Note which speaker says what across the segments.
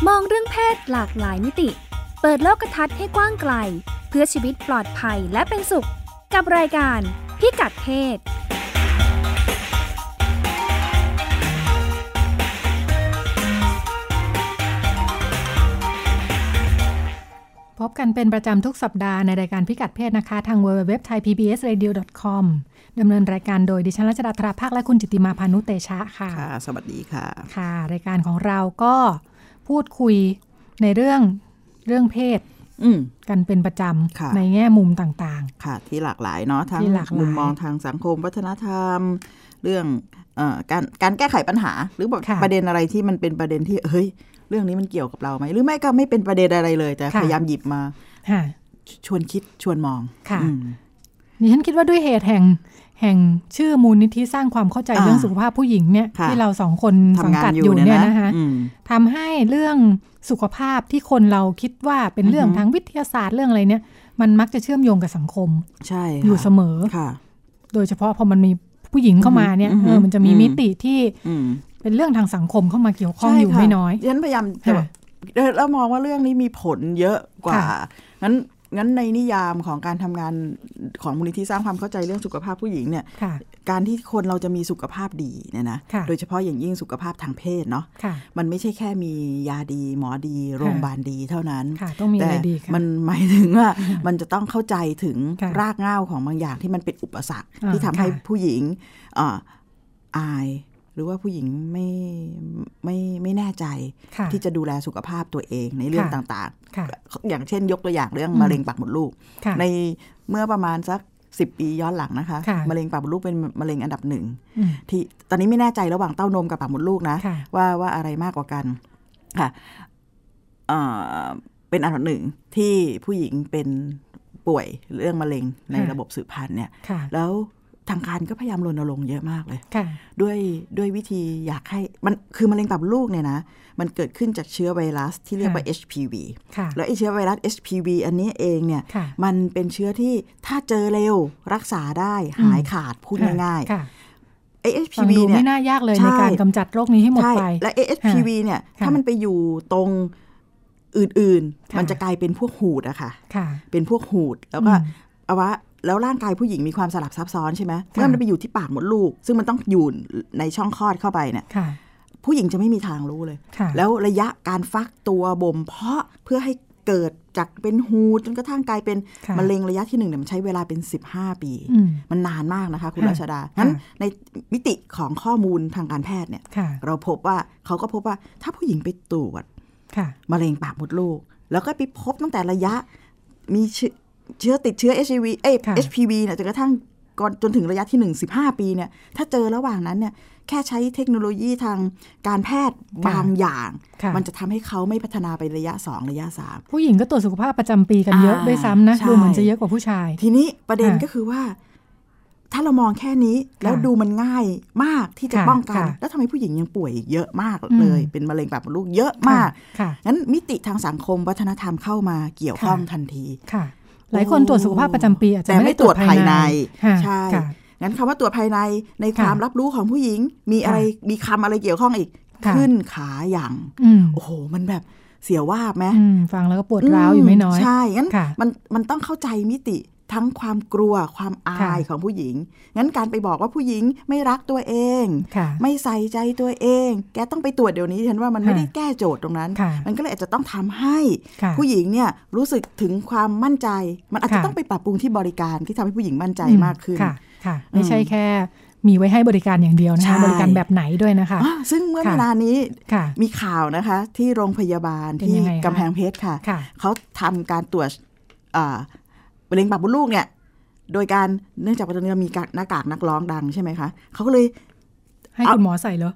Speaker 1: ศหลากหลายมิติ เปิดโลกทัศน์ให้กว้างไกล เพื่อชีวิตปลอดภัยและเป็นสุข กับรายการพิกัดเพศ
Speaker 2: พบกันเป็นประจำทุกสัปดาห์ในรายการพิกัดเพศนะคะ ทาง www.thaipbsradio.com ดำเนินรายการโดยดิฉันรัชดาธราภาคและคุณจิตติมาพานุเตชะค่ะ
Speaker 3: ค่ะ สวัสดีค่ะ
Speaker 2: ค่ะ รายการของเราก็พูดคุยในเรื่องเรื่องเพศ
Speaker 3: อืม
Speaker 2: กันเป็นประจ
Speaker 3: ค่ะ
Speaker 2: ำในแง่มุมต่าง
Speaker 3: ค่ะ ที่หลากหลายเนาะทั้ง
Speaker 2: ที่หลากหลาย
Speaker 3: มุมมองทางสังคม วัฒนธรรม เรื่องเอ่อการการแก้ไขปัญหา หรือบอก
Speaker 2: ค่ะ
Speaker 3: ประเด็นอะไรที่มันเป็นประเด็นที่เฮ้ย เรื่องนี้มันเกี่ยวกับเราไหมหรือไม่ก็ไม่เป็นประเด็นอะไรเลย แต่
Speaker 2: ค่ะ
Speaker 3: พยายามหยิบมา
Speaker 2: ๆค่ะ
Speaker 3: ชชวนคิดชวนมอง
Speaker 2: ค่ะ
Speaker 3: อืม
Speaker 2: ดิฉันคิดว่าด้วยเหตุแห่งแห่งชื่อมูลนิธิสร้างความเข้าใจ
Speaker 3: อ่า
Speaker 2: เรื่องสุขภาพผู้หญิงเนี่ย
Speaker 3: ค่ะ
Speaker 2: ที่เราสองคนสัง
Speaker 3: ทำงา
Speaker 2: กัน ด
Speaker 3: อยู่
Speaker 2: อยู่
Speaker 3: เนี่ย
Speaker 2: เนี่ย
Speaker 3: นะ
Speaker 2: นะคะ
Speaker 3: อืม
Speaker 2: ทำให้เรื่องสุขภาพที่คนเราคิดว่าเป็นเรื่อง
Speaker 3: อือฮึ
Speaker 2: ทางวิทยาศาสตร์เรื่องอะไรเนี่ย มันมักจะเชื่อมโยงกับสังคม
Speaker 3: ใช่ค่ะ
Speaker 2: อยู่เสมอ
Speaker 3: ค่ะ
Speaker 2: โดยเฉพาะพอมันมีผู้หญิงเข้ามาเนี่ย
Speaker 3: อือฮึ
Speaker 2: เออมันจะมี
Speaker 3: อืม
Speaker 2: มิติที่
Speaker 3: อืม
Speaker 2: เป็นเรื่องทางสังคมเข้ามาเกี่ยวข้อง
Speaker 3: ใช่
Speaker 2: อยู่
Speaker 3: ค่ะ
Speaker 2: ไม่น้อย
Speaker 3: ดิฉันพยายามจะแบบเออแล้วมองว่าเรื่องนี้มีผลเยอะกว่า
Speaker 2: ค่ะ
Speaker 3: งั้นงั้นในนิยามของการทำงานของมูลนิธิสร้างความเข้าใจเรื่องสุขภาพผู้หญิงเนี่ย
Speaker 2: ค่ะ
Speaker 3: การที่คนเราจะมีสุขภาพดีเนี่ยนะ
Speaker 2: ค่ะ
Speaker 3: โดยเฉพาะอย่างยิ่งสุขภาพทางเพศเนาะ
Speaker 2: ค่ะ
Speaker 3: มันไม่ใช่แค่มียาดีหมอดีโรงพยาบาลดีเท่านั้น
Speaker 2: ค่ะ ต้องมีอะ
Speaker 3: แต่
Speaker 2: ไรดีค่ะ
Speaker 3: มัน หมายถึงว่า มันจะต้องเข้าใจถึง
Speaker 2: ค่ะ
Speaker 3: รากเหง้าของบางอย่างที่มันเป็นอุปสรรค
Speaker 2: อ่า
Speaker 3: ที่ทำให้
Speaker 2: ค่ะ
Speaker 3: ผู้หญิงเอ่ออาย หรือว่าผู้หญิงไม่ไม่ไม่แน่ใจ
Speaker 2: ค่ะ
Speaker 3: ที่จะดูแลสุขภาพตัวเองในเรื่อง
Speaker 2: ค่ะ
Speaker 3: ต่าง
Speaker 2: ค่ะ
Speaker 3: ๆ อย่างเช่น ยกตัวอย่างเรื่อง
Speaker 2: อืม
Speaker 3: มะเร็งปากมดลูก
Speaker 2: ค่ะ
Speaker 3: ในเมื่อประมาณสัก 10 ปีย้อนหลังนะคะ
Speaker 2: ค่ะ
Speaker 3: มะเร็งปากมดลูกเป็นมะเร็งอันดับหนึ่ง
Speaker 2: อืม
Speaker 3: ที่ตอนนี้ไม่แน่ใจระหว่างเต้านมกับปากมดลูกนะ
Speaker 2: ค่ะ
Speaker 3: ว่าว่าอะไรมากกว่ากันค่ะเอ่อเป็นอันดับหนึ่งที่ผู้หญิงเป็นป่วยเรื่องมะเร็งใน
Speaker 2: ค่ะ
Speaker 3: ระบบสืบพันธุ์เนี่ย
Speaker 2: ค่ะ
Speaker 3: แล้วทางการก็พยายามรณรงค์เยอะมากเลย
Speaker 2: ค่ะ
Speaker 3: ด้วยด้วยวิธีอยากให้มันคือมะเร็งปากมดลูกเนี่ยนะ มันเกิดขึ้นจากเชื้อไวรัสที่เรียกว่า HPV
Speaker 2: ค่ะ
Speaker 3: แล้วไอเชื้อไวรัส HPV อันนี้เองเนี่ย
Speaker 2: ค่ะ
Speaker 3: มันเป็นเชื้อที่ถ้าเจอเร็วรักษาได้หายขาดพูดง่าย
Speaker 2: ค่ะ
Speaker 3: ๆไอ
Speaker 2: ฟัง
Speaker 3: HPV
Speaker 2: ดู
Speaker 3: เนี่ย
Speaker 2: ไม่น่ายากเลย
Speaker 3: ใช่
Speaker 2: ในการกำจัดโรคนี้ให้หมด
Speaker 3: ใช่
Speaker 2: ไป
Speaker 3: และ ASPV เนี่ย
Speaker 2: ค่ะ
Speaker 3: ถ้ามันไปอยู่ตรงอื่นๆ
Speaker 2: ค่ะ
Speaker 3: มันจะกลายเป็นพวกหูดอะค่ะ
Speaker 2: ค่ะ
Speaker 3: เป็นพวกหูด แล้วก็
Speaker 2: อืม
Speaker 3: อวะแล้วร่างกายผู้หญิงมีความสลับซับซ้อนใช่ไหม
Speaker 2: ค่ะ
Speaker 3: เมื่อมันไปอยู่ที่ปากมดลูก ซึ่งมันต้องอยู่ในช่องคลอดเข้าไปเนี่ย
Speaker 2: ค่ะ
Speaker 3: ผู้หญิงจะไม่มีทางรู้เลย
Speaker 2: ค่ะ
Speaker 3: แล้วระยะการฟักตัวบ่มเพาะเพื่อให้เกิดจากเป็นหูดจนกระทั่งกลายเป็น
Speaker 2: ค่ะ
Speaker 3: มะเร็งระยะที่หนึ่งเนี่ยมันใช้เวลาเป็น 15 ปี
Speaker 2: อืม
Speaker 3: มันนานมากนะคะ คุณ
Speaker 2: ค่ะ
Speaker 3: ราชดางั้น
Speaker 2: ค่ะ
Speaker 3: ในมิติของข้อมูลทางการแพทย์เนี่ย
Speaker 2: ค่ะ
Speaker 3: เราพบว่าเขาก็พบว่าถ้าผู้หญิงไปตรวจ
Speaker 2: ค่ะ
Speaker 3: มะเร็งปากมดลูก แล้วก็ไปพบตั้งแต่ระยะมีเชื้อเชื้อติดเชื้อ HIV เอ้ย
Speaker 2: ค่ะ
Speaker 3: HPV เนี่ยจนกระทั่งก่อนจนถึงระยะที่ 1 15 ปีเนี่ยถ้าเจอระหว่างนั้นเนี่ยแค่ใช้เทคโนโลยีทางการแพทย์
Speaker 2: ค่ะ
Speaker 3: บางอย่าง
Speaker 2: ค่ะ
Speaker 3: มันจะทำให้เขาไม่พัฒนาไประยะ 2 ระยะ
Speaker 2: ผู้หญิงก็ตรวจสุขภาพประจำปีกันเยอะ
Speaker 3: อ่า
Speaker 2: ด้วยซ้ำนะ
Speaker 3: ใช่
Speaker 2: ดูเหมือนจะเยอะกว่าผู้ชาย
Speaker 3: 3 ทีนี้ประเด็น
Speaker 2: ค่ะ
Speaker 3: ก็คือว่า ถ้าเรามองแค่นี้แล้วดูมันง่ายมากที่จะ
Speaker 2: ค่ะ
Speaker 3: ป้องกัน
Speaker 2: ค่ะ
Speaker 3: แล้วทำไมผู้หญิงยังป่วยอีกเยอะมาก
Speaker 2: อืม
Speaker 3: เลย เป็นมะเร็งปากมดลูกเยอะมาก
Speaker 2: ค่ะ
Speaker 3: งั้นมิติทางสังคมวัฒนธรรมเข้ามาเกี่ยวข้อง
Speaker 2: ค่ะ
Speaker 3: ทันที
Speaker 2: ค่ะ หลายคนตรวจสุขภาพประจำปีอาจจะ
Speaker 3: แต่
Speaker 2: ไม่
Speaker 3: ไม่
Speaker 2: ได้ตรวจ
Speaker 3: ตรวจภา
Speaker 2: ภาย ย
Speaker 3: ใน
Speaker 2: ในค่ะ
Speaker 3: ใช่
Speaker 2: ค่ะ
Speaker 3: งั้นคำว่าตรวจภายในในความ
Speaker 2: ค่ะ
Speaker 3: รับรู้ของผู้หญิง มีอะไรมีคำอะไรเกี่ยวข้องอีก
Speaker 2: ค่ะ
Speaker 3: ขึ้นขาอย่าง
Speaker 2: อืม
Speaker 3: โอ้โห มันแบบเสียวว่าบไหม
Speaker 2: อืมฟังแล้วก็ปวดร้าวอยู่ไม่น้อย
Speaker 3: ใช่งั้น
Speaker 2: ค่ะ
Speaker 3: มันมันต้องเข้าใจมิติทั้งความกลัวความอาย
Speaker 2: ค่ะ
Speaker 3: ของผู้หญิง งั้นการไปบอกว่าผู้หญิงไม่รักตัวเอง
Speaker 2: ค่ะ
Speaker 3: ไม่ใส่ใจตัวเอง แกต้องไปตรวจเดี๋ยวนี้ฉันว่ามันไม่
Speaker 2: ค่ะ
Speaker 3: ได้แก้โจทย์ตรงนั้น
Speaker 2: ค่ะ
Speaker 3: มันก็เลยอาจจะต้องทำให้
Speaker 2: ค่ะ
Speaker 3: ผู้หญิงเนี่ยรู้สึกถึงความมั่นใจ มันอาจจะ
Speaker 2: ค่ะ
Speaker 3: ต้องไปปรับปรุงที่บริการที่ทำให้ผู้หญิงมั่นใจ
Speaker 2: อื
Speaker 3: มากขึ้น
Speaker 2: ค่ะ ค่ะ ไม่ใช่แค่ มีไว้ให้บริการอย่างเดียวนะ
Speaker 3: ใช่
Speaker 2: คะบริการแบบไหนด้วยนะคะ
Speaker 3: อ่ะซึ่งเมื่อ
Speaker 2: ค่ะ
Speaker 3: เวลานี้
Speaker 2: ค่ะ
Speaker 3: มีข่าวนะคะ ที่โรงพยาบาล
Speaker 2: เป็น
Speaker 3: ที่
Speaker 2: ยังไงคะ
Speaker 3: กำแพงเพชรค่ะ
Speaker 2: ค่ะ
Speaker 3: เขาทำการตรวจอ่ามะเร็งปากมดลูกเนี่ย โดยการเนื่องจากว่าตอนนี้เรามีหน้ากากนักร้องดังใช่ไหมคะเขาก็เลย
Speaker 2: ให้
Speaker 3: เอา
Speaker 2: คุณหมอใส่เหรอ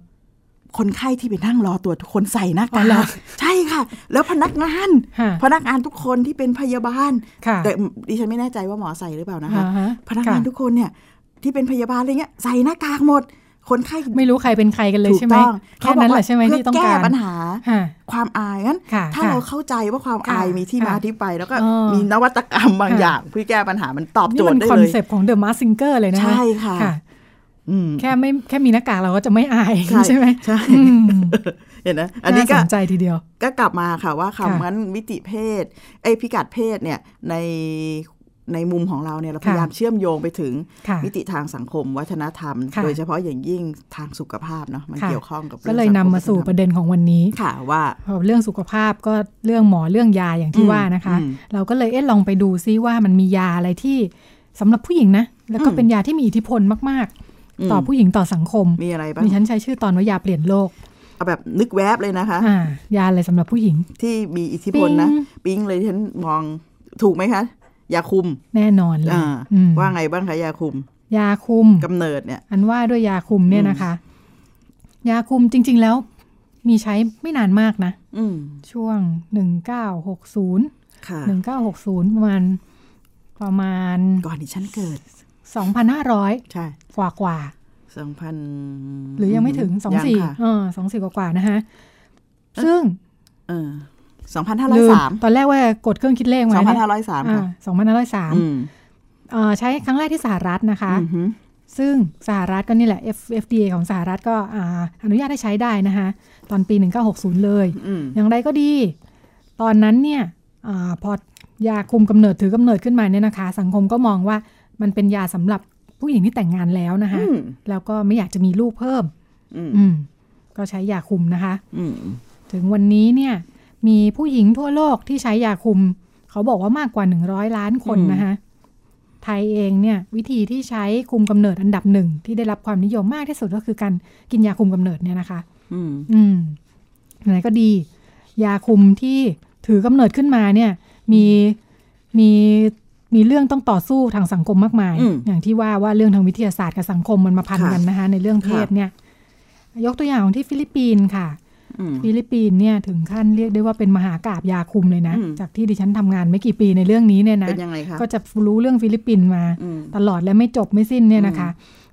Speaker 3: คนไข้ที่ไปนั่งรอตรวจทุกคนใส่หน้า
Speaker 2: อ๋
Speaker 3: กา
Speaker 2: อเหรอ
Speaker 3: กใช่ค่ะ แล้วพนักงาน
Speaker 2: ค่ะ
Speaker 3: พนักงานทุกคนที่เป็นพยาบาล
Speaker 2: ค่ะ
Speaker 3: แต่ดิฉันไม่แน่ใจว่าหมอใส่หรือเปล่านะคะ
Speaker 2: อ่าฮะ
Speaker 3: พนักงาน
Speaker 2: ค่ะ
Speaker 3: ทุกคนเนี่ยที่เป็นพยาบาลอะไรเงี้ยใส่หน้ากากหมด คนไข้
Speaker 2: ไม่รู้ใครเป็นใครกันเลย
Speaker 3: ถูก
Speaker 2: ใช่ไหม
Speaker 3: ต้อง
Speaker 2: แค่นั้นแห
Speaker 3: ว่
Speaker 2: ละใช่ไหม
Speaker 3: เพื่
Speaker 2: ที่ต้อง
Speaker 3: แก้
Speaker 2: การ
Speaker 3: ปัญหา
Speaker 2: ค่ะ
Speaker 3: ความอายงั้น
Speaker 2: ค่ะ
Speaker 3: ถ้า
Speaker 2: ค่ะ
Speaker 3: เราเข้าใจว่าความ
Speaker 2: ค่ะ
Speaker 3: อายมีที่มา
Speaker 2: ค่ะ
Speaker 3: ที่ไป แล้วก็
Speaker 2: เออ
Speaker 3: มีนวัตกรรมบาง
Speaker 2: ค่ะ
Speaker 3: อย่างเพื่อแก้ปัญหามันตอบโจ
Speaker 2: นี่
Speaker 3: ท
Speaker 2: มั
Speaker 3: ย์
Speaker 2: น
Speaker 3: ได้
Speaker 2: คอน
Speaker 3: เลย
Speaker 2: เซปต์ของเดอะมาสซิงเกอร์เลยนะคะ
Speaker 3: ใช่ค่ะ
Speaker 2: ค่ะ
Speaker 3: อืม
Speaker 2: แค่ไม่แค่มีหน้ากากเราก็จะไม่อายใช่ไหม
Speaker 3: ใช่
Speaker 2: อืม
Speaker 3: เห็นนะ อันนี้ก็
Speaker 2: าสนใจทีเดียว
Speaker 3: ก็กลับมาค่ะว่า
Speaker 2: ค่ะ
Speaker 3: คำนั้นวิติเพศไอ้ยพิกัดเพศเนี่ยในในมุมของเราเนี่ยเรา
Speaker 2: ค่ะ
Speaker 3: พยายามเชื่อมโยงไปถึง
Speaker 2: ค่ะ
Speaker 3: มิติทางสังคม วัฒนธรรม
Speaker 2: ค่ะ
Speaker 3: โดยเฉพาะอย่างยิ่งทางสุขภาพเนาะมัน
Speaker 2: ค่ะ
Speaker 3: เกี่ยวข้องกับ
Speaker 2: ก็
Speaker 3: รื่อง
Speaker 2: เลยนำมาสู่
Speaker 3: งค
Speaker 2: ประเด็นของวันนี้
Speaker 3: วัฒนธรรมค่ะว่า
Speaker 2: พอเรื่องสุขภาพก็เรื่องหมอเรื่องยาอย่างที่
Speaker 3: อืม
Speaker 2: ว่านะคะ
Speaker 3: อืม
Speaker 2: เราก็เลยเอ๊ะลองไปดูซิว่ามันมียาอะไรที่สำหรับผู้หญิงนะ แล้วก็
Speaker 3: อืม
Speaker 2: เป็นยาที่มีอิทธิพลมาก
Speaker 3: ม
Speaker 2: ๆ ต่อผู้หญิงต่อสังคม
Speaker 3: มีอะไรบ้าง
Speaker 2: ดิฉันใช้ชื่อตอนว่ายาเปลี่ยนโลก
Speaker 3: เอาแบบนึกแวบเลยนะคะ
Speaker 2: อ่ายาอะไรสำหรับผู้หญิง
Speaker 3: ที่มีอิทธิพลนะ
Speaker 2: ปิ๊ง
Speaker 3: ปิ๊งเลยฉันมองถูกไหมคะ ยาคุม
Speaker 2: แน่นอนเลย
Speaker 3: อ่า
Speaker 2: อืม
Speaker 3: ว่าไงบ้างคะยาคุม
Speaker 2: ยาคุม
Speaker 3: กำเนิดเนี่ย
Speaker 2: อันว่าด้วยยาคุมเนี่ย
Speaker 3: อืม
Speaker 2: นะคะ ยาคุมจริง ๆ แล้ว มีใช้ไม่นานมากนะ
Speaker 3: อืม
Speaker 2: ช่วง 1960
Speaker 3: ค่ะ
Speaker 2: 1960 ประมาณประมาณ
Speaker 3: ก่อนที่ฉันเกิด
Speaker 2: 2,500
Speaker 3: ใช่
Speaker 2: กว่ากว่า
Speaker 3: สองพัน
Speaker 2: ๆหรือยังไม่ถึง
Speaker 3: ค่ะ
Speaker 2: 24เออ24 กว่ากว่าๆนะคะซึ่ง
Speaker 3: เออสองพันห้าร้อยสาม
Speaker 2: ลืตอนแรกว่ากดเครื่องคิดเลข
Speaker 3: ส
Speaker 2: มา
Speaker 3: อง
Speaker 2: เนี่
Speaker 3: พัน
Speaker 2: ย
Speaker 3: ห้าร้อยสามค่ะ
Speaker 2: อ่า
Speaker 3: อื
Speaker 2: 2,503
Speaker 3: ม
Speaker 2: เอ่อใช้ครั้งแรกที่สหรัฐนะคะ
Speaker 3: อือหือ
Speaker 2: ซึ่งสหรัฐก็นี่แหละ F- FDA ของสหรัฐก็อ่าอนุญาตให้ใช้ได้นะคะตอนปี 1960 เลย
Speaker 3: อืม
Speaker 2: อย่างไรก็ดี ตอนนั้นเนี่ยอาพอยาคุมกำเนิดถือกำเนิดขึ้นมาเนี่ยนะคะ สังคมก็มองว่ามันเป็นยาสำหรับผู้หญิงที่แต่งงานแล้วนะคะ
Speaker 3: อืม
Speaker 2: แล้วก็ไม่อยากจะมีลูกเพิ่ม
Speaker 3: อืม
Speaker 2: อืม ก็ใช้ยาคุมนะคะ
Speaker 3: อืม
Speaker 2: ถึงวันนี้เนี่ย มีผู้หญิงทั่วโลกที่ใช้ยาคุม เขาบอกว่ามากกว่า 100 ล้านคนนะคะ ไทยเองเนี่ยวิธีที่ใช้คุมกำเนิดอันดับหนึ่งที่ได้รับความนิยมมากที่สุดก็คือการกินยาคุมกำเนิดเนี่ยนะคะ
Speaker 3: อืม
Speaker 2: อืมไหนก็ดี ยาคุมที่ถือกำเนิดขึ้นมาเนี่ย มีมีมีเรื่องต้องต่อสู้ทางสังคมมากมาย อย่างที่ว่าว่าเรื่องทางวิทยาศาสตร์กับสังคมมันมาพันกันนะคะ ในเรื่องเพศเนี่ย ยกตัวอย่างของที่ฟิลิปปินส์ค่ะ
Speaker 3: อืม
Speaker 2: ฟิลิปปินส์เนี่ยถึงขั้นเรียกได้ว่าเป็นมหากาบยาคุมเลยนะ
Speaker 3: อืม
Speaker 2: จากที่ดิฉันทำงานไม่กี่ปีในเรื่องนี้เนี่ยนะ
Speaker 3: เป็นยังไงคะ
Speaker 2: ก็จะรู้เรื่องฟิลิปปินส์มา
Speaker 3: อืม
Speaker 2: ตลอดและไม่จบไม่สิ้นเนี่ยนะคะ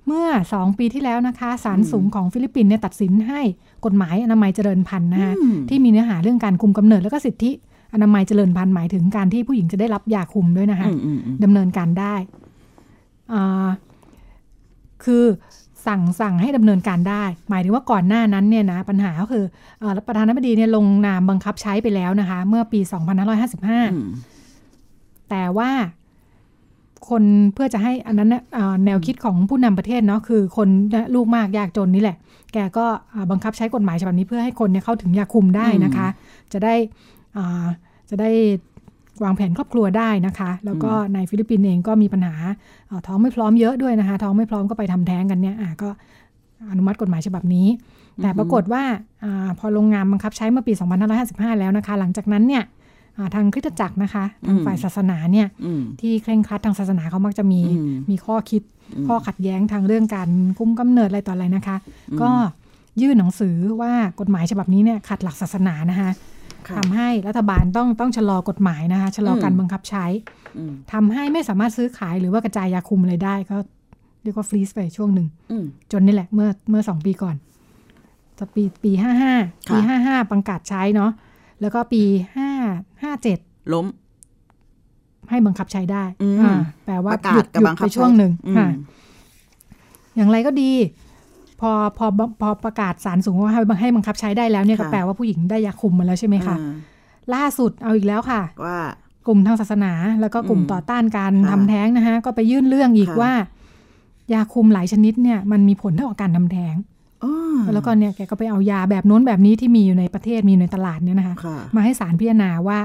Speaker 2: เมื่อ 2 ปีที่แล้วนะคะศาล
Speaker 3: อืม
Speaker 2: สูงของฟิลิปปินส์เนี่ยตัดสินให้กฎหมายอนามัยเจริญพันธุ์นะคะ
Speaker 3: อืม
Speaker 2: ที่มีเนื้อหาเรื่องการคุมกำเนิดและก็สิทธิอนามัยเจริญพันธุ์หมายถึงการที่ผู้หญิงจะได้รับยาคุมด้วยนะคะ
Speaker 3: อืมอืมอืม
Speaker 2: ดำเนินการได้อ่าคือสั่งสั่งให้ดำเนินการได้ หมายถึงว่าก่อนหน้านั้นเนี่ยนะปัญหาก็คือเอ่อประธานาธิบดีเนี่ยลงนามบังคับใช้ไปแล้วนะคะ เมื่อปี 2555
Speaker 3: อืม
Speaker 2: แต่ว่าคนเพื่อจะให้อันนั้นน่ะเอ่อแนวคิดของผู้นำประเทศเนาะคือคนลูกมากยากจนนี่แหละ แกก็อ่าบังคับใช้กฎหมายฉบับนี้เพื่อให้คนเนี่ยเข้าถึงยาคุมได้นะคะ จะได้อ่าจะได้วางแผนครอบครัวได้นะคะ แล้วก็ในฟิลิปปินส์เองก็มีปัญหาเอ่อท้องไม่พร้อมเยอะด้วยนะคะ ท้องไม่พร้อมก็ไปทำแท้งกันเนี่ยอ่ะก็อนุมัติกฎหมายฉบับนี้ แต่ปรากฏว่าอาพอลงงามบังคับใช้เมื่อปี 2555 แล้วนะคะ หลังจากนั้นเนี่ยอ่าทางคริสตจักรนะคะทาง
Speaker 3: อืม
Speaker 2: ฝ่ายศาสนาเนี่ย
Speaker 3: อืม
Speaker 2: ที่เคร่งครัดทางศาสนาเขามักจะมี
Speaker 3: อืม
Speaker 2: มีข้อคิด
Speaker 3: อืม
Speaker 2: ข้อขัดแย้งทางเรื่องการคุ้มกำเนิดอะไรต่ออะไรนะคะ
Speaker 3: อืม
Speaker 2: ก็ยื่นหนังสือว่ากฎหมายฉบับนี้เนี่ยขัดหลักศาสนานะคะ
Speaker 3: ค่ะ
Speaker 2: ทำให้รัฐบาลต้องต้องชะลอกฎหมายนะคะชะลออ
Speaker 3: ม
Speaker 2: การบังคับใช้
Speaker 3: อืม
Speaker 2: ทำให้ไม่สามารถซื้อขายหรือว่ากระจายยาคุมอะไรได้ ก็เรียกว่าฟรีซไปช่วงหนึ่ง
Speaker 3: อืม
Speaker 2: จนนี่แหละเมื่อเมื่อสองปีก่อนจะปีปีห้าห้าปี
Speaker 3: ค่ะ
Speaker 2: ห้าห้าประกาศใช้เนาะแล้วก็ปีห้าห้าเจ็ด
Speaker 3: ล้ม
Speaker 2: ให้บังคับใช้ได้
Speaker 3: อืม
Speaker 2: อ่าแปลว่า
Speaker 3: ประกา
Speaker 2: หยุ
Speaker 3: ศ
Speaker 2: ด
Speaker 3: กับ
Speaker 2: หยุด
Speaker 3: บังคั
Speaker 2: ไป
Speaker 3: บ
Speaker 2: ช่วงหนึ่ง
Speaker 3: ใช้
Speaker 2: ค่ะ
Speaker 3: อืม
Speaker 2: อย่างไรก็ดี พอพอพอพอประกาศสารสูงว่าให้บังให้บังคับใช้ได้แล้วเนี่ยก็แปลว่าผู้หญิงได้ยาคุมมาแล้วใช่ไหมคะ
Speaker 3: อ่า
Speaker 2: ล่าสุดเอาอีกแล้วค่ะ
Speaker 3: ว่า
Speaker 2: กลุ่มทางศาสนา แล้วก็กลุ่ม
Speaker 3: อืม
Speaker 2: ต่อต้านการ
Speaker 3: ค่ะ
Speaker 2: ทำแท้งนะคะก็ไปยื่นเรื่องอีก
Speaker 3: ค่ะ
Speaker 2: ว่า ยาคุมหลายชนิดเนี่ยมันมีผลเท่ากับการทำแท้ง
Speaker 3: อ้อ
Speaker 2: แล้วก็เนี่ยแกก็ไปเอายาแบบโน้นแบบนี้ที่มีอยู่ในประเทศมีอยู่ในตลาดเนี่ยนะคะ
Speaker 3: ค่ะ
Speaker 2: มาให้สารพิจารณาว่า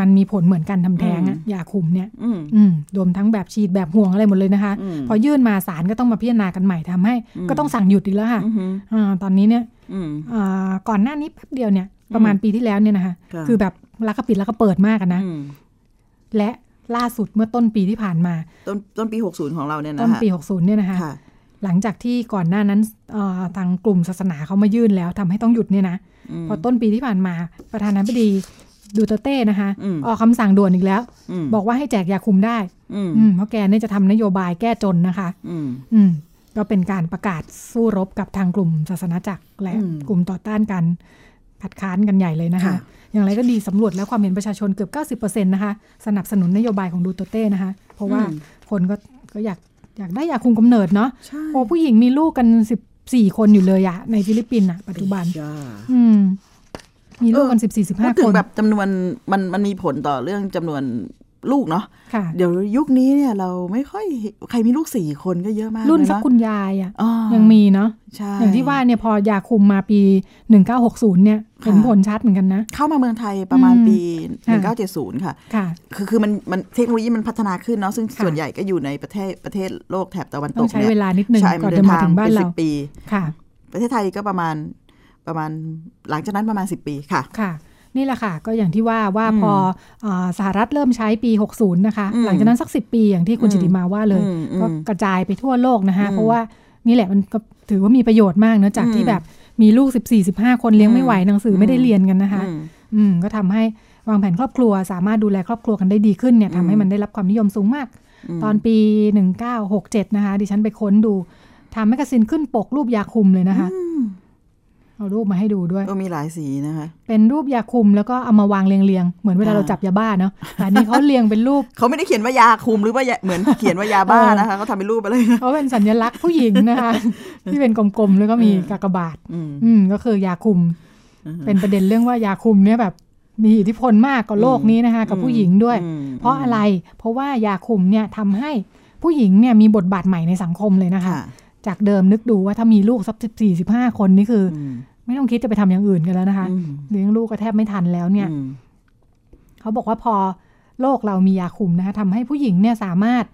Speaker 2: มันมีผลเหมือนกันทำแท้งอะ
Speaker 3: อืม
Speaker 2: ยาคุมเนี่ย
Speaker 3: อืม
Speaker 2: อืมรวมทั้งแบบฉีดแบบห่วงอะไรหมดเลยนะคะ
Speaker 3: อืม
Speaker 2: พอยื่นมาสารก็ต้องมาพิจารณากันใหม่ทำให้
Speaker 3: อืม
Speaker 2: ก็ต้องสั่งหยุดอีกแล้วค่ะ
Speaker 3: อือหือ
Speaker 2: อ่าตอนนี้เนี่ย
Speaker 3: อืม
Speaker 2: อ่าก่อนหน้านี้แป๊บเดียวเนี่ย ประมาณปีที่แล้วเนี่ยนะคะ
Speaker 3: ค่ะ
Speaker 2: อแบบรักกระปิดรักกระเปิดมากอะนะ
Speaker 3: อืม
Speaker 2: และล่าสุดเมื่อต้นปีที่ผ่านมา
Speaker 3: ต้นต้นปี 60 ของเราเนี่ยนะ
Speaker 2: ต้น
Speaker 3: คะ
Speaker 2: ปี 60เนี่ยนะคะ
Speaker 3: ค่ะ
Speaker 2: หลังจากที่ก่อนหน้านั้นเอ่อทางกลุ่มศาสนาเขามายื่นแล้วทำให้ต้องหยุดเนี่ยนะ
Speaker 3: อืม
Speaker 2: พอต้นปีที่ผ่านมาประธานาธิบดีดูเตอร์เต้นะคะ
Speaker 3: อืม
Speaker 2: ออกคำสั่งด่วนอีกแล้ว
Speaker 3: ม
Speaker 2: บอกว่าให้แจกยาคุมได้
Speaker 3: อืม
Speaker 2: อืมเพราะแกเนี่ยจะทำนโยบายแก้จนนะคะ
Speaker 3: อืม
Speaker 2: อืมก็เป็นการประกาศสู้รบกับทางกลุ่มศาสนาจักรและ
Speaker 3: อืม
Speaker 2: กลุ่มต่อต้านกันขัดค้านกันใหญ่เลยนะคะ
Speaker 3: ค่ะ
Speaker 2: อย่างไรก็ดีสำรวจแล้วความเห็นประชาชนเกือบ 90%นะคะ สนับสนุนนโยบายของดูเตอร์เต้นะคะ เพราะว่าคนก็ก็อยาก อยากได้ยาคุมกำเนิดเนาะ
Speaker 3: ใช่
Speaker 2: โอ้ผู้หญิงมีลูกกันสิบสี่คนอยู่เลยอะในฟิลิปปินส์อะปัจจุบัน
Speaker 3: จ้า
Speaker 2: อืม มีลูกกัน
Speaker 3: เออ
Speaker 2: สิบสี่สิบ
Speaker 3: พู
Speaker 2: ห้า
Speaker 3: ดถึ
Speaker 2: ค
Speaker 3: ง
Speaker 2: น
Speaker 3: แบบจำนวนมันมันมีผลต่อเรื่องจำนวนลูกเนาะ
Speaker 2: ค่ะ
Speaker 3: เดี๋ยวยุคนี้เนี่ยเราไม่ค่อยเห็นใครมีลูกสี่คนก็เยอะมาก
Speaker 2: รุ่น
Speaker 3: เลย
Speaker 2: สัก
Speaker 3: เอะ
Speaker 2: คุณยายอะ
Speaker 3: อ๋อ
Speaker 2: ยังมีเนาะ
Speaker 3: ใช่
Speaker 2: อย่างที่ว่าเนี่ยพอยาคุมมาปีหนึ่งเก้าหกศูนย์เนี่ยเห็นผลชัดเหมือนกันนะ
Speaker 3: เข้ามาเมืองไทยประมาณ
Speaker 2: อืม
Speaker 3: ปี
Speaker 2: ค่ะ
Speaker 3: 1970 ค่ะ
Speaker 2: ค่ะ
Speaker 3: คือคือมันมันเทคโนโลยีมันพัฒนาขึ้นเนาะซึ่ง
Speaker 2: ค่ะ
Speaker 3: ส่วนใหญ่ก็อยู่ในประเทศประเทศโลกแถบตะวัน
Speaker 2: ต้
Speaker 3: ต
Speaker 2: อง
Speaker 3: ก
Speaker 2: ใช้
Speaker 3: นี่ย
Speaker 2: เวลานิดนึง
Speaker 3: ใช่
Speaker 2: ก่อน
Speaker 3: เดิ
Speaker 2: จะมาถึงบ้าน
Speaker 3: เป็น
Speaker 2: เรา
Speaker 3: สิบปี
Speaker 2: ค่ะ
Speaker 3: ประเทศไทยก็ประมาณประมาณหลังจากนั้นประมาณ 10 ปีค่ะ
Speaker 2: ค่ะ นี่แหละค่ะ ก็อย่างที่ว่าว่า
Speaker 3: อืม
Speaker 2: พออาสหรัฐเริ่มใช้ปี 60 นะคะ
Speaker 3: อืม
Speaker 2: หลังจากนั้นสัก 10 ปีอย่างที่คุณ
Speaker 3: อืม
Speaker 2: จิติมาว่าเลย
Speaker 3: อืมอืม
Speaker 2: ก็กระจายไปทั่วโลกนะคะ
Speaker 3: อืม
Speaker 2: เพราะว่านี่แหละมันก็ถือว่ามีประโยชน์มากเนอะจาก
Speaker 3: อืม
Speaker 2: ที่แบบมีลูก 14-15 คนเลี้ยงไม่ไหวหนังสืออ
Speaker 3: ม
Speaker 2: ไม่ได้เรียนกันนะคะ
Speaker 3: อืม
Speaker 2: อืมก็ทำให้วางแผนครอบครัวสามารถดูแลครอบครัวกันได้ดีขึ้นเนี่ย
Speaker 3: อืม
Speaker 2: ทำให้มันได้รับความนิยมสูงมาก
Speaker 3: ม
Speaker 2: ตอนปี 1967 นะคะ ดิฉันไปค้นดูทำแมกกาซินขึ้นปกรูปยาคุมเลยนะคะ
Speaker 3: อืม
Speaker 2: เอารูปมาให้ดูด้วย
Speaker 3: เออมีหลายสีนะคะ
Speaker 2: เป็นรูปยาคุมแล้วก็เอามาวางเรียงๆ เหมือนเวลา
Speaker 3: อ่า
Speaker 2: เราจับยาบ้าเนาะแต่อันนี้เขาเรียงเป็นรูป
Speaker 3: เขาไม่ได้เขียนว่ายาคุมหรือว่ายาเหมือนเขียนว่ายาบ้านะคะเขาทำเป็นรูปอะไร
Speaker 2: เขาเป็นสัญลักษณ์ผู้หญิงนะคะ ที่เป็นกลมๆ แล้วก็มี
Speaker 3: อืม
Speaker 2: กากบาท
Speaker 3: อืม
Speaker 2: อืมก็คือยาคุม เป็นประเด็นเรื่องว่ายาคุมเนี่ยแบบมีอิทธิพลมากกับโลกนี้นะคะ กับผู้หญิงด้วย
Speaker 3: อืม
Speaker 2: เพราะอะไรเพราะว่ายาคุมเนี่ยทำให้ผู้หญิงเนี่ยมีบทบาทใหม่ในสังคมเลยนะคะ
Speaker 3: ค่ะ
Speaker 2: จากเดิมนึกดูว่าถ้ามีลูกสักสิบสี่สิบห้าคนนี่คืออ
Speaker 3: อืม
Speaker 2: ไม่ต้องคิดจะไปทำอย่างอื่นกันแล้วนะคะ
Speaker 3: อืม
Speaker 2: เลี้ยงลูกก็แทบไม่ทันแล้วเนี่ย
Speaker 3: อืม
Speaker 2: เขาบอกว่าพอโลกเรามียาคุมนะคะทำให้ผู้หญิงเนี่ยสามารถ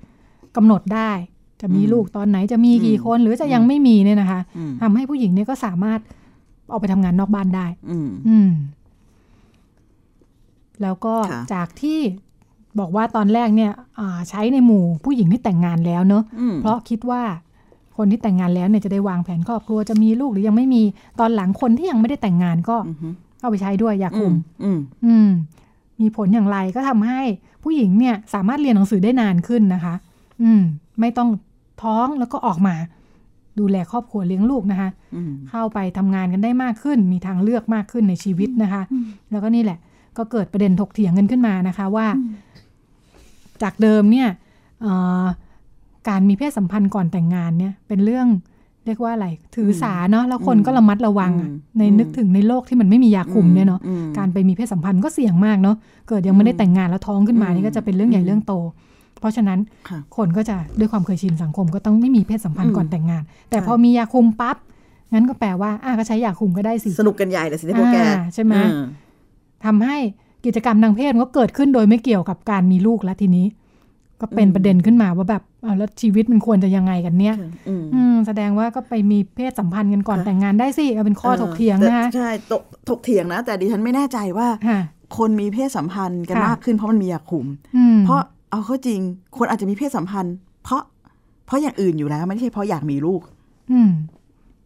Speaker 2: กำหนดได้ จะมีลูกตอนไหนจะมีกี่คน หรือจะยังไม่มีเนี่ยนะคะ
Speaker 3: อืม
Speaker 2: ทำให้ผู้หญิงเนี่ยก็สามารถออกไปทำงานนอกบ้านได้
Speaker 3: อืม
Speaker 2: อืม แล้วก็
Speaker 3: ค่ะ
Speaker 2: จากที่บอกว่าตอนแรกเนี่ย อ่า ใช้ในหมู่ผู้หญิงที่แต่งงานแล้วเนอะ
Speaker 3: อืม
Speaker 2: เพราะคิดว่าคนที่แต่งงานแล้วเนี่ยจะได้วางแผนครอบครัวจะมีลูกหรือยังไม่มีตอนหลังคนที่ยังไม่ได้แต่งงานก็
Speaker 3: อืมอืม
Speaker 2: เอาไปใช้ด้วยยาคุม
Speaker 3: อืม
Speaker 2: อืม มีผลอย่างไรก็ทำให้ผู้หญิงเนี่ยสามารถเรียนหนังสือได้นานขึ้นนะคะ อืม ไม่ต้องท้องแล้วก็ออกมา ดูแลครอบครัวเลี้ยงลูกนะคะ
Speaker 3: อืม
Speaker 2: เข้าไปทำงานกันได้มากขึ้น มีทางเลือกมากขึ้นในชีวิตนะคะ
Speaker 3: อืม
Speaker 2: แล้วก็นี่แหละ ก็เกิดประเด็นถกเถียงกันขึ้นมานะคะ ว่า จากเดิมเนี่ยเอ่อการมีเพศสัมพันธ์ก่อนแต่งงานเนี่ย เป็นเรื่องเรียกว่าอะไร ถือสาเนาะแล้วคนก็ระมัดระวังอะ
Speaker 3: อืม
Speaker 2: ในนึกถึงในโลกที่มันไม่มียาคุมเนี่ยเนาะ
Speaker 3: อืม
Speaker 2: การไปมีเพศสัมพันธ์ก็เสี่ยงมากเนาะ เกิดยังไม่ได้แต่งงานแล้วท้องขึ้นมา
Speaker 3: อืม
Speaker 2: นี่ก็จะเป็นเรื่องใหญ่เรื่องโต เพราะฉะนั้น
Speaker 3: ค่ะ
Speaker 2: คนก็จะด้วยความเคยชินสังคมก็ต้องไม่มีเพศสัมพันธ์ก่อนแต่งงาน แต่พอมียาคุมปั๊บ งั้นก็แปลว่าอ่ะก็ใช้ยาคุมก็ได้สิ
Speaker 3: สนุกกันใหญ่เลยสิที่พวกแก
Speaker 2: อ่าใช่ไหม
Speaker 3: อื
Speaker 2: ทำให้กิจกรรมทางเพศมันก็เกิดขึ้นโดยไม่เกี่ยวกับการมีลูกแล้วทีนี้ ก็เป็นประเด็นขึ้นมาว่าแบบเอาแล้วชีวิตมันควรจะยังไงกันเนี่ย
Speaker 3: อืม
Speaker 2: อืมแสดงว่าก็ไปมีเพศสัมพันธ์กันก่อน
Speaker 3: ค่ะ
Speaker 2: แต่งงานได้สิเอาเป็นข้อถกเถียงนะคะ
Speaker 3: แต่ใช่ตกถกเถียงนะ แต่ดิฉันไม่แน่ใจว่า
Speaker 2: ค่ะ
Speaker 3: คนมีเพศสัมพันธ์กัน
Speaker 2: ค่ะ
Speaker 3: มากขึ้นเพราะมันมียาคุม
Speaker 2: อืม
Speaker 3: เพราะเอาเข้าจริง คนอาจจะมีเพศสัมพันธ์ เพราะเพราะอย่างอื่นอยู่แล้วไม่ใช่เพราะอยากมีลูก
Speaker 2: อืม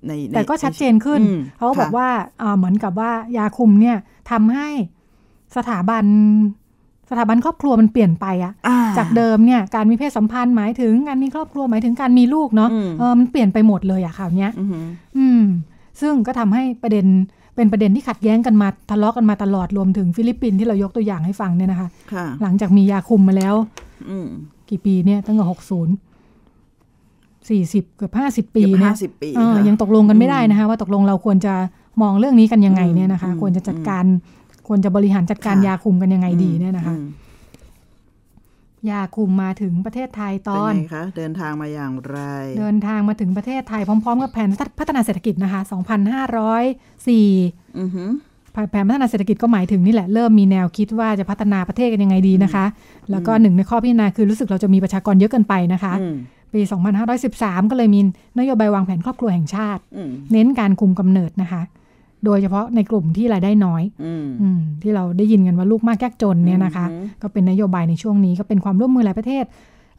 Speaker 3: ในใน
Speaker 2: แต่ก็ชัดเจนขึ้น
Speaker 3: อืม
Speaker 2: เขาก็บอก
Speaker 3: ค่ะ
Speaker 2: ว่าเอ่อเหมือนกับว่ายาคุมเนี่ยทำให้สถาบันสถาบันครอบครัวมันเปลี่ยนไปอะ
Speaker 3: อ่
Speaker 2: จากเดิมเนี่ยการมีเพศสัมพันธ์หมายถึงการมีครอบครัวหมายถึงการมีลูกเนาะ
Speaker 3: อืม
Speaker 2: เออมันเปลี่ยนไปหมดเลยอะข่าวเนี้ย
Speaker 3: อือหือ
Speaker 2: อืม ซึ่งก็ทำให้ประเด็นเป็นประเด็นที่ขัดแย้งกันมาทะเลาะกันมาตลอดรวมถึงฟิลิปปินส์ที่เรายกตัวอย่างให้ฟังเนี่ยนะคะ
Speaker 3: ค่ะ
Speaker 2: หลังจากมียาคุมมาแล้ว
Speaker 3: อืม
Speaker 2: กี่ปีเนี่ยตั้งแต่หกศูนย์สี่สิบเกือบห้าสิบปี
Speaker 3: เกือบ
Speaker 2: เนี่
Speaker 3: ห้าย สิบปี
Speaker 2: เออ
Speaker 3: ค่ะ
Speaker 2: ยังตกลงกันไม่ได้นะคะ ว่าตกลงเราควรจะมองเรื่องนี้กันยังไงเนี่ยนะคะ
Speaker 3: อืม
Speaker 2: ควรจะจัดการควรจะบริหารจัดการ
Speaker 3: ค่ะ
Speaker 2: ยาคุมกันยังไงดีเนี่ยนะคะ
Speaker 3: อืม
Speaker 2: ยาคุมมาถึงประเทศไทยตอน
Speaker 3: เป็นไงคะเดินทางมาอย่างไร
Speaker 2: เดินทางมาถึงประเทศไทยพร้อม ๆ กับแผนพัฒนาเศรษฐกิจนะคะ 2,504
Speaker 3: อือหือ
Speaker 2: แผนพัฒนาเศรษฐกิจก็หมายถึงนี่แหละ เริ่มมีแนวคิดว่าจะพัฒนาประเทศกันยังไงดีนะคะ แล้วก็หนึ่งในข้อพิจารณาคือรู้สึกเราจะมีประชากรเยอะเกินไปนะคะ
Speaker 3: อืม
Speaker 2: ปี 2513 ก็เลยมีนโยบายวางแผนครอบครัวแห่งชาติ
Speaker 3: อืม
Speaker 2: เน้นการคุมกำเนิดนะคะ โดยเฉพาะในกลุ่มที่รายได้น้อย
Speaker 3: อืม
Speaker 2: อืมที่เราได้ยินกันว่าลูกมากยากจนเนี่ยนะคะ
Speaker 3: อือหือ
Speaker 2: ก็เป็นนโยบายในช่วงนี้ก็เป็นความร่วมมือหลายประเทศ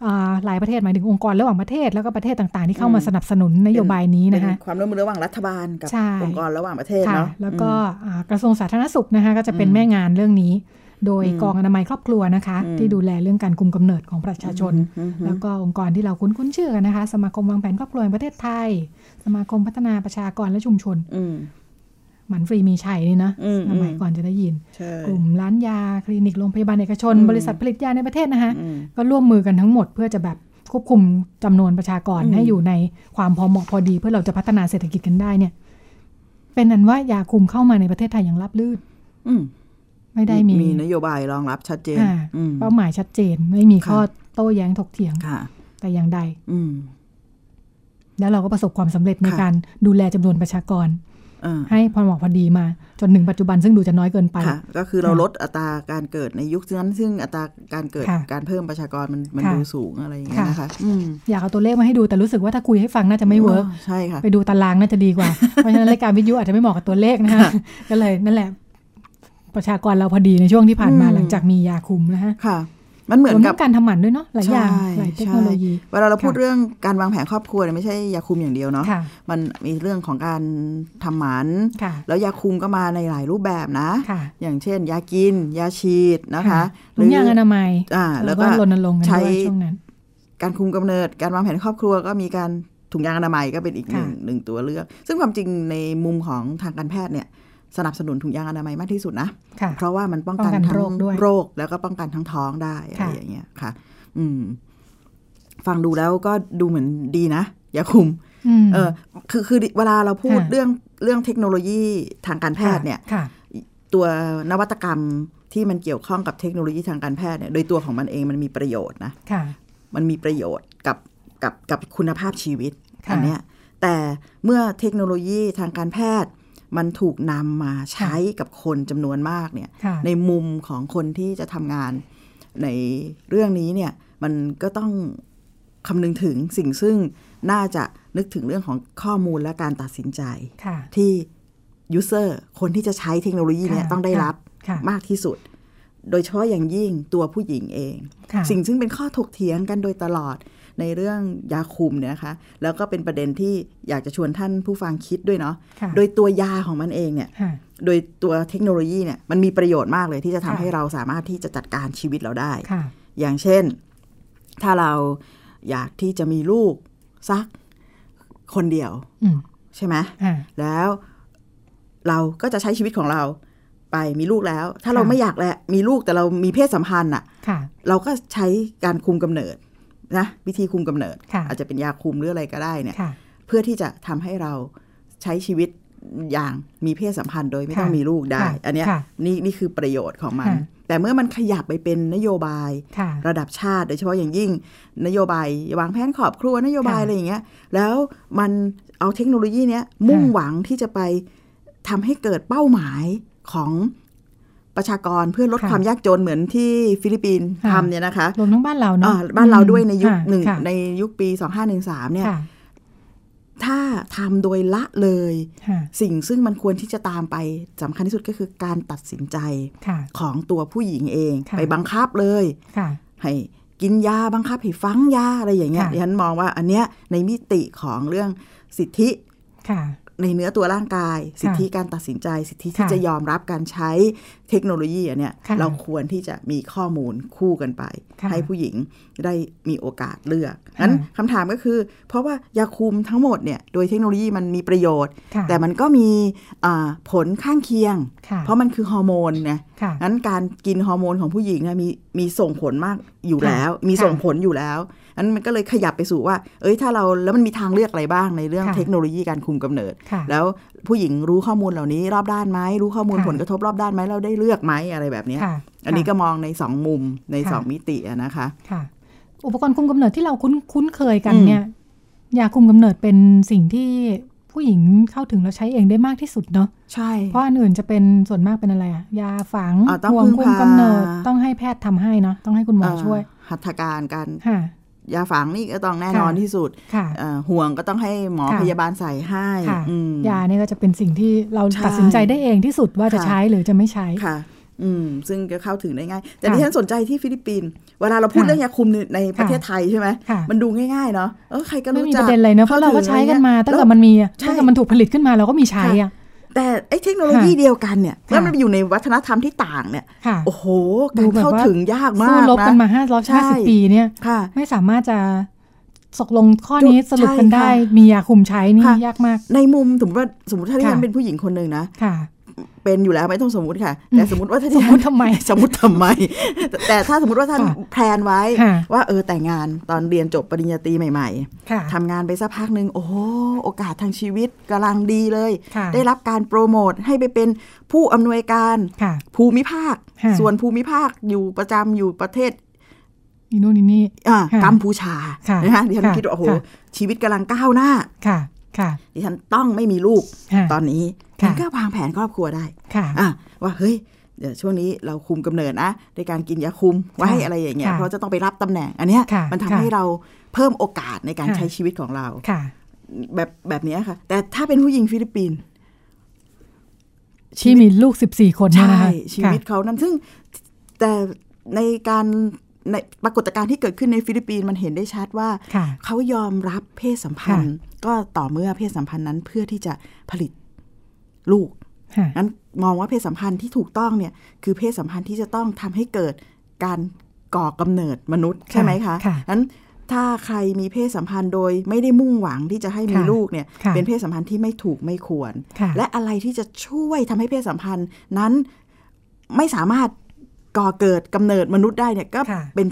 Speaker 2: อ่าหลายประเทศหมายถึงองค์กรระหว่างประเทศแล้วก็ประเทศต่างๆ ที่เข้ามาสนับสนุนนโยบายนี้นะคะ
Speaker 3: เป็นความร่วมมือระหว่างรัฐบาลกับ
Speaker 2: ใช่
Speaker 3: องค์กรระหว่างประเทศ
Speaker 2: ค่ะ
Speaker 3: เนาะ
Speaker 2: แล้วก็
Speaker 3: อืม
Speaker 2: อ่ากระทรวงสาธารณสุขนะคะ ก็จะเป็นแม่งานเรื่องนี้ โดยกองอนามัยครอบครัวนะคะ
Speaker 3: อืม
Speaker 2: ที่ดูแลเรื่องการคุมกำเนิดของประชาชน
Speaker 3: อือหือ
Speaker 2: แล้วก็องค์กรที่เราคุ้นคุ้นๆชื่อกันนะคะ สมาคมวางแผนครอบครัวแห่งประเทศไทย สมาคมพัฒนาประชากรและชุมชน
Speaker 3: อืม
Speaker 2: หมันฟรีมีชัยนี่นะ
Speaker 3: อืม
Speaker 2: สมัย
Speaker 3: อืม
Speaker 2: ก่อนจะได้ยิน
Speaker 3: ใช่
Speaker 2: กลุ่มร้านยา คลินิก โรงพยาบาลเอกชน
Speaker 3: อืม
Speaker 2: บริษัทผลิตยาในประเทศนะคะ
Speaker 3: อืม
Speaker 2: ก็ร่วมมือกันทั้งหมดเพื่อจะแบบ ควบคุมจำนวนประชากร
Speaker 3: อืม
Speaker 2: ให้อยู่ในความพอเหมาะพอดี เพื่อเราจะพัฒนาเศรษฐกิจกันได้เนี่ย เป็นนั้นว่ายาคุมเข้ามาในประเทศไทยอย่างรับลื่น
Speaker 3: อืม
Speaker 2: ไม่ได้มี
Speaker 3: มีนโยบายรองรับชัดเจน
Speaker 2: อ่า
Speaker 3: อืม
Speaker 2: เป้าหมายชัดเจน ไม่มีข้อ
Speaker 3: ค่ะ
Speaker 2: โต้แย้งถกเถียง
Speaker 3: ค่ะ
Speaker 2: แต่อย่างใด
Speaker 3: อืม
Speaker 2: แล้วเราก็ประสบความสำเร็จใน
Speaker 3: ค่ะ
Speaker 2: การดูแลจำนวนประชากร
Speaker 3: อ่า
Speaker 2: ให้พอเหมาะพอดีมาจนถึงปัจจุบันซึ่งดูจะน้อยเกินไป
Speaker 3: ค่ะ ก็คือเรา
Speaker 2: ค่ะ
Speaker 3: ลดอัตราการเกิดในยุคนั้นซึ่งอัตราการเกิด
Speaker 2: ค่ะ
Speaker 3: การเพิ่มประชากรมันมัน
Speaker 2: ค่ะ
Speaker 3: ดูสูงอะไรอย่างเงี้ย
Speaker 2: ค่ะ
Speaker 3: นะคะ อืม
Speaker 2: อยากเอาตัวเลขมาให้ดูแต่รู้สึกว่าถ้าคุยให้ฟังน่าจะไม่เวิร์ก
Speaker 3: ใช่ค่ะ
Speaker 2: ไปดูตารางน่าจะดีกว่า เพราะฉะนั้นรายการวิทยุอาจจะไม่เหมาะกับตัวเลขนะคะ ก็เลยนั่นแหละ ประชากรเราพอดีในช่วงที่ผ่านมา
Speaker 3: อืม
Speaker 2: หลังจากมียาคุมนะฮะ
Speaker 3: ค่ะ มันเหมือน
Speaker 2: รวม
Speaker 3: กั
Speaker 2: ทั้
Speaker 3: บ
Speaker 2: งการทำหมันด้วยเนาะหลายอย่าง
Speaker 3: ใช่
Speaker 2: หลายเทคโนโลยี
Speaker 3: ใช่เวลาเราพูด
Speaker 2: ค่ะ
Speaker 3: เรื่องการวางแผนครอบครัวเนี่ยไม่ใช่ยาคุมอย่างเดียวเนาะ
Speaker 2: ค่ะ
Speaker 3: มันมีเรื่องของการทำหมัน
Speaker 2: ค่ะ
Speaker 3: แล้วยาคุมก็มาในหลายรูปแบบนะ
Speaker 2: ค่ะ
Speaker 3: อย่างเช่น ยากิน ยาฉีดนะคะ
Speaker 2: ถุงยางอนามัย
Speaker 3: อ่าแล้วก็
Speaker 2: รณรงค์กัน
Speaker 3: ใช้
Speaker 2: ด้วยช่วงนั้น
Speaker 3: การคุมกำเนิดการวางแผนครอบครัวก็มีการถุงยางอนามัยก็เป็นอีกหนึ่ง
Speaker 2: ค่ะ
Speaker 3: หนึ่งตัวเลือก ซึ่งความจริงในมุมของทางการแพทย์เนี่ยสนับสนุนถุงยางอนามัยมากที่สุดนะ
Speaker 2: ค่ะ
Speaker 3: เพราะว่ามันป้องกัน
Speaker 2: ป้องกัน
Speaker 3: ทั้ง
Speaker 2: โรคด้วย
Speaker 3: โรคแล้วก็ป้องกันทั้งท้องได้อะไร
Speaker 2: ค่ะ
Speaker 3: อย่างเงี้ยค่ะ อืม ฟังดูแล้วก็ดูเหมือนดีนะยาคุม
Speaker 2: อืม
Speaker 3: เออ คือคือเวลาเราพูด
Speaker 2: ค่ะ
Speaker 3: เรื่องเรื่องเทคโนโลยีทางการแพทย์เนี่ย
Speaker 2: ค่ะ
Speaker 3: ตัวนวัตกรรมที่มันเกี่ยวข้องกับเทคโนโลยีทางการแพทย์เนี่ยโดยตัวของมันเองมันมีประโยชน์นะ
Speaker 2: ค่ะ
Speaker 3: มันมีประโยชน์กับกับกับคุณภาพชีวิต
Speaker 2: ค่ะ
Speaker 3: อันเนี้ยแต่เมื่อเทคโนโลยีทางการแพทย์ มันถูกนำมาใช้กับคนจำนวนมากเนี่ย
Speaker 2: ค่ะ
Speaker 3: ในมุมของคนที่จะทำงานในเรื่องนี้เนี่ย มันก็ต้องคำนึงถึงสิ่งซึ่งน่าจะนึกถึงเรื่องของข้อมูลและการตัดสินใจ
Speaker 2: ค่ะ
Speaker 3: ที่ user คนที่จะใช้เทคโนโลยีเนี่ย
Speaker 2: ค่ะ
Speaker 3: ต้องได้รับ
Speaker 2: ค่ะ
Speaker 3: มากที่สุด โดยเฉพาะอย่างยิ่งตัวผู้หญิงเอง
Speaker 2: ค่ะ
Speaker 3: สิ่งซึ่งเป็นข้อถกเถียงกันโดยตลอดในเรื่องยาคุมเนี่ยนะคะ แล้วก็เป็นประเด็นที่อยากจะชวนท่านผู้ฟังคิดด้วยเนาะ
Speaker 2: ค่ะ
Speaker 3: โดยตัวยาของมันเองเนี่ย
Speaker 2: ค่ะ
Speaker 3: โดยตัวเทคโนโลยีเนี่ยมันมีประโยชน์มากเลยที่จะทำ
Speaker 2: ค่ะ
Speaker 3: ให้เราสามารถที่จะจัดการชีวิตเราได้
Speaker 2: ค่ะ
Speaker 3: อย่างเช่น ถ้าเราอยากที่จะมีลูกสักคนเดียว
Speaker 2: อืม
Speaker 3: ใช่ไหม
Speaker 2: อ่า
Speaker 3: แล้วเราก็จะใช้ชีวิตของเราไปมีลูกแล้ว ถ้าเรา
Speaker 2: ค่ะ
Speaker 3: ไม่อยากแหละมีลูกแต่เรามีเพศสัมพันธ์อ่ะ
Speaker 2: ค่ะ
Speaker 3: เราก็ใช้การคุมกำเนิดนะวิธีคุมกำเนิด
Speaker 2: ค่ะ
Speaker 3: อาจจะเป็นยาคุมหรืออะไรก็ได้เนี่ย
Speaker 2: ค่ะ
Speaker 3: เพื่อที่จะทำให้เราใช้ชีวิตอย่างมีเพศสัมพันธ์โดยไม่
Speaker 2: ค่ะ
Speaker 3: ต้องมีลูกได้
Speaker 2: ค่ะ
Speaker 3: อันเนี้ย
Speaker 2: ค่ะ
Speaker 3: นี่นี่คือประโยชน์ของมัน
Speaker 2: ค่ะ
Speaker 3: แต่เมื่อมันขยับไปเป็นนโยบาย
Speaker 2: ค่ะ
Speaker 3: ระดับชาติ โดยเฉพาะอย่างยิ่ง นโยบายวางแผนครอบครัวนโยบาย
Speaker 2: ค่ะ
Speaker 3: อะไรอย่างเงี้ยแล้วมันเอาเทคโนโลยีเนี้ยมุ่งหวังที่จะไปทำให้เกิดเป้าหมายของประชากรเพื่อลด
Speaker 2: ค่ะ
Speaker 3: ความยากจนเหมือนที่ฟิลิปปินส์
Speaker 2: ค่ะ
Speaker 3: ทำเนี่ยนะคะ
Speaker 2: รวมทั้งบ้านเราเนาะ
Speaker 3: อ่าบ้านเราด้วยในยุค
Speaker 2: ค่ะ
Speaker 3: หนึ่ง
Speaker 2: ค่ะ
Speaker 3: ในยุคปี 2513เนี่ย
Speaker 2: ค่ะ
Speaker 3: ถ้าทำโดยละเลย
Speaker 2: ค่ะ
Speaker 3: สิ่งซึ่งมันควรที่จะตามไปสำคัญที่สุดก็คือการตัดสินใจ
Speaker 2: ค่ะ
Speaker 3: ของตัวผู้หญิงเอง
Speaker 2: ค่ะ
Speaker 3: ไปบังคับเลย
Speaker 2: ค่ะ
Speaker 3: ให้กินยาบังคับให้ฟังยาอะไรอย่างเงี้ย
Speaker 2: ค่ะ
Speaker 3: ดิฉันมองว่าอันเนี้ยในมิติของเรื่องสิทธิ
Speaker 2: ค่ะ
Speaker 3: ในเนื้อตัวร่างกาย สิทธิการตัดสินใจ สิทธิที่
Speaker 2: ค่ะ
Speaker 3: จะยอมรับการใช้เทคโนโลยีอันเนี้ย
Speaker 2: ค่ะ
Speaker 3: เราควรที่จะมีข้อมูลคู่กันไป
Speaker 2: ค่ะ
Speaker 3: ให้ผู้หญิงได้มีโอกาสเลือกนั้น
Speaker 2: ค่ะ
Speaker 3: คำถามก็คือ เพราะว่ายาคุมทั้งหมดเนี่ยโดยเทคโนโลยีมันมีประโยชน์
Speaker 2: ค่ะ
Speaker 3: แต่มันก็มีอ่าผลข้างเคียง
Speaker 2: ค่ะ
Speaker 3: เพราะมันคือฮอร์โมนนะ
Speaker 2: ค่ะ
Speaker 3: งั้นการกินฮอร์โมนของผู้หญิงเนี่ยมีมีส่งผลมากอยู่
Speaker 2: ค่ะ
Speaker 3: แล้ว มี
Speaker 2: ค่ะ
Speaker 3: ส่งผลอยู่แล้วงั้นมันก็เลยขยับไปสู่ว่า เอ้ยถ้าเราแล้วมันมีทางเลือกอะไรบ้างในเรื่องเทคโนโลยีการคุมกำเนิด
Speaker 2: ค่ะ
Speaker 3: แล้วผู้หญิงรู้ข้อมูลเหล่านี้รอบด้านไหมรู้ข้อมูล
Speaker 2: ค่ะ
Speaker 3: ผลกระทบรอบด้านไหมเราได้เลือกไหมอะไรแบบเนี้ย
Speaker 2: ค่ะ
Speaker 3: อันนี้
Speaker 2: ค่ะ
Speaker 3: ก็มองในสองมุมใน
Speaker 2: ค่ะ
Speaker 3: สองมิติอะนะคะ
Speaker 2: ค่ะ อุปกรณ์คุมกำเนิดที่เราคุ้นคุ้นเคยกัน
Speaker 3: อืม
Speaker 2: เนี่ยยาคุมกำเนิดเป็นสิ่งที่ผู้หญิงเข้าถึงแล้วใช้เองได้มากที่สุดเนาะ
Speaker 3: ใช่
Speaker 2: เพราะอันอื่นจะเป็นส่วนมากเป็นอะไรอะยาฝัง
Speaker 3: อ่าต้อง
Speaker 2: ห่วง
Speaker 3: พึ่
Speaker 2: คุ
Speaker 3: ง
Speaker 2: มกำเนิด
Speaker 3: พา
Speaker 2: ต้องให้แพทย์ทำให้เนาะต้องให้คุณหมอ
Speaker 3: เอ่อ
Speaker 2: ช่วย
Speaker 3: หัตถการการ
Speaker 2: ค่ะ
Speaker 3: ยาฝังนี่ก็ต้องแน่นอน
Speaker 2: ค่ะ
Speaker 3: ที่สุด
Speaker 2: ค่ะ
Speaker 3: เอ่อห่วงก็ต้องให้หมอ
Speaker 2: ค่ะ
Speaker 3: พยาบาลใส่ให้
Speaker 2: ค่ะ
Speaker 3: อืม
Speaker 2: ยาเนี่ยก็จะเป็นสิ่งที่เรา
Speaker 3: ใช่
Speaker 2: ตัดสินใจได้เองที่สุดว่าจะ
Speaker 3: ค่ะ
Speaker 2: ใช้หรือจะไม่ใช้
Speaker 3: ค่ะ อืม ซึ่งก็เข้าถึงได้ง่าย แต่
Speaker 2: ค่ะ
Speaker 3: ที่ฉันสนใจที่ฟิลิปปินส์เวลาเราพูด
Speaker 2: ค่ะ
Speaker 3: เรื่องยาคุมในในประเทศไทยใช่ไหม
Speaker 2: ค่ะ
Speaker 3: มันดูง่ายๆเนาะเออใครก็
Speaker 2: ไม่
Speaker 3: รู้
Speaker 2: มี
Speaker 3: จั
Speaker 2: ป
Speaker 3: ก
Speaker 2: ระเด็นเลยเนอะเพราะเราก็ใช้กันมาตั้งแต่มันมีอะ
Speaker 3: ใช่
Speaker 2: ตั้งแต่มันถูกผลิตขึ้นมาเราก็มีใช้
Speaker 3: ค่ะ
Speaker 2: อะ
Speaker 3: แต่ไอ้เทคโนโลยีเดียวกันเนี่ย
Speaker 2: ค่ะ
Speaker 3: แล้วมันไปอยู่ในวัฒนธรรมที่ต่างเนี่ย
Speaker 2: ค่ะ
Speaker 3: โอ้โห
Speaker 2: ดู
Speaker 3: การ
Speaker 2: แบบ
Speaker 3: เข้า
Speaker 2: ว่า
Speaker 3: ถึงยากมา
Speaker 2: สู้
Speaker 3: ก
Speaker 2: รบกัน
Speaker 3: นะ
Speaker 2: มาห้าร้อย
Speaker 3: ใช่
Speaker 2: ห้าสิบปีเนี่ย
Speaker 3: ค่ะ
Speaker 2: ไม่สามารถจะตกลงข้อนี้
Speaker 3: จุด
Speaker 2: สรุปกันได้
Speaker 3: ใช่ค่ะ
Speaker 2: มียาคุมใช้นี่
Speaker 3: ค่ะ
Speaker 2: ยากมาก
Speaker 3: ในมุมสมมติว่าสมมติถ้าที่ฉัน
Speaker 2: ค่ะ
Speaker 3: เป็นผู้หญิงคนหนึ่งนะ
Speaker 2: ค่ะ
Speaker 3: เป็นอยู่แล้วไม่ต้องสมมุติค่ะ แต่สมมติว่าถ้า
Speaker 2: สม
Speaker 3: จะ
Speaker 2: มติทำไม
Speaker 3: สมมติทำไม แต่แต่ถ้าสมมติว่าท่าน
Speaker 2: ค่ะ
Speaker 3: แพลนไว้
Speaker 2: ค่ะ
Speaker 3: ว่าเออแต่งงานตอนเรียนจบปริญญาตรีใหม่
Speaker 2: ค่ะ
Speaker 3: ๆทำงานไปสักพักหนึ่งโอ้โหโอกาสทางชีวิตกำลังดีเลย
Speaker 2: ค่ะ
Speaker 3: ได้รับการโปรโมทให้ไปเป็นผู้อำนวยการ
Speaker 2: ค่ะ
Speaker 3: ภูมิภาค
Speaker 2: ค่ะ
Speaker 3: ส่วนภูมิภาคอยู่ประจำอยู่ประเทศ
Speaker 2: อีนู่นอีนี่
Speaker 3: อ่า
Speaker 2: ค่ะ
Speaker 3: กัมพูชา
Speaker 2: ค่ะ
Speaker 3: นะคะดิฉัน
Speaker 2: ค่ะ
Speaker 3: คิดว่าโอ้โห
Speaker 2: ค่ะ
Speaker 3: ชีวิตกำลังก้าวหน้า
Speaker 2: ค่ะ ค่ะ
Speaker 3: ดิฉันต้องไม่มีลูก
Speaker 2: ค่ะ
Speaker 3: ตอนนี้
Speaker 2: ค่ะ
Speaker 3: มันก็วางแผนครอบครัวได้
Speaker 2: ค่ะ
Speaker 3: อ่ะว่าเฮ้ยเดี๋ยวช่วงนี้เราคุมกำเนิดนะในการกินยาคุมไว้
Speaker 2: ค่ะ
Speaker 3: อะไรอย่างเงี้ย
Speaker 2: ค่ะ
Speaker 3: เพราะจะต้องไปรับตำแหน่ง อันเนี้ย
Speaker 2: ค่ะ
Speaker 3: มันทำ
Speaker 2: ค่ะ
Speaker 3: ให้เราเพิ่มโอกาสในการ
Speaker 2: ค่ะ
Speaker 3: ใช้ชีวิตของเรา
Speaker 2: ค่ะ
Speaker 3: แบบแบบเนี้ยค่ะ แต่ถ้าเป็นผู้หญิงฟิลิปปินส์
Speaker 2: ที่มีลูก 14 คนเนี่ย
Speaker 3: ใช่
Speaker 2: นะคะ
Speaker 3: ชีวิตเขานั้นซึ่งแต่ในการในปรากฏการณ์ที่เกิดขึ้นในฟิลิปปินส์มันเห็นได้ชัดว่า
Speaker 2: ค่ะ
Speaker 3: เขายอมรับเพศสัมพันธ์ ก็ต่อเมื่อเพศสัมพันธ์นั้นเพื่อที่จะผลิตลูก
Speaker 2: ค่ะ
Speaker 3: นั้นมองว่าเพศสัมพันธ์ที่ถูกต้องเนี่ยคือเพศสัมพันธ์ที่จะต้องทำให้เกิดการก่อกำเนิดมนุษย์ใช่ไหมคะ
Speaker 2: ค่ะ
Speaker 3: นั้นถ้าใครมีเพศสัมพันธ์โดยไม่ได้มุ่งหวังที่จะให้มี
Speaker 2: ค่ะ
Speaker 3: ลูกเนี่ย
Speaker 2: ค่ะ
Speaker 3: เป็นเพศสัมพันธ์ที่ไม่ถูกไม่ควร
Speaker 2: ค่ะ
Speaker 3: และอะไรที่จะช่วยทำให้เพศสัมพันธ์นั้นไม่สามารถก่อเกิดกำเนิดมนุษย์ได้เนี่ยก็
Speaker 2: ค่ะ
Speaker 3: เป็น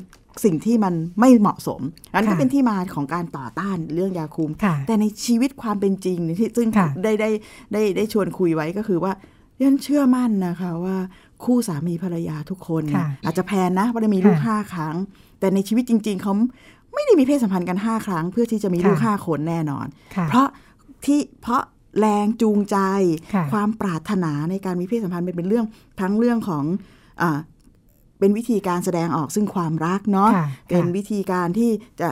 Speaker 3: สิ่งที่มันไม่เหมาะสมนั้นก็
Speaker 2: ค่ะ
Speaker 3: เป็นที่มาของการต่อต้านเรื่องยาคุม
Speaker 2: ค่ะ
Speaker 3: แต่ในชีวิตความเป็นจริงเนี่ยที่ซึ่ง
Speaker 2: ค่ะ
Speaker 3: ได้ได้ได้ได้ชวนคุยไว้ก็คือว่าดิฉันเชื่อมั่นนะคะว่าคู่สามีภรรยาทุกคนเนี่ย
Speaker 2: ค่ะ
Speaker 3: อาจจะแพลนนะว่าจะมีลูก
Speaker 2: ค่ะ
Speaker 3: ห้าครั้ง แต่ในชีวิตจริง ๆ เขาไม่ได้มีเพศสัมพันธ์กันห้าครั้ง เพื่อที่จะมี
Speaker 2: ค่ะ
Speaker 3: ลูกห้าคนแน่นอน
Speaker 2: ค่ะ
Speaker 3: เพราะที่เพราะแรงจูงใจ
Speaker 2: ค่ะ
Speaker 3: ความปรารถนาในการมีเพศสัมพันธ์มันเป็นเรื่องทั้งเรื่องของอาเป็นวิธีการแสดงออกซึ่งความรักเนาะ
Speaker 2: ค่ะ
Speaker 3: เป็น
Speaker 2: ค่ะ
Speaker 3: วิธีการที่จะ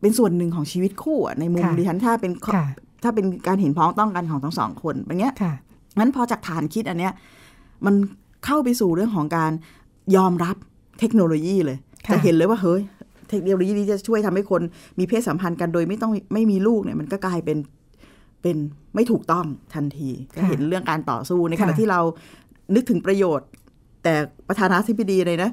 Speaker 3: เป็นส่วนหนึ่งของชีวิตคู่อะในมุม
Speaker 2: ค่ะ
Speaker 3: ดิฉันถ้าเป็นข้อ
Speaker 2: ค่ะ
Speaker 3: ถ้าเป็นการเห็นพ้องต้องกันของทั้งสองคนแบบเนี้ย
Speaker 2: ค่ะ
Speaker 3: งั้นพอจากฐานคิดอันเนี้ยมันเข้าไปสู่เรื่องของการยอมรับเทคโนโลยีเลย
Speaker 2: ค่ะ
Speaker 3: จะเห็นเลยว่าเฮ้ยเทคโนโลยีนี้จะช่วยทำให้คนมีเพศสัมพันธ์กันโดยไม่ต้องไม่มีลูกเนี่ยมันก็กลายเป็นเป็นไม่ถูกต้องทันทีก็เห็นเรื่องการต่อสู้ในขณะ
Speaker 2: ค่ะ
Speaker 3: ที่เรานึกถึงประโยชน์ แต่ประธานาธิบดีเลยนะ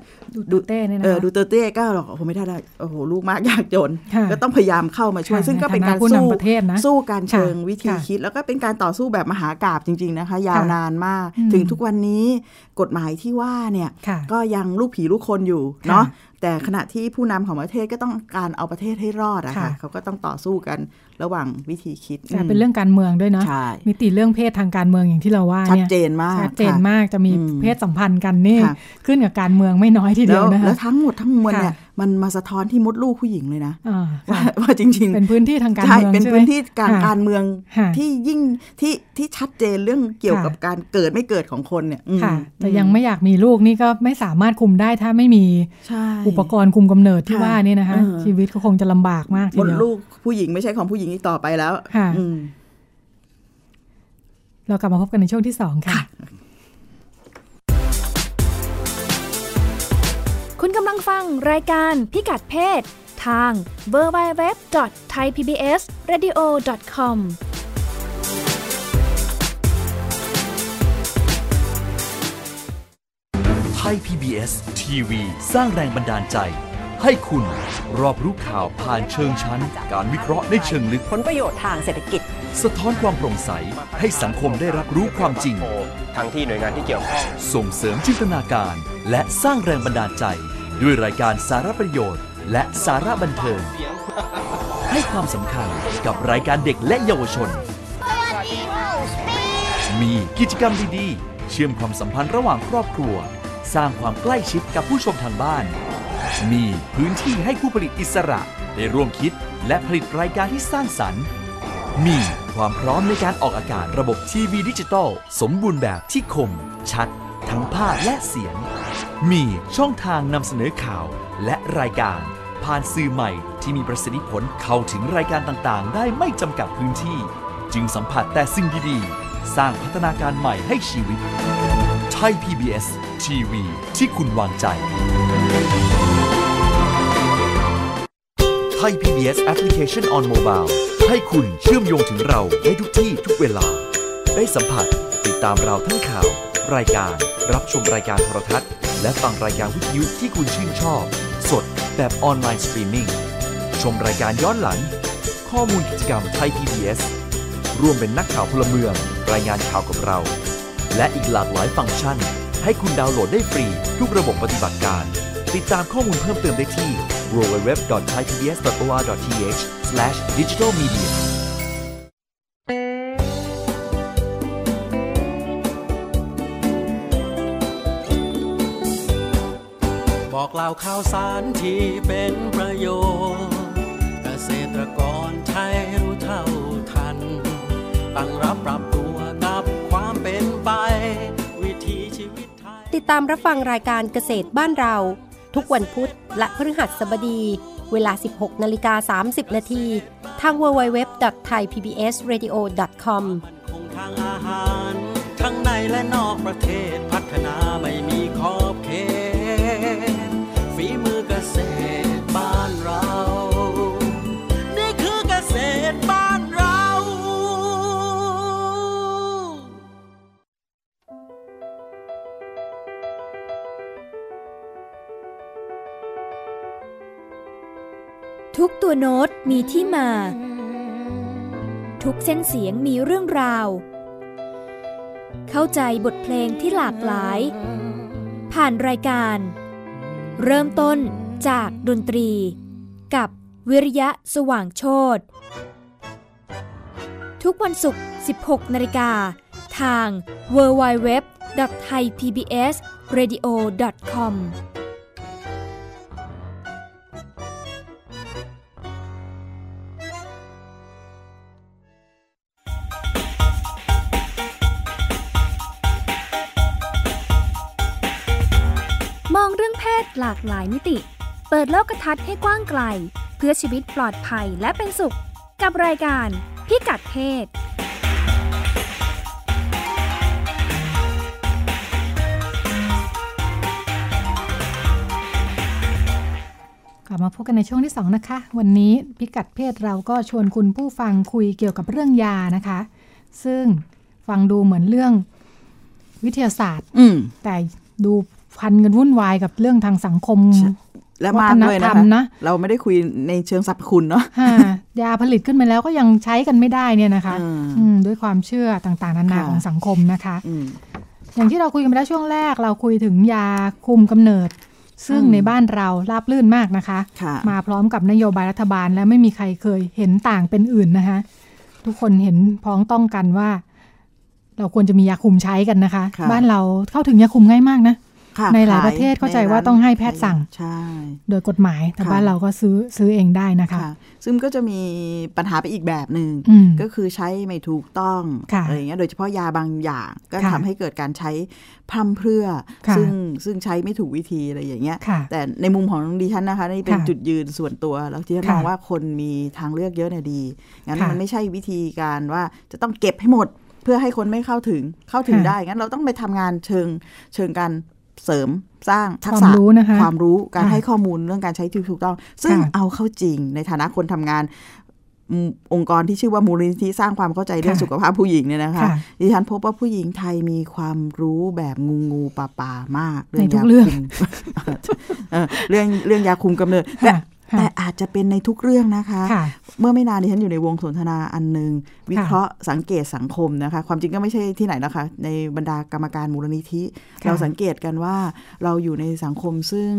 Speaker 2: ดูเต้เนี่ยนะ
Speaker 3: เออ
Speaker 2: คะ
Speaker 3: ดูเตอร์เต้ก็หรอกผมไม่ได้ได้โอ้โหลูกมากยากจน
Speaker 2: ค่ะ
Speaker 3: ก็ต้องพยายามเข้ามาช่วย
Speaker 2: ค่ะ
Speaker 3: ซึ่งก็เป็นการ
Speaker 2: ในฐานะผู้
Speaker 3: สู้
Speaker 2: นำประเทศนะ
Speaker 3: สู้การเชิงวิธี
Speaker 2: ค่ะ
Speaker 3: คิด แล้วก็เป็นการต่อสู้แบบมหากาบจริง ๆ นะคะ ยาว
Speaker 2: ค่ะ
Speaker 3: นานมาก
Speaker 2: อืม
Speaker 3: ถึงทุกวันนี้กฎหมายที่ว่าเนี่ย
Speaker 2: ค่ะ
Speaker 3: ก็ยังลูกผีลูกคนอยู่
Speaker 2: ค่ะ
Speaker 3: เนาะแต่ขณะที่ผู้นำของประเทศก็ต้องการเอาประเทศให้รอดอะค่ะ
Speaker 2: ค่ะ
Speaker 3: เขาก็ต้องต่อสู้กันระหว่างวิธีคิด
Speaker 2: แต่เป็นเรื่องการเมืองด้วยเนาะ
Speaker 3: ใช่
Speaker 2: มิติเรื่องเพศทางการเมืองอย่างที่เราว่า
Speaker 3: ชัด
Speaker 2: เนี่ย
Speaker 3: เจนมาก
Speaker 2: ชัดเจน
Speaker 3: ค่ะ
Speaker 2: มากจะมี
Speaker 3: อืม
Speaker 2: เพศสัมพันธ์กันนี่
Speaker 3: ค่ะ
Speaker 2: ขึ้นกับการเมืองไม่น้อยทีเดี
Speaker 3: แล้
Speaker 2: ยว
Speaker 3: ว
Speaker 2: นะ
Speaker 3: แล้
Speaker 2: คะ
Speaker 3: วทั้งหมดทั้งมวล
Speaker 2: ค่ะ
Speaker 3: เนี่ยมันมาสะท้อนที่มดลูกผู้หญิงเลยนะ
Speaker 2: อ่า
Speaker 3: ว่า
Speaker 2: ค่ะ
Speaker 3: ว่าจริง ๆ
Speaker 2: เป็นพื้นที่ทางการ
Speaker 3: ใช่
Speaker 2: เมือง
Speaker 3: เป็น
Speaker 2: ใช่ไหม
Speaker 3: พื้นที่การ
Speaker 2: ค่ะ
Speaker 3: การเมือง
Speaker 2: ค่ะ
Speaker 3: ที่ยิ่งที่ที่ชัดเจนเรื่องเกี่ยว
Speaker 2: ค่ะ
Speaker 3: กับการเกิดไม่เกิดของคนเนี่ยอืม
Speaker 2: ค่ะ แต่
Speaker 3: อื
Speaker 2: ยังไม่อยากมีลูกนี่ก็ไม่สามารถคุมได้ถ้าไม่มี
Speaker 3: ใช่
Speaker 2: อุปกรณ์คุมกำเนิดที่
Speaker 3: ค่ะ
Speaker 2: ว่านี่นะคะ
Speaker 3: เออ
Speaker 2: ชีวิตก็คงจะลำบากมากที
Speaker 3: มด
Speaker 2: เดียว
Speaker 3: ลูกผู้หญิงไม่ใช่ของผู้หญิงอีกต่อไปแล้ว
Speaker 2: ค่ะ
Speaker 3: อืม
Speaker 2: เรากลับมาพบกันในช่วงที่สองค่ะ
Speaker 1: คุณกำลังฟังรายการพิกัดเพศ ทาง www.thaipbsradio.com
Speaker 4: ไทย PBS TV สร้างแรงบันดาลใจ ให้คุณรอบรู้ข่าวผ่านเชิงชั้น การวิเคราะห์ในเชิงลึก
Speaker 5: ผลประโยชน์ทางเศรษฐกิจ
Speaker 4: สะท้อนความโปร่งใส ให้สังคมได้รับรู้ความจริง
Speaker 6: ทั้งที่หน่วยงานที่เกี่ยวข้อง
Speaker 4: ส่งเสริมจินตนาการ และสร้างแรงบันดาลใจ ด้วยรายการสารประโยชน์ และสาระบันเทิง ให้ความสำคัญกับรายการเด็กและเยาวชน มีกิจกรรมดีๆ เชื่อมความสัมพันธ์ระหว่างครอบครัว สร้างความใกล้ชิดกับผู้ชมทางบ้าน มีพื้นที่ให้ผู้ผลิตอิสระได้ร่วมคิดและผลิตรายการที่สร้างสรรค์ มีความพร้อมในการออกอากาศระบบทีวีดิจิตอลสมบูรณ์แบบที่คม ชัด ทั้งภาพและเสียง มีช่องทางนำเสนอข่าวและรายการ ผ่านสื่อใหม่ที่มีประสิทธิผลเข้าถึงรายการต่างๆ ได้ไม่จำกัดพื้นที่ จึงสัมผัสแต่สิ่งดี ๆ สร้างพัฒนาการใหม่ให้ชีวิตไทย PBS ทีวีที่คุณวางใจ ไทย PBS Application on Mobile ให้คุณเชื่อมโยงถึงเราได้ทุกที่ทุกเวลา ได้สัมผัสติดตามเราทั้งข่าว รายการ รับชมรายการโทรทัศน์ และฟังรายการวิทยุที่คุณชื่นชอบ สดแบบออนไลน์สตรีมมิ่ง ชมรายการย้อนหลัง ข้อมูลกิจกรรมไทย PBS ร่วมเป็นนักข่าวพลเมือง รายงานข่าวกับเรา และอีกหลากหลายฟังก์ชัน ให้คุณดาวน์โหลดได้ฟรีทุกระบบปฏิบัติการ ติดตามข้อมูลเพิ่มเติมได้ที่ www.thaipbs.or.th/digitalmedia
Speaker 5: ได้บอกกล่าวข่าวสารที่เป็นประโยชน์ เกษตรกรไทยรู้เท่าทัน ตั้งรับปรับตัวกับความเป็นไป วิถีชีวิตไทย
Speaker 7: ติดตามรับฟังรายการเกษตรบ้านเรา ทุกวันพุธและพฤหัสบดี เวลา 16 นาฬิกา 30 นาทีทาง www.thaipbsradio.com
Speaker 5: มันคงทางอาหาร ทั้งในและนอกประเทศพัฒนาไม่มีขอบเขตฝีมือเกษตรบ้านเรา นี่คือเกษตรบ้านเรา
Speaker 1: ทุกตัวโน้ตมีที่มา ทุกเส้นเสียงมีเรื่องราว เข้าใจบทเพลงที่หลากหลาย ผ่านรายการ เริ่มต้นจากดนตรี กับวิริยะสว่างโชตทุกวันศุกร์ 16 นาฬิกา ทาง www.thaipbsradio.com มองเรื่องเพศหลากหลายมิติ เปิดโลกทัศน์ให้กว้างไกล เพื่อชีวิตปลอดภัยและเป็นสุข กับรายการพิกัดเพศ
Speaker 2: กลับมาพบกันในช่วงที่ 2 นะคะ วันนี้พิกัดเพศเราก็ชวนคุณผู้ฟังคุยเกี่ยวกับเรื่องยานะคะ ซึ่งฟังดูเหมือนเรื่องวิทยาศาสตร์
Speaker 3: อืม
Speaker 2: แต่ดูพันกันวุ่นวายกับเรื่องทางสังคม
Speaker 3: ใช่ และมากด้วยนะ
Speaker 2: วัฒนธรร
Speaker 3: คะ
Speaker 2: มนะ
Speaker 3: เราไม่ได้คุยในเชิงสรรพคุณเนาะ
Speaker 2: ฮ่ายาผลิตขึ้นมาแล้วก็ยังใช้กันไม่ได้เนี่ยนะคะ
Speaker 3: อืม
Speaker 2: อืมด้วยความเชื่อต่างๆ นานา
Speaker 3: ค่ะ
Speaker 2: ของสังคมนะคะ
Speaker 3: อืม
Speaker 2: อย่างที่เราคุยกันไปแล้วช่วงแรกเราคุยถึงยาคุมกำเนิด ซึ่ง
Speaker 3: อืม
Speaker 2: ในบ้านเราราบลื่นมากนะคะ
Speaker 3: ค่ะ
Speaker 2: มาพร้อมกับนโยบายรัฐบาลและไม่มีใครเคยเห็นต่างเป็นอื่นนะคะ ทุกคนเห็นพ้องต้องกันว่า เราควรจะมียาคุมใช้กันนะคะ
Speaker 3: ค่ะ
Speaker 2: บ้านเราเข้าถึงยาคุมง่ายมากนะ
Speaker 3: ค่ะ
Speaker 2: ในหลาย
Speaker 3: ข
Speaker 2: ประเทศเข้าใจ
Speaker 3: ในร้น
Speaker 2: ว่าต้องให้แพทย์สั่ง
Speaker 3: ใช่
Speaker 2: โดยกฎหมายแต่
Speaker 3: ค่ะ
Speaker 2: บ้านเราก็ซื้อซื้อเองได้นะคะ
Speaker 3: ค่ะ ซึ่งก็จะมีปัญหาไปอีกแบบหนึ่ง
Speaker 2: อืม
Speaker 3: ก็คือใช้ไม่ถูกต้อง
Speaker 2: ค่ะ
Speaker 3: อะไรอย่างเงี้ยโดยเฉพาะยาบางอย่างก็
Speaker 2: ค่ะ
Speaker 3: ทำให้เกิดการใช้พร่ำเพรื่อ
Speaker 2: ค่ะ
Speaker 3: ซึ่งซึ่งใช้ไม่ถูกวิธีอะไรอย่างเงี้ย
Speaker 2: ค่ะ
Speaker 3: แต่ในมุมของดิฉันนะคะนี่เป็น
Speaker 2: ค่ะ
Speaker 3: จุดยืนส่วนตัว แล้วที่ฉัน
Speaker 2: ค่ะ
Speaker 3: มองว่าคนมีทางเลือกเยอะเนี่ยดีงั้น
Speaker 2: ค่ะ
Speaker 3: มันไม่ใช่วิธีการว่าจะต้องเก็บให้หมด เพื่อให้คนไม่เข้าถึงเข้าถึง
Speaker 2: ค่ะ
Speaker 3: ได้งั้นเราต้องไปทำงานเชิงเชิงการเสริมสร้างทัก
Speaker 2: ค
Speaker 3: ษะ
Speaker 2: วามรู้นะคะ
Speaker 3: วามรู้การ
Speaker 2: ค่ะ
Speaker 3: ให้ข้อมูลเรื่องการใช้ที่ถูกต้อง ซึ่ง
Speaker 2: ค่ะ
Speaker 3: เอาเข้าจริงในฐานะคนทำงานอืมองค์กรที่ชื่อว่ามูลนิธิสร้างความเข้าใจเรื่อง
Speaker 2: ค่ะ
Speaker 3: สุขภาพผู้หญิงเนี่ยนะคะ
Speaker 2: ค่ะ
Speaker 3: ดิฉันพบว่าผู้หญิงไทยมีความรู้แบบงูงูปลาปลามาก
Speaker 2: ในทุก
Speaker 3: ยา
Speaker 2: เรื่อง
Speaker 3: คุม เออเรื่องเรื่องยาคุมกำเนิดแต่
Speaker 2: ค่ะ
Speaker 3: แต่อาจจะเป็นในทุกเรื่องนะคะ
Speaker 2: ค่ะ
Speaker 3: เมื่อไม่นานนี้ฉันอยู่ในวงสนทนาอันหนึ่งวิเคราะห์สังเกตสังคมนะคะ ความจริงก็ไม่ใช่ที่ไหนนะคะ ในบรรดากรรมการมูลนิธิ
Speaker 2: ค่ะ
Speaker 3: เราสังเกตกันว่าเราอยู่ในสังคมซึ่ง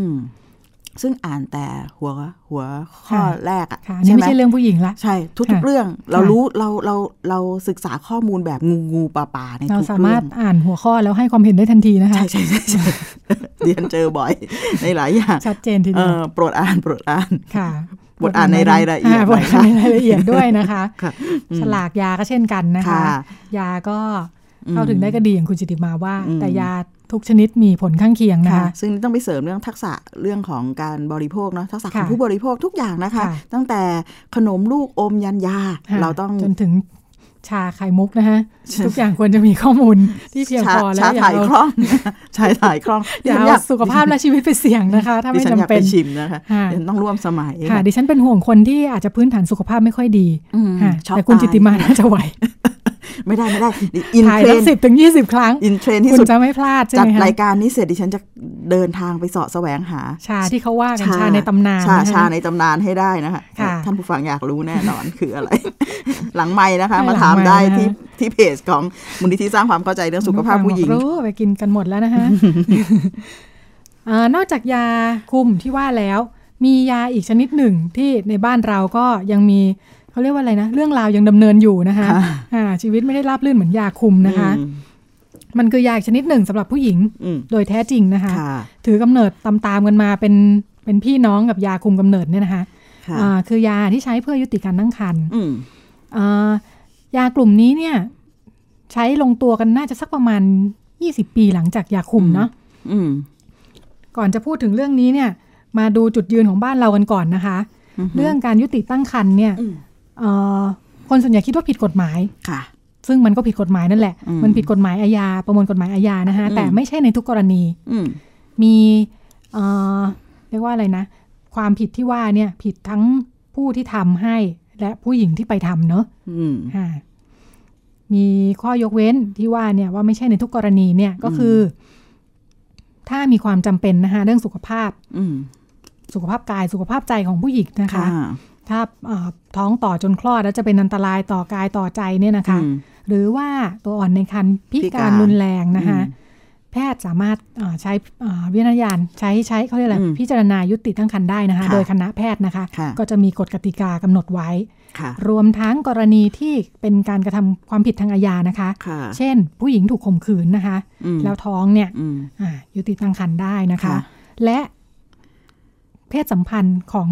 Speaker 3: ซึ่งอ่านแต่หัวหัวข้อแรกอะ
Speaker 2: ค่ะอันนี่ไม่ใช่เรื่องผู้หญิงละ
Speaker 3: ใช่ทุก
Speaker 2: ค่ะ
Speaker 3: ๆเรื่อง เรา
Speaker 2: ค่ะ
Speaker 3: รู้เราเราเราศึกษาข้อมูลแบบงูงูปลาปลาใน
Speaker 2: เรา
Speaker 3: ทุก
Speaker 2: สา
Speaker 3: เรื่
Speaker 2: มาร
Speaker 3: อ
Speaker 2: ถ
Speaker 3: ง
Speaker 2: อ่านหัวข้อแล้วให้ความเห็นได้ทันทีนะคะ
Speaker 3: ใช่ใช่ใช่ใช่ เรียนเจอบ่อย ในหลายอย่าง
Speaker 2: ชัดเจนที
Speaker 3: เอ
Speaker 2: เดียว
Speaker 3: อโปรดอ่านโปรดอ่าน
Speaker 2: ค่ะ
Speaker 3: บทอ่านในรายละเอียด
Speaker 2: าบทอ่านในรายละเอียดด้วยนะคะ
Speaker 3: ค่ะอืม
Speaker 2: ฉลากยาก็เช่นกันนะคะ
Speaker 3: ค่ะ
Speaker 2: ยาก็
Speaker 3: อืม
Speaker 2: เข้าถึงได้ก็ดีอย่างคุณจิติมาว่า
Speaker 3: อืม
Speaker 2: แต่ยาทุกชนิดมีผลข้างเคียงนะ
Speaker 3: ค่ะ
Speaker 2: คะ
Speaker 3: ซึ่งต้องไปเสริมเรื่องทักษะเรื่องของการบริโภคเนาะทักษะของ
Speaker 2: ค่ะ
Speaker 3: ผู้บริโภคทุกอย่างนะคะ
Speaker 2: ค่ะ
Speaker 3: ตั้งแต่ขนมลูกอมยันยา
Speaker 2: ค่ะ
Speaker 3: เราต้อง
Speaker 2: จนถึงชาไข่มุกนะคะทุกอย่างควรจะมีข้อมูลที่เพียงพอแล้ว
Speaker 3: ชา
Speaker 2: อย่า
Speaker 3: ถ่าย
Speaker 2: เอา
Speaker 3: คล่อง ชาถ่ายคล่อง
Speaker 2: อย่า
Speaker 3: ฉั
Speaker 2: เอาสุขภาพและชีวิตไปเสี่ยงนะคะ ถ้า
Speaker 3: ดิ
Speaker 2: ไม่
Speaker 3: ฉัน
Speaker 2: จำ
Speaker 3: อยาก
Speaker 2: เป็
Speaker 3: ไป
Speaker 2: น
Speaker 3: ชิมนะคะ
Speaker 2: ค่ะ
Speaker 3: ดิฉันต้องร่วมสมัย
Speaker 2: ค่ะ ดิฉันเป็นห่วงคนที่อาจจะพื้นฐานสุขภาพไม่ค่อยดี
Speaker 3: อืม
Speaker 2: ค่ะ
Speaker 3: ช็อ
Speaker 2: แต่คุณจิติมาน่าจะไหว
Speaker 3: ไม่ได้ไม่ได้ดิอิน
Speaker 2: ถ่าย
Speaker 3: เทร
Speaker 2: สัก
Speaker 3: น
Speaker 2: สิบถึงยี่สิบครั้ง
Speaker 3: อินเทรนที่
Speaker 2: คุณ
Speaker 3: สุด
Speaker 2: จะไม่พลาดใช่
Speaker 3: จัด
Speaker 2: ไหมคะ
Speaker 3: รายการนี้เสร็จดิฉันจะเดินทางไปเสาะแสวงหา
Speaker 2: ชาที่เขาว่ากันชาในตำนาน
Speaker 3: ชา
Speaker 2: นะคะ
Speaker 3: ชาในตำนานให้ได้นะคะ
Speaker 2: ค่ะ
Speaker 3: ท่านผู้ฟังอยากรู้แน่นอน คืออะไร หลังไมค์นะคะ
Speaker 2: ให้
Speaker 3: มา
Speaker 2: หลัง
Speaker 3: ถาม
Speaker 2: ไมค์
Speaker 3: ได้
Speaker 2: นะคะ
Speaker 3: ที่ ที่เพจของมูลนิธิสร้างความเข้าใจเรื่องสุขภาพผู้หญิง
Speaker 2: รู้ไปกินกันหมดแล้ว นะฮะ เอ่อนอกจากยาคุมที่ว่าแล้ว มียาอีกชนิดหนึ่งที่ในบ้านเราก็ยังมีเขาเรียกว่าอะไรนะ เรื่องราวยังดำเนินอยู่นะคะ
Speaker 3: ค่ะ
Speaker 2: อ่าชีวิตไม่ได้ราบรื่นเหมือนยาคุมนะคะ
Speaker 3: อืม
Speaker 2: มันคือยาอีกชนิดหนึ่งสำหรับผู้หญิง
Speaker 3: อืม
Speaker 2: โดยแท้จริงนะคะ
Speaker 3: ค่ะ
Speaker 2: ถือกำเนิดตามๆกันมาเป็นเป็นพี่น้องกับยาคุมกำเนิดเนี่ยนะคะ
Speaker 3: ค่ะ
Speaker 2: อ่าคือยาที่ใช้เพื่อยุติการตั้งครรภ์
Speaker 3: อืม
Speaker 2: อ่ายากลุ่มนี้เนี่ย ใช้ลงตัวกันน่าจะสักประมาณ 20 ปีหลังจากยาคุมเนาะ
Speaker 3: อืม
Speaker 2: ก่อนจะพูดถึงเรื่องนี้เนี่ย มาดูจุดยืนของบ้านเรากันก่อนนะคะ
Speaker 3: อือฮึ
Speaker 2: เรื่องการยุติตั้งครรภ์เนี่ย
Speaker 3: อืม
Speaker 2: เอ่อคนส่วนใหญ่คิดว่าผิดกฎหมาย
Speaker 3: ค่ะ
Speaker 2: ซึ่งมันก็ผิดกฎหมายนั่นแหละ
Speaker 3: อืม
Speaker 2: มันผิดกฎหมายอาญาประมวลกฎหมายอาญานะคะ
Speaker 3: อืม
Speaker 2: แต่ไม่ใช่ในทุกกรณี
Speaker 3: อืม
Speaker 2: มีเอ่อเรียกว่าอะไรนะ ความผิดที่ว่าเนี่ยผิดทั้งผู้ที่ทำให้และผู้หญิงที่ไปทำเนาะ
Speaker 3: อืม
Speaker 2: ค่ะมีข้อยกเว้นที่ว่าเนี่ยว่าไม่ใช่ในทุกกรณีเนี่ยก็คืออถ้ามีความจำเป็นนะคะเรื่องสุขภาพ
Speaker 3: อืม
Speaker 2: สุขภาพกายสุขภาพใจของผู้หญิงนะคะ
Speaker 3: ค่ะ
Speaker 2: ถ้าเอ่อท้องต่อจนคลอดแล้วจะเป็นอันตรายต่อกายต่อใจเนี่ยนะคะ
Speaker 3: อืม
Speaker 2: หรือว่าตัวอ่อนในครรภ์พิ
Speaker 3: พิ
Speaker 2: กา
Speaker 3: การ ร
Speaker 2: รุนแรงนะคะ
Speaker 3: อืม
Speaker 2: แพทย์สามารถเอ่อใช้เอ่อวิทยานใช้ใช้เขาเรียกอะไร
Speaker 3: อืม
Speaker 2: พิจารณายุติตั้งครรภ์ได้นะคะ
Speaker 3: ค่ะ
Speaker 2: โดยคณะแพทย์นะคะ
Speaker 3: ค่ะ
Speaker 2: ก็จะมีกฎกติกากำหนดไว้
Speaker 3: ค่ะ
Speaker 2: รวมทั้งกรณีที่เป็นการกระทำความผิดทางอาญานะคะ
Speaker 3: ค่ะ
Speaker 2: เช่น ผู้หญิงถูกข่มขืนนะคะ
Speaker 3: อืม
Speaker 2: แล้วท้องเนี่ย
Speaker 3: อืม
Speaker 2: อ่ายุติตั้งครรภ์ได้นะคะ
Speaker 3: ค่ะ
Speaker 2: และเพศสัมพันธ์ของ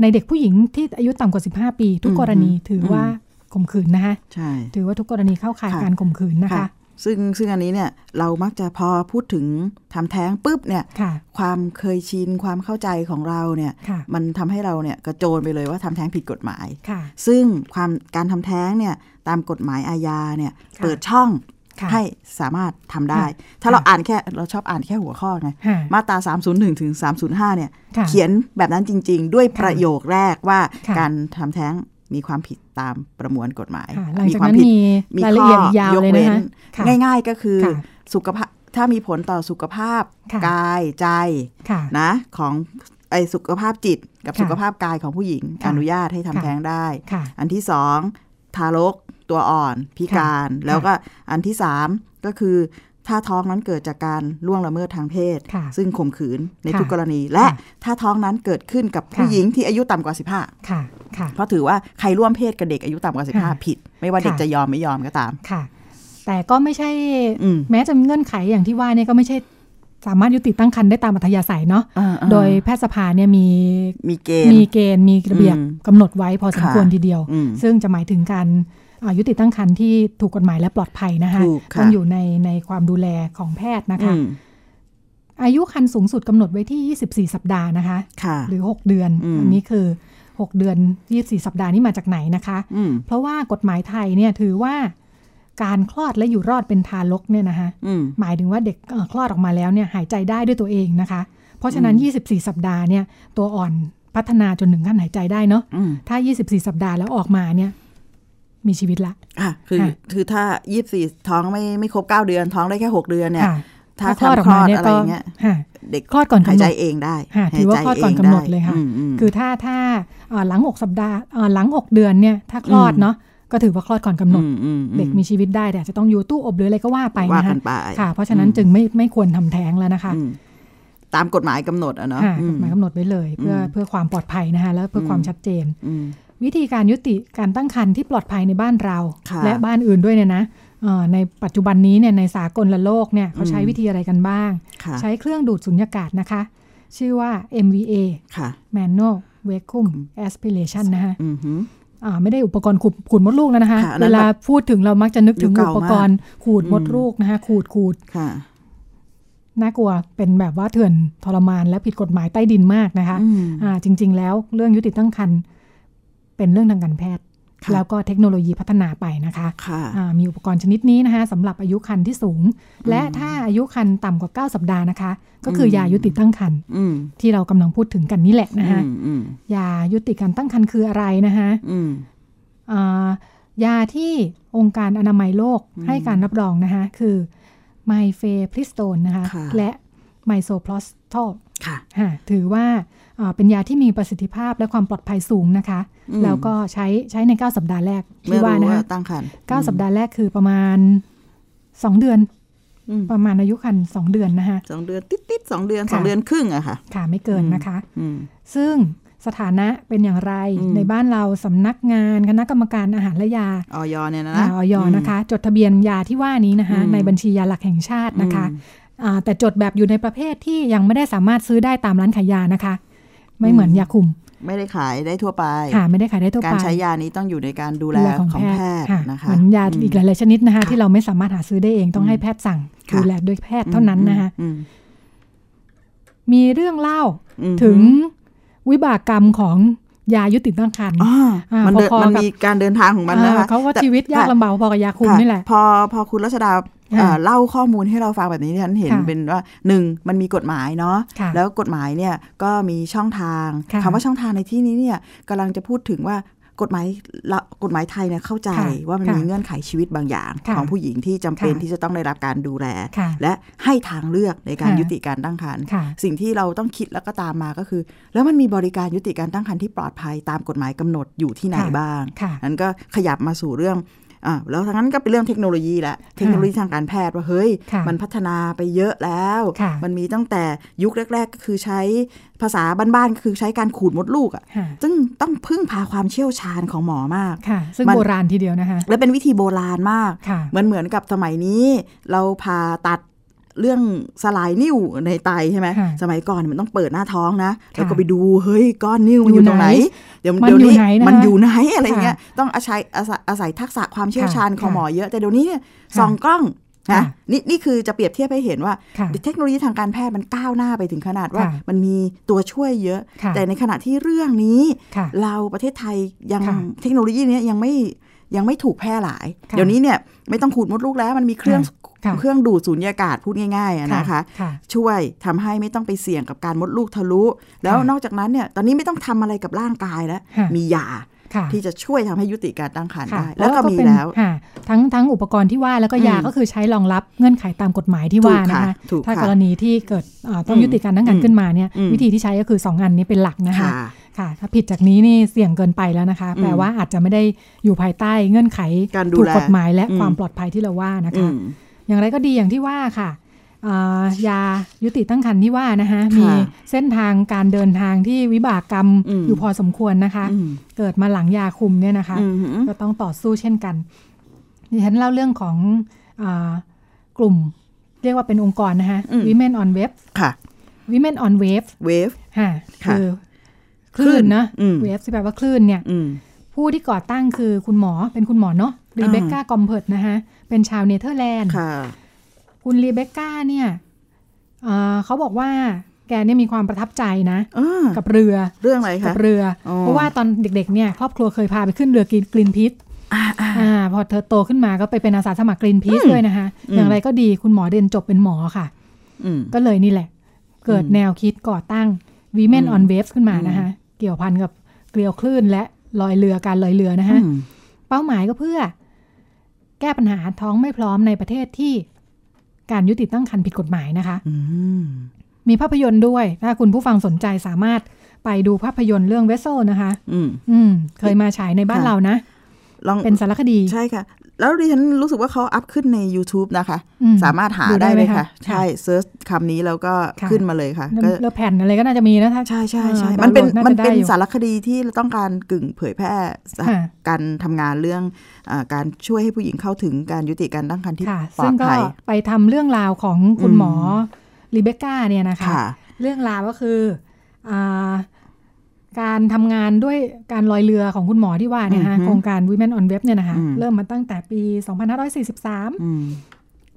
Speaker 2: ในเด็กผู้หญิงที่อายุต่ำกว่า 15 ปี ทุกกรณีถือว่าข่มขืนนะคะ
Speaker 3: ใช่
Speaker 2: ถือว่าทุกกรณีเข้าข่าย
Speaker 3: ค่ะ
Speaker 2: การข่มขืนนะคะ
Speaker 3: ซึ่งซึ่งอันนี้เนี่ยเรามักจะพอพูดถึงทำแท้งปุ๊บเนี่ย
Speaker 2: ค่ะ
Speaker 3: ความเคยชินความเข้าใจของเราเนี่ย
Speaker 2: ค่ะ
Speaker 3: มันทำให้เราเนี่ยกระโจนไปเลยว่าทำแท้งผิดกฎหมาย
Speaker 2: ค่ะ
Speaker 3: ซึ่งความการทำแท้งเนี่ยตามกฎหมายอาญาเนี่ย
Speaker 2: ค่ะ
Speaker 3: เปิดช่อง
Speaker 2: ค่ะ
Speaker 3: ให้สามารถทำได้
Speaker 2: ค่ะ
Speaker 3: ถ้าเรา
Speaker 2: ค่ะ
Speaker 3: อ่านแค่เราชอบอ่านแค่หัวข้อไง
Speaker 2: ค่ะ
Speaker 3: มาตรา 301 ถึง 305 เนี่ย
Speaker 2: ค่ะ
Speaker 3: เขียนแบบนั้นจริง ๆ ด้วยประโยคแรกว่า
Speaker 2: ค่ะ
Speaker 3: การทำแท้งมีความผิดตามประมวลกฎหมาย
Speaker 2: ค่ะ หลัง
Speaker 3: มี
Speaker 2: จาก
Speaker 3: ความ
Speaker 2: นั้น
Speaker 3: ผิด
Speaker 2: มี
Speaker 3: มี
Speaker 2: รายละ
Speaker 3: ข้อ
Speaker 2: เอียดอีกยาวเลยนะคะค่ะ
Speaker 3: ง่ายๆก็คือ
Speaker 2: ค่ะ
Speaker 3: สุขภาพถ้ามีผลต่อสุขภาพ
Speaker 2: ค่ะ
Speaker 3: กายใจ
Speaker 2: ค่ะ
Speaker 3: นะของไอสุขภาพจิตกับ
Speaker 2: ค่ะ
Speaker 3: สุขภาพกายของผู้หญิง
Speaker 2: ค่ะ
Speaker 3: อนุญาตให้ทำ
Speaker 2: ค่ะ
Speaker 3: แท้งได้
Speaker 2: ค่ะ
Speaker 3: อันที่สองทารกตัวอ่อนพิการ แล้วก็อันที่สามก็คือถ้าท้องนั้นเกิดจากการล่วงละเมิดทางเพศ
Speaker 2: ค่ะ
Speaker 3: ซึ่งข่มขืนใน
Speaker 2: ค่ะ
Speaker 3: ทุกกรณี และ
Speaker 2: ค่ะ
Speaker 3: ถ้าท้องนั้นเกิดขึ้นกับผู้
Speaker 2: ค่ะ
Speaker 3: หญิงที่อายุต่ำกว่า 15
Speaker 2: ค่ะ ค่ะ
Speaker 3: เพราะถือว่าใครร่วมเพศกับเด็กอายุต่ำกว่า
Speaker 2: ค่ะ
Speaker 3: 15 ผิด ไม่ว่าเด็ก
Speaker 2: ค่ะ
Speaker 3: จะยอมไม่ยอมก็ตาม
Speaker 2: ค่ะ แต่ก็ไม่ใช่
Speaker 3: อืม
Speaker 2: แม้จะมีเงื่อนไขอย่างที่ว่าเนี่ยก็ไม่ใช่สามารถยุติตั้งครรภ์ได้ตามอัธยาศัยเนาะ
Speaker 3: อ่าๆ
Speaker 2: โดยแพทยสภาเนี่ยมี
Speaker 3: มีเกณฑ์
Speaker 2: มีเกณฑ์มีระเบียบ
Speaker 3: อืม
Speaker 2: กำหนดไว้พอสมควร
Speaker 3: ค่ะ
Speaker 2: ทีเดียว
Speaker 3: อืม
Speaker 2: ซึ่งจะหมายถึงการอ่ายุติตั้งครรภ์ที่ถูกกฎหมายและปลอดภัยนะคะ
Speaker 3: ถูกค่ะ
Speaker 2: ต้องอยู่ในในความดูแลของแพทย์นะคะ
Speaker 3: อืม
Speaker 2: อายุครรภ์สูงสุดกำหนดไว้ที่ 24 สัปดาห์นะคะ
Speaker 3: ค่ะ
Speaker 2: หรือ 6 เดือน
Speaker 3: อืม
Speaker 2: อันนี้คือ 6 เดือน 24 สัปดาห์นี่มาจากไหนนะคะ
Speaker 3: อืม
Speaker 2: เพราะว่ากฎหมายไทยเนี่ยถือว่าการคลอดและอยู่รอดเป็นทารกเนี่ยนะคะ
Speaker 3: อืม
Speaker 2: หมายถึงว่าเด็กเอ่อคลอดออกมาแล้วเนี่ยหายใจได้ด้วยตัวเองนะคะ เพราะฉะนั้น
Speaker 3: อืม
Speaker 2: 24 สัปดาห์เนี่ยตัวอ่อนพัฒนาจนถึงขั้นหายใจได้เนาะ
Speaker 3: อืม
Speaker 2: ถ้า 24 สัปดาห์แล้วออกมาเนี่ยมีชีวิตละ
Speaker 3: อ่ะคือ
Speaker 2: ค่ะ
Speaker 3: คือถ้ายี่สี่ท้องไม่ไม่ครบเก้าเดือน ท้องได้แค่หกเดือนเนี่ย
Speaker 2: ค่ะ
Speaker 3: ถ้าทำคลอดอะไรอย่างเงี้ย
Speaker 2: ค่ะ
Speaker 3: เด็ก
Speaker 2: คลอดก่อน
Speaker 3: หาย
Speaker 2: กำหน
Speaker 3: ใจ
Speaker 2: ด
Speaker 3: เองได้
Speaker 2: ค่ะ
Speaker 3: ห
Speaker 2: ถือว่าคลอดก่อนกำหนด
Speaker 3: ใจงไ
Speaker 2: เลยค่ะ
Speaker 3: อืมๆ
Speaker 2: คือถ้าถ้าเอ่อหลัง 6 สัปดาห์เอ่อหลัง 6 เดือนเนี่ยถ้าคลอด
Speaker 3: อืม
Speaker 2: เนาะก็ถือว่าคลอดก่อนกำหนด
Speaker 3: อือือื
Speaker 2: เด็กมีชีวิตได้แต่อาจจะต้องอยู่ตู้อบหรืออะไรก็ว่าไป
Speaker 3: ว่า
Speaker 2: นะคะ
Speaker 3: กันไป
Speaker 2: ค่ะ เพราะฉะนั้นจึงไม่ไม่ควรทำแท้งแล้วนะคะ
Speaker 3: อืมตามกฎหมายกำหนดอะเนาะ
Speaker 2: ค่ะ
Speaker 3: อื
Speaker 2: ก
Speaker 3: ม
Speaker 2: ฎหมายกำหนดไว้เลย เพื่อ
Speaker 3: อืม
Speaker 2: เพื่อความปลอดภัยนะคะและเพื่ออ
Speaker 3: ม
Speaker 2: ความชัดเจน
Speaker 3: อืม
Speaker 2: วิธีการยุติการตั้งครรภ์ที่ปลอดภัยในบ้านเรา
Speaker 3: ค่ะ
Speaker 2: และบ้านอื่นด้วยเนี่ยนะเอ่อในปัจจุบันนี้เนี่ยในสากลโลกเนี่ยเขาใช้วิธีอะไรกันบ้าง
Speaker 3: ค่ะ
Speaker 2: ใช้เครื่องดูดสุญญากาศนะคะ ชื่อว่า MVA
Speaker 3: ค่ะ
Speaker 2: Manual Vacuum Aspiration นะคะ
Speaker 3: อืมหืม
Speaker 2: อ่าไม่ได้อุปกรณ์ขูดขูดมดลูกแล้วนะคะ
Speaker 3: ค่ะอันนั้
Speaker 2: เวนลาพูดถึงเรามักจะนึกถึง
Speaker 3: ยุคเก่า
Speaker 2: อุปกรณ์ขูด
Speaker 3: อืม
Speaker 2: มดลูกนะคะขูดขูด
Speaker 3: ค่ะ
Speaker 2: น่ากลัวเป็นแบบว่าเถื่อนทรมานและผิดกฎหมายใต้ดินมากนะคะ
Speaker 3: อืม
Speaker 2: อ่าจริง ๆ แล้วเรื่องยุติตั้งครรภ์เป็นเรื่องทางการแพทย์
Speaker 3: ค่ะ
Speaker 2: แล้วก็เทคโนโลยีพัฒนาไปนะคะ
Speaker 3: ค่ะ
Speaker 2: อ่ามีอุปกรณ์ชนิดนี้นะคะสำหรับอายุครรภ์ที่สูง และถ้าอายุครรภ์ต่ำกว่า 9 สัปดาห์นะคะ ก็คืออ
Speaker 3: ม
Speaker 2: ยายุติตั้งครรภ์
Speaker 3: อืม
Speaker 2: ที่เรากำลังพูดถึงกันนี่แหละนะคะ
Speaker 3: อืมอืม
Speaker 2: ยายุติการตั้งครรภ์คืออะไรนะคะ
Speaker 3: อืม
Speaker 2: อ่ายาที่องค์การอนามัยโลก
Speaker 3: อืม
Speaker 2: ให้การรับรองนะคะ คือไมเฟพริสโตนนะคะ
Speaker 3: ค่ะ
Speaker 2: และไมโซพลอสทอล
Speaker 3: ค่ะ
Speaker 2: ค่ะถือว่าเอ่อเป็นยาที่มีประสิทธิภาพและความปลอดภัยสูงนะคะ
Speaker 3: อืม
Speaker 2: แล้วก็ใช้ใช้ใน 9 สัปดาห์แรก
Speaker 3: เมื่
Speaker 2: ที่
Speaker 3: อ
Speaker 2: ว่า
Speaker 3: รู้
Speaker 2: นะ
Speaker 3: ว่า
Speaker 2: คะ
Speaker 3: ตั้งครรภ์
Speaker 2: เก้าสัปดาห์แรกคือประมาณ 2 เดือน
Speaker 3: อืม
Speaker 2: ประมาณอายุครรภ์2เดือนนะคะ
Speaker 3: สองเดือนติดๆสองเดือนสอง
Speaker 2: ค่ะ
Speaker 3: เดือนครึ่งอะค่ะ
Speaker 2: ค่ะไม่เกินนะคะ
Speaker 3: อืม
Speaker 2: ซึ่งสถานะเป็นอย่างไร
Speaker 3: อืม
Speaker 2: ในบ้านเราสำนักงานคณะกรรมการอาหารและยา
Speaker 3: ออยเนี่ยนะ
Speaker 2: อ่าออยนะคะ จดทะเบียนยาที่ว่านี้นะคะ
Speaker 3: อืม
Speaker 2: ในบัญชียาหลักแห่งชาติ
Speaker 3: อืม
Speaker 2: นะคะอ่าแต่จดแบบอยู่ในประเภทที่ยังไม่ได้สามารถซื้อได้ตามร้านขายยานะคะ ไม่เหมือนยาคุม
Speaker 3: ไม่ได้ขายได้ทั่วไป
Speaker 2: ค่ะไม่ได้ขายได้ทั่ว
Speaker 3: การ
Speaker 2: ไป
Speaker 3: ใช้ยานี้ต้องอยู่ในการดูแลของแพทย์
Speaker 2: ค่ะ
Speaker 3: นะคะ
Speaker 2: เหมือนยาอีกหลายๆชนิดนะคะ
Speaker 3: ค่ะ
Speaker 2: ที่เราไม่สามารถหาซื้อได้เองต้อง
Speaker 3: อืม
Speaker 2: ให้แพทย์สั่ง
Speaker 3: ค่ะ
Speaker 2: ดูแลโดยแพทย์เท่านั้นนะคะ
Speaker 3: อืม
Speaker 2: มีเรื่องเล่า
Speaker 3: อืม
Speaker 2: ถึงวิบากกรรมของยายุติตั้งครรภ์
Speaker 3: อ่า
Speaker 2: อ่ามั
Speaker 3: มันเดิน
Speaker 2: พอๆกับ
Speaker 3: มันมีการเดินทางของมันนะคะ
Speaker 2: อ่าเขาว่า
Speaker 3: แต่
Speaker 2: ชีวิตยาก
Speaker 3: ค่ะ
Speaker 2: ลำบากพอกับยาคุม
Speaker 3: ค่ะ
Speaker 2: นี่แหละ
Speaker 3: พอพอคุณรัชดาเอ่
Speaker 2: ค่ะ
Speaker 3: อเล่าข้อมูลให้เราฟังแบบนี้ดิฉันเห็น
Speaker 2: ค่ะ
Speaker 3: เป็นว่าหนึ่งมันมีกฎหมายเนาะ
Speaker 2: ค่ะ
Speaker 3: แล้วกฎหมายเนี่ยก็มีช่องทาง
Speaker 2: ค่ะ
Speaker 3: คำว่าช่องทางในที่นี้เนี่ยกำลังจะพูดถึงว่ากฎหมายละกฎหมายไทยเนี่ยเข้าใจ
Speaker 2: ค่ะ
Speaker 3: ว่ามัน
Speaker 2: ค่ะ
Speaker 3: มีเงื่อนไขชีวิตบางอย่าง
Speaker 2: ค่ะ
Speaker 3: ของผู้หญิงที่จำเป็น
Speaker 2: ค่ะ
Speaker 3: ที่จะต้องได้รับการดูแล
Speaker 2: ค่ะ
Speaker 3: และให้ทางเลือกในการ
Speaker 2: ค่ะ
Speaker 3: ยุติการตั้งครรภ์
Speaker 2: ค่ะ
Speaker 3: สิ่งที่เราต้องคิดแล้วก็ตามมาก็คือ แล้วมันมีบริการยุติการตั้งครรภ์ที่ปลอดภัยตามกฎหมายกำหนดอยู่ที่ไหน
Speaker 2: ค่ะ
Speaker 3: บ้าง
Speaker 2: ค่ะ
Speaker 3: นั้นก็ขยับมาสู่เรื่องอ่าแล้วทั้งนั้นก็เป็นเรื่องเทคโนโลยีละเทคโนโลยีทางการแพทย์ว่าเฮ้ย
Speaker 2: ค่ะ
Speaker 3: มันพัฒนาไปเยอะแล้ว
Speaker 2: ค่ะ
Speaker 3: มันมีตั้งแต่ยุคแรก ๆ ก็คือใช้ภาษาบ้านๆก็คือใช้การขูดมดลูกอะ
Speaker 2: ค่ะ
Speaker 3: ซึ่งต้องพึ่งพาความเชี่ยวชาญของหมอมาก
Speaker 2: ค่ะ ซึ่ง
Speaker 3: มัน
Speaker 2: โบราณทีเดียวนะคะ
Speaker 3: และเป็นวิธีโบราณมาก
Speaker 2: ค่ะ
Speaker 3: มันเหมือนกับสมัยนี้เราผ่าตัดเรื่องสลายนิ้วในไตใช่ไหม
Speaker 2: ค่ะ
Speaker 3: สมัยก่อนเนยมันต้องเปิดหน้าท้องนะ แล้วก็ไปดูเฮ้ยก้อนนิ้วมัน
Speaker 2: อ
Speaker 3: อยู่ ยู่ตรงไหน
Speaker 2: ไหน
Speaker 3: เดี๋ยว
Speaker 2: มัน
Speaker 3: เดี๋ยว
Speaker 2: อยู่
Speaker 3: นี้
Speaker 2: ไหนนะคะ
Speaker 3: มันอยู่ไหนอะไรเงี้ยต้องอาศัยอาศัยอาศัยทักษะความเชี่ยว
Speaker 2: ค่ะ
Speaker 3: ชาญของ
Speaker 2: ค่ะ
Speaker 3: หมอเยอะแต่เดี๋ยวนี้เนี่ยส่องกล้อง
Speaker 2: ค่ะ
Speaker 3: นะนี่นี่คือจะเปรียบเทียบให้เห็นว่า
Speaker 2: ค่ะ
Speaker 3: เทคโนโลยีทางการแพทย์มันก้าวหน้าไปถึงขนาดว่า
Speaker 2: ค่ะ
Speaker 3: มันมีตัวช่วยเยอะ
Speaker 2: ค่ะ
Speaker 3: แต่ในขณะที่เรื่องนี้
Speaker 2: ค่ะ
Speaker 3: เราประเทศไทยยัง
Speaker 2: ค่ะ
Speaker 3: เทคโนโลยีเนี้ยยังไม่ยังไม่ถูกแพร่หลาย
Speaker 2: ค่ะ
Speaker 3: เดี๋ยวนี้เนี่ยไม่ต้องขูดมดลูกแล้วมันมีเครื่อง
Speaker 2: ค่ะ
Speaker 3: เครื่องดูดสูญญากาศพูดง่ายๆอะนะคะ
Speaker 2: ค่ะ
Speaker 3: ช่วยทำให้ไม่ต้องไปเสี่ยงกับการมดลูกทะลุ แล้วนอกจากนั้นเนี่ยตอนนี้ไม่ต้องทำอะไรกับร่างกายแล้ว
Speaker 2: ค่ะ
Speaker 3: มียา
Speaker 2: ค่ะ
Speaker 3: ที่จะช่วยทำให้ยุติการตั้งครรภ์
Speaker 2: ค่ะ
Speaker 3: ได้แล้วก็มี
Speaker 2: เป็น
Speaker 3: แล้ว
Speaker 2: ค่ะ ทั้งทั้งอุปกรณ์ที่ว่าแล้วก็ยา
Speaker 3: อืม
Speaker 2: ก็คือใช้รองรับเงื่อนไขตามกฎหมายที่ว่า
Speaker 3: ถูก
Speaker 2: นะ
Speaker 3: ค่ะ
Speaker 2: คะ
Speaker 3: ถูกค่ะ
Speaker 2: ถ้ากรณีที่เกิดเอ่อต้อง
Speaker 3: อืม
Speaker 2: ยุติการตั้งครรภ์ขึ้นมาเนี่ย
Speaker 3: อืม
Speaker 2: วิธีที่ใช้ก็คือ 2 อันนี้เป็นหลักนะคะ
Speaker 3: ค่ะ
Speaker 2: ค่ะ ถ้าผิดจากนี้นี่เสี่ยงเกินไปแล้วนะคะ
Speaker 3: อืม
Speaker 2: แปลว่าอาจจะไม่ได้อยู่ภายใต้เงื่อนไข
Speaker 3: การดู
Speaker 2: ถูก
Speaker 3: แล
Speaker 2: กฎหมายและ
Speaker 3: อืม
Speaker 2: ความปลอดภัยที่เราว่านะ
Speaker 3: อื
Speaker 2: คะ
Speaker 3: ม
Speaker 2: อย่างไรก็ดีอย่างที่ว่าค่ะเอ่อยายุติตั้งครรภ์ที่ว่านะคะมีเส้นทางการเดินทางที่วิบากกรรม
Speaker 3: อืม
Speaker 2: อยู่พอสมควรนะคะ
Speaker 3: อืม
Speaker 2: เกิดมาหลังยาคุมเนี่ยนะคะ
Speaker 3: อืม
Speaker 2: ก็ต้องต่อสู้เช่นกันดิฉันเล่าเรื่องของอากลุ่ม เรียกว่าเป็นองค์กรนะคะ Women on Web
Speaker 3: ค่ะ
Speaker 2: Women on Wave
Speaker 3: เวฟ
Speaker 2: ค่ะ
Speaker 3: ค่ะ
Speaker 2: คือคลื่นนะ
Speaker 3: อืม
Speaker 2: เวฟที่แปลว่าคลื่นเนี่ย
Speaker 3: อืม
Speaker 2: ผู้ที่ก่อตั้งคือคุณหมอเป็นคุณหมอเนาะรีเบคก้ากอมเพิร์ดนะคะเป็นชาวเนเธอร์แลนด์
Speaker 3: ค่ะ
Speaker 2: คุณรีเบคก้าเนี่ยเอ่อเขาบอกว่าแกเนี่ยมีความประทับใจนะ
Speaker 3: อ่า
Speaker 2: กับเรือ
Speaker 3: เรื่องอะไร
Speaker 2: กั
Speaker 3: คะ
Speaker 2: บเรืออ
Speaker 3: อ
Speaker 2: เพราะว่าตอนเด็กๆเนี่ยครอบครัวเคยพาไปขึ้นเรือกรีนกรีนพิษอ่าพอเธอโตขึ้นมาก็ไปเป็นอาสาสมัครกรีนพิษด้วยนะคะอย่างไรก็ดีคุณหมอเดนจบเป็นหมอค่ะ
Speaker 3: อืม
Speaker 2: ก็เลยนี่แหละ เกิดแนวคิดก่อตั้ง Women
Speaker 3: อืม
Speaker 2: on Waves ขึ้นมานะคะเกี่ยวพันกับเกลียวคลื่นและลอยเรือการลอยเรือนะคะ
Speaker 3: อืม
Speaker 2: เป้าหมายก็เพื่อ แก้ปัญหาท้องไม่พร้อมในประเทศที่การยุติตั้งครรภ์ผิดกฎหมายนะคะ
Speaker 3: อืม
Speaker 2: มีภาพยนตร์ด้วย ถ้าคุณผู้ฟังสนใจสามารถไปดูภาพยนตร์เรื่อง Vessel นะคะ
Speaker 3: อืม
Speaker 2: อืม เคยมาฉายในบ้าน
Speaker 3: ค่ะ
Speaker 2: เรานะ
Speaker 3: ลอง
Speaker 2: เป็นสารคดี
Speaker 3: ใช่ค่ะ แล้วดิฉันรู้สึกว่าเขาอัพขึ้นใน YouTube นะคะ
Speaker 2: อืม
Speaker 3: สามารถหา
Speaker 2: ดูได้
Speaker 3: ได้เลย
Speaker 2: ไหมคะ
Speaker 3: ค่ะ ใช่เซิร์ชคำนี้แล้วก็
Speaker 2: ค่ะ
Speaker 3: ขึ้นมาเลยค่ะ
Speaker 2: เลื
Speaker 3: ก็
Speaker 2: อกเลือกแผ่นอะไรก็น่าจะมีนะถ้า
Speaker 3: ใช่ใช่ใช่
Speaker 2: อ่า
Speaker 3: มันเป็น
Speaker 2: ดาวน์โหลดน่าจะ
Speaker 3: มันเป็น
Speaker 2: ได้อยู่
Speaker 3: สารคดีที่ต้องการกึ่งเผยแพร่สห
Speaker 2: ค่ะ
Speaker 3: การทำงานเรื่องอาการช่วยให้ผู้หญิงเข้าถึงการยุติการตั้งครรภ์ที่
Speaker 2: ค่ะ
Speaker 3: ปลอ
Speaker 2: ซึ่ง
Speaker 3: ด
Speaker 2: ก็
Speaker 3: ภัย
Speaker 2: ไปทำเรื่องราวของคุณ
Speaker 3: อืม
Speaker 2: หมอรีเบคก้าเนี่ยนะคะ
Speaker 3: ค่ะ
Speaker 2: เรื่องราวก็คืออาการทำงานด้วยการลอยเรือของคุณหมอที่ว่าเนี่ยนะคะ
Speaker 3: อือฮึ
Speaker 2: โครงการ Women on Web เนี่ยนะคะ
Speaker 3: อืม
Speaker 2: เริ่มมาตั้งแต่ปี 2543
Speaker 3: อืม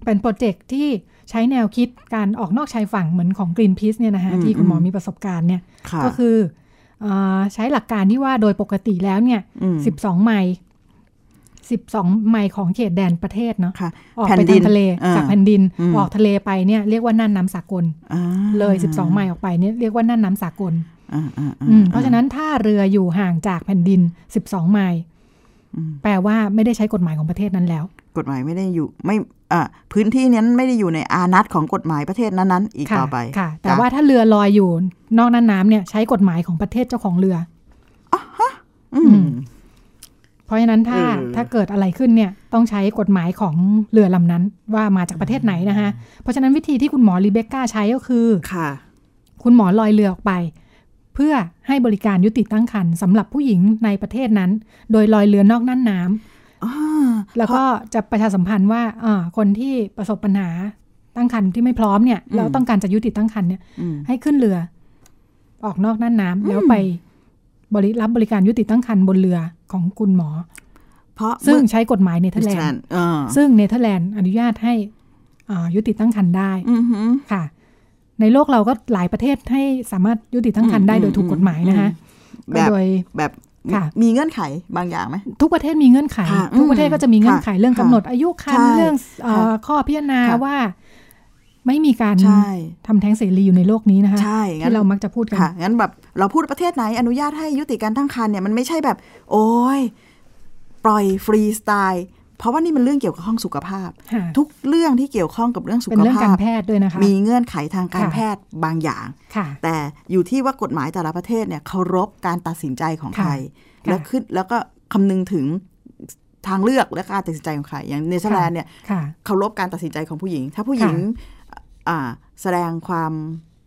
Speaker 2: เป็นโปรเจกต์ที่ใช้แนวคิดการออกนอกชายฝั่งเหมือนของ Greenpeace เนี่ยนะคะ
Speaker 3: อืม
Speaker 2: ที่คุณหมอ
Speaker 3: อืม
Speaker 2: มีประสบการณ์เนี่ย
Speaker 3: ค่ะ
Speaker 2: ก็คืออาใช้หลักการที่ว่าโดยปกติแล้วเนี่ย
Speaker 3: ม
Speaker 2: 12 ไมล์12 ไมล์ของเขตแดนประเทศเนาะ
Speaker 3: ค่ะ
Speaker 2: ออก
Speaker 3: แผ่
Speaker 2: ไป
Speaker 3: นดิ
Speaker 2: ทาน งทะเล
Speaker 3: อ่า
Speaker 2: จากแผ่นดิน
Speaker 3: อืม
Speaker 2: ออกทะเลไปเนี่ยเรียกว่าน่านน้ำสากล
Speaker 3: อ่า
Speaker 2: เลย 12 ไมล์ออกไปเนี่ยเรียกว่าน่านน้ำสากล
Speaker 3: อ่าอ่าอ่า
Speaker 2: อืมเพราะฉะนั้นถ้าเรืออยู่ห่างจากแผ่นดิน 12 ไมล์
Speaker 3: อืม
Speaker 2: แปลว่าไม่ได้ใช้กฎหมายของประเทศนั้นแล้ว
Speaker 3: กฎหมายไม่ได้อยู่ไม่อ่าพื้นที่นั้นไม่ได้อยู่ในอานัตของกฎหมายประเทศนั้นๆอีก
Speaker 2: ค่ะ
Speaker 3: ต่อไป
Speaker 2: ค่ะ แต่
Speaker 3: จ้ะ
Speaker 2: ว่าถ้าเรือลอยอยู่นอกน่านน้ำเนี่ยใช้กฎหมายของประเทศเจ้าของเรือ
Speaker 3: อื
Speaker 2: อื
Speaker 3: ม
Speaker 2: ม เพราะฉะนั้นถ้า
Speaker 6: เออ
Speaker 2: ถ้าเกิดอะไรขึ้นเนี่ยต้องใช้กฎหมายของเรือลำนั้นว่ามาจากประเทศไหนนะคะเพราะฉะนั้นวิธีที่คุณหมอรีเบคก้าใช้ก็คือ
Speaker 3: ค่ะ
Speaker 2: คุณหมอลอยเรือออกไป เพื่อให้บริการยุติตั้งครรภ์สำหรับผู้หญิงในประเทศนั้น โดยลอยเรือนอกน่านน้ำ
Speaker 3: อ่า
Speaker 2: แล้วก็จะประชาสัมพันธ์ว่าอ่าคนที่ประสบปัญหาตั้งครรภ์ที่ไม่พร้อมเนี่ยแล้วต้องการจะยุติตั้งครรภ์เนี่ย
Speaker 3: อืม
Speaker 2: ให้ขึ้นเรือ ออกนอกน่านน้ำแล้วไปบริรับบริการยุติตั้งครรภ์บนเรือของคุณหมอ
Speaker 3: เพราะ
Speaker 2: ซึ่ง
Speaker 3: เมื่อ
Speaker 2: ใช้กฎหมายเนเธอร์แลนด์
Speaker 3: อ่า
Speaker 2: ซึ่งเนเธอร์แลนด์อนุญาตให้อ่ายุติตั้งครรภ์ได้
Speaker 3: อือหือ
Speaker 2: ค่ะ ในโลกเราก็หลายประเทศให้สามารถยุติตั้งครรภ์ได้
Speaker 3: อืม
Speaker 2: โดยถูกกฎหมายนะคะ
Speaker 3: อืมแบบ
Speaker 2: โดย
Speaker 3: แบบ
Speaker 2: ค่ะ
Speaker 3: มีเงื่อนไขบางอย่างไหม
Speaker 2: ทุกประเทศมีเงื่อนไข
Speaker 3: ค่ะ
Speaker 2: ทุกประเทศก็จะมีเงื่อนไข
Speaker 3: ค่ะ
Speaker 2: เรื่องกำหนดอายุคัน
Speaker 3: ใช่
Speaker 2: เรื่องเอ่อ
Speaker 3: ค่ะ
Speaker 2: ข้อพิจารณา
Speaker 3: ค่ะ
Speaker 2: ว่าไม่มีการ
Speaker 3: ใช่
Speaker 2: ทำแท้งเสรีอยู่ในโลกนี้นะคะ
Speaker 3: ใช่งั้น
Speaker 2: ที่เรามักจะพูดกัน
Speaker 3: ค่ะงั้นแบบเราพูดประเทศไหนอนุญาตให้ยุติการตั้งครรภ์เนี่ยมันไม่ใช่แบบ โอ้ยปล่อยฟรีสไตล์ เพราะว่านี่มันเรื่องเกี่ยวกับห้องสุขภาพ
Speaker 2: ค่ะ
Speaker 3: ทุกเรื่องที่เกี่ยวข้องกับเรื่องสุ
Speaker 2: เป็น
Speaker 3: ข
Speaker 2: เรื่องกา
Speaker 3: ภาร พ
Speaker 2: แพทย์ด้วยนะคะ
Speaker 3: มีเงื่อนไขทางการ
Speaker 2: ค่ะ
Speaker 3: แพทย์บางอย่าง
Speaker 2: ค่ะ
Speaker 3: แต่อยู่ที่ว่ากฎหมายแต่ละประเทศเนี่ยเคารพการตัดสินใจของ
Speaker 2: ค่ะ
Speaker 3: ใคร และ
Speaker 2: ค่ะ
Speaker 3: ขึ้นแล้วก็คำนึงถึงทางเลือกและการตัดสินใจของใคร อย่างเนเธอร์แลนด์เนี่ย
Speaker 2: ค่ะ
Speaker 3: เคารพการตัดสินใจของผู้หญิง ถ้าผู้หญิงอ่าแสดงความ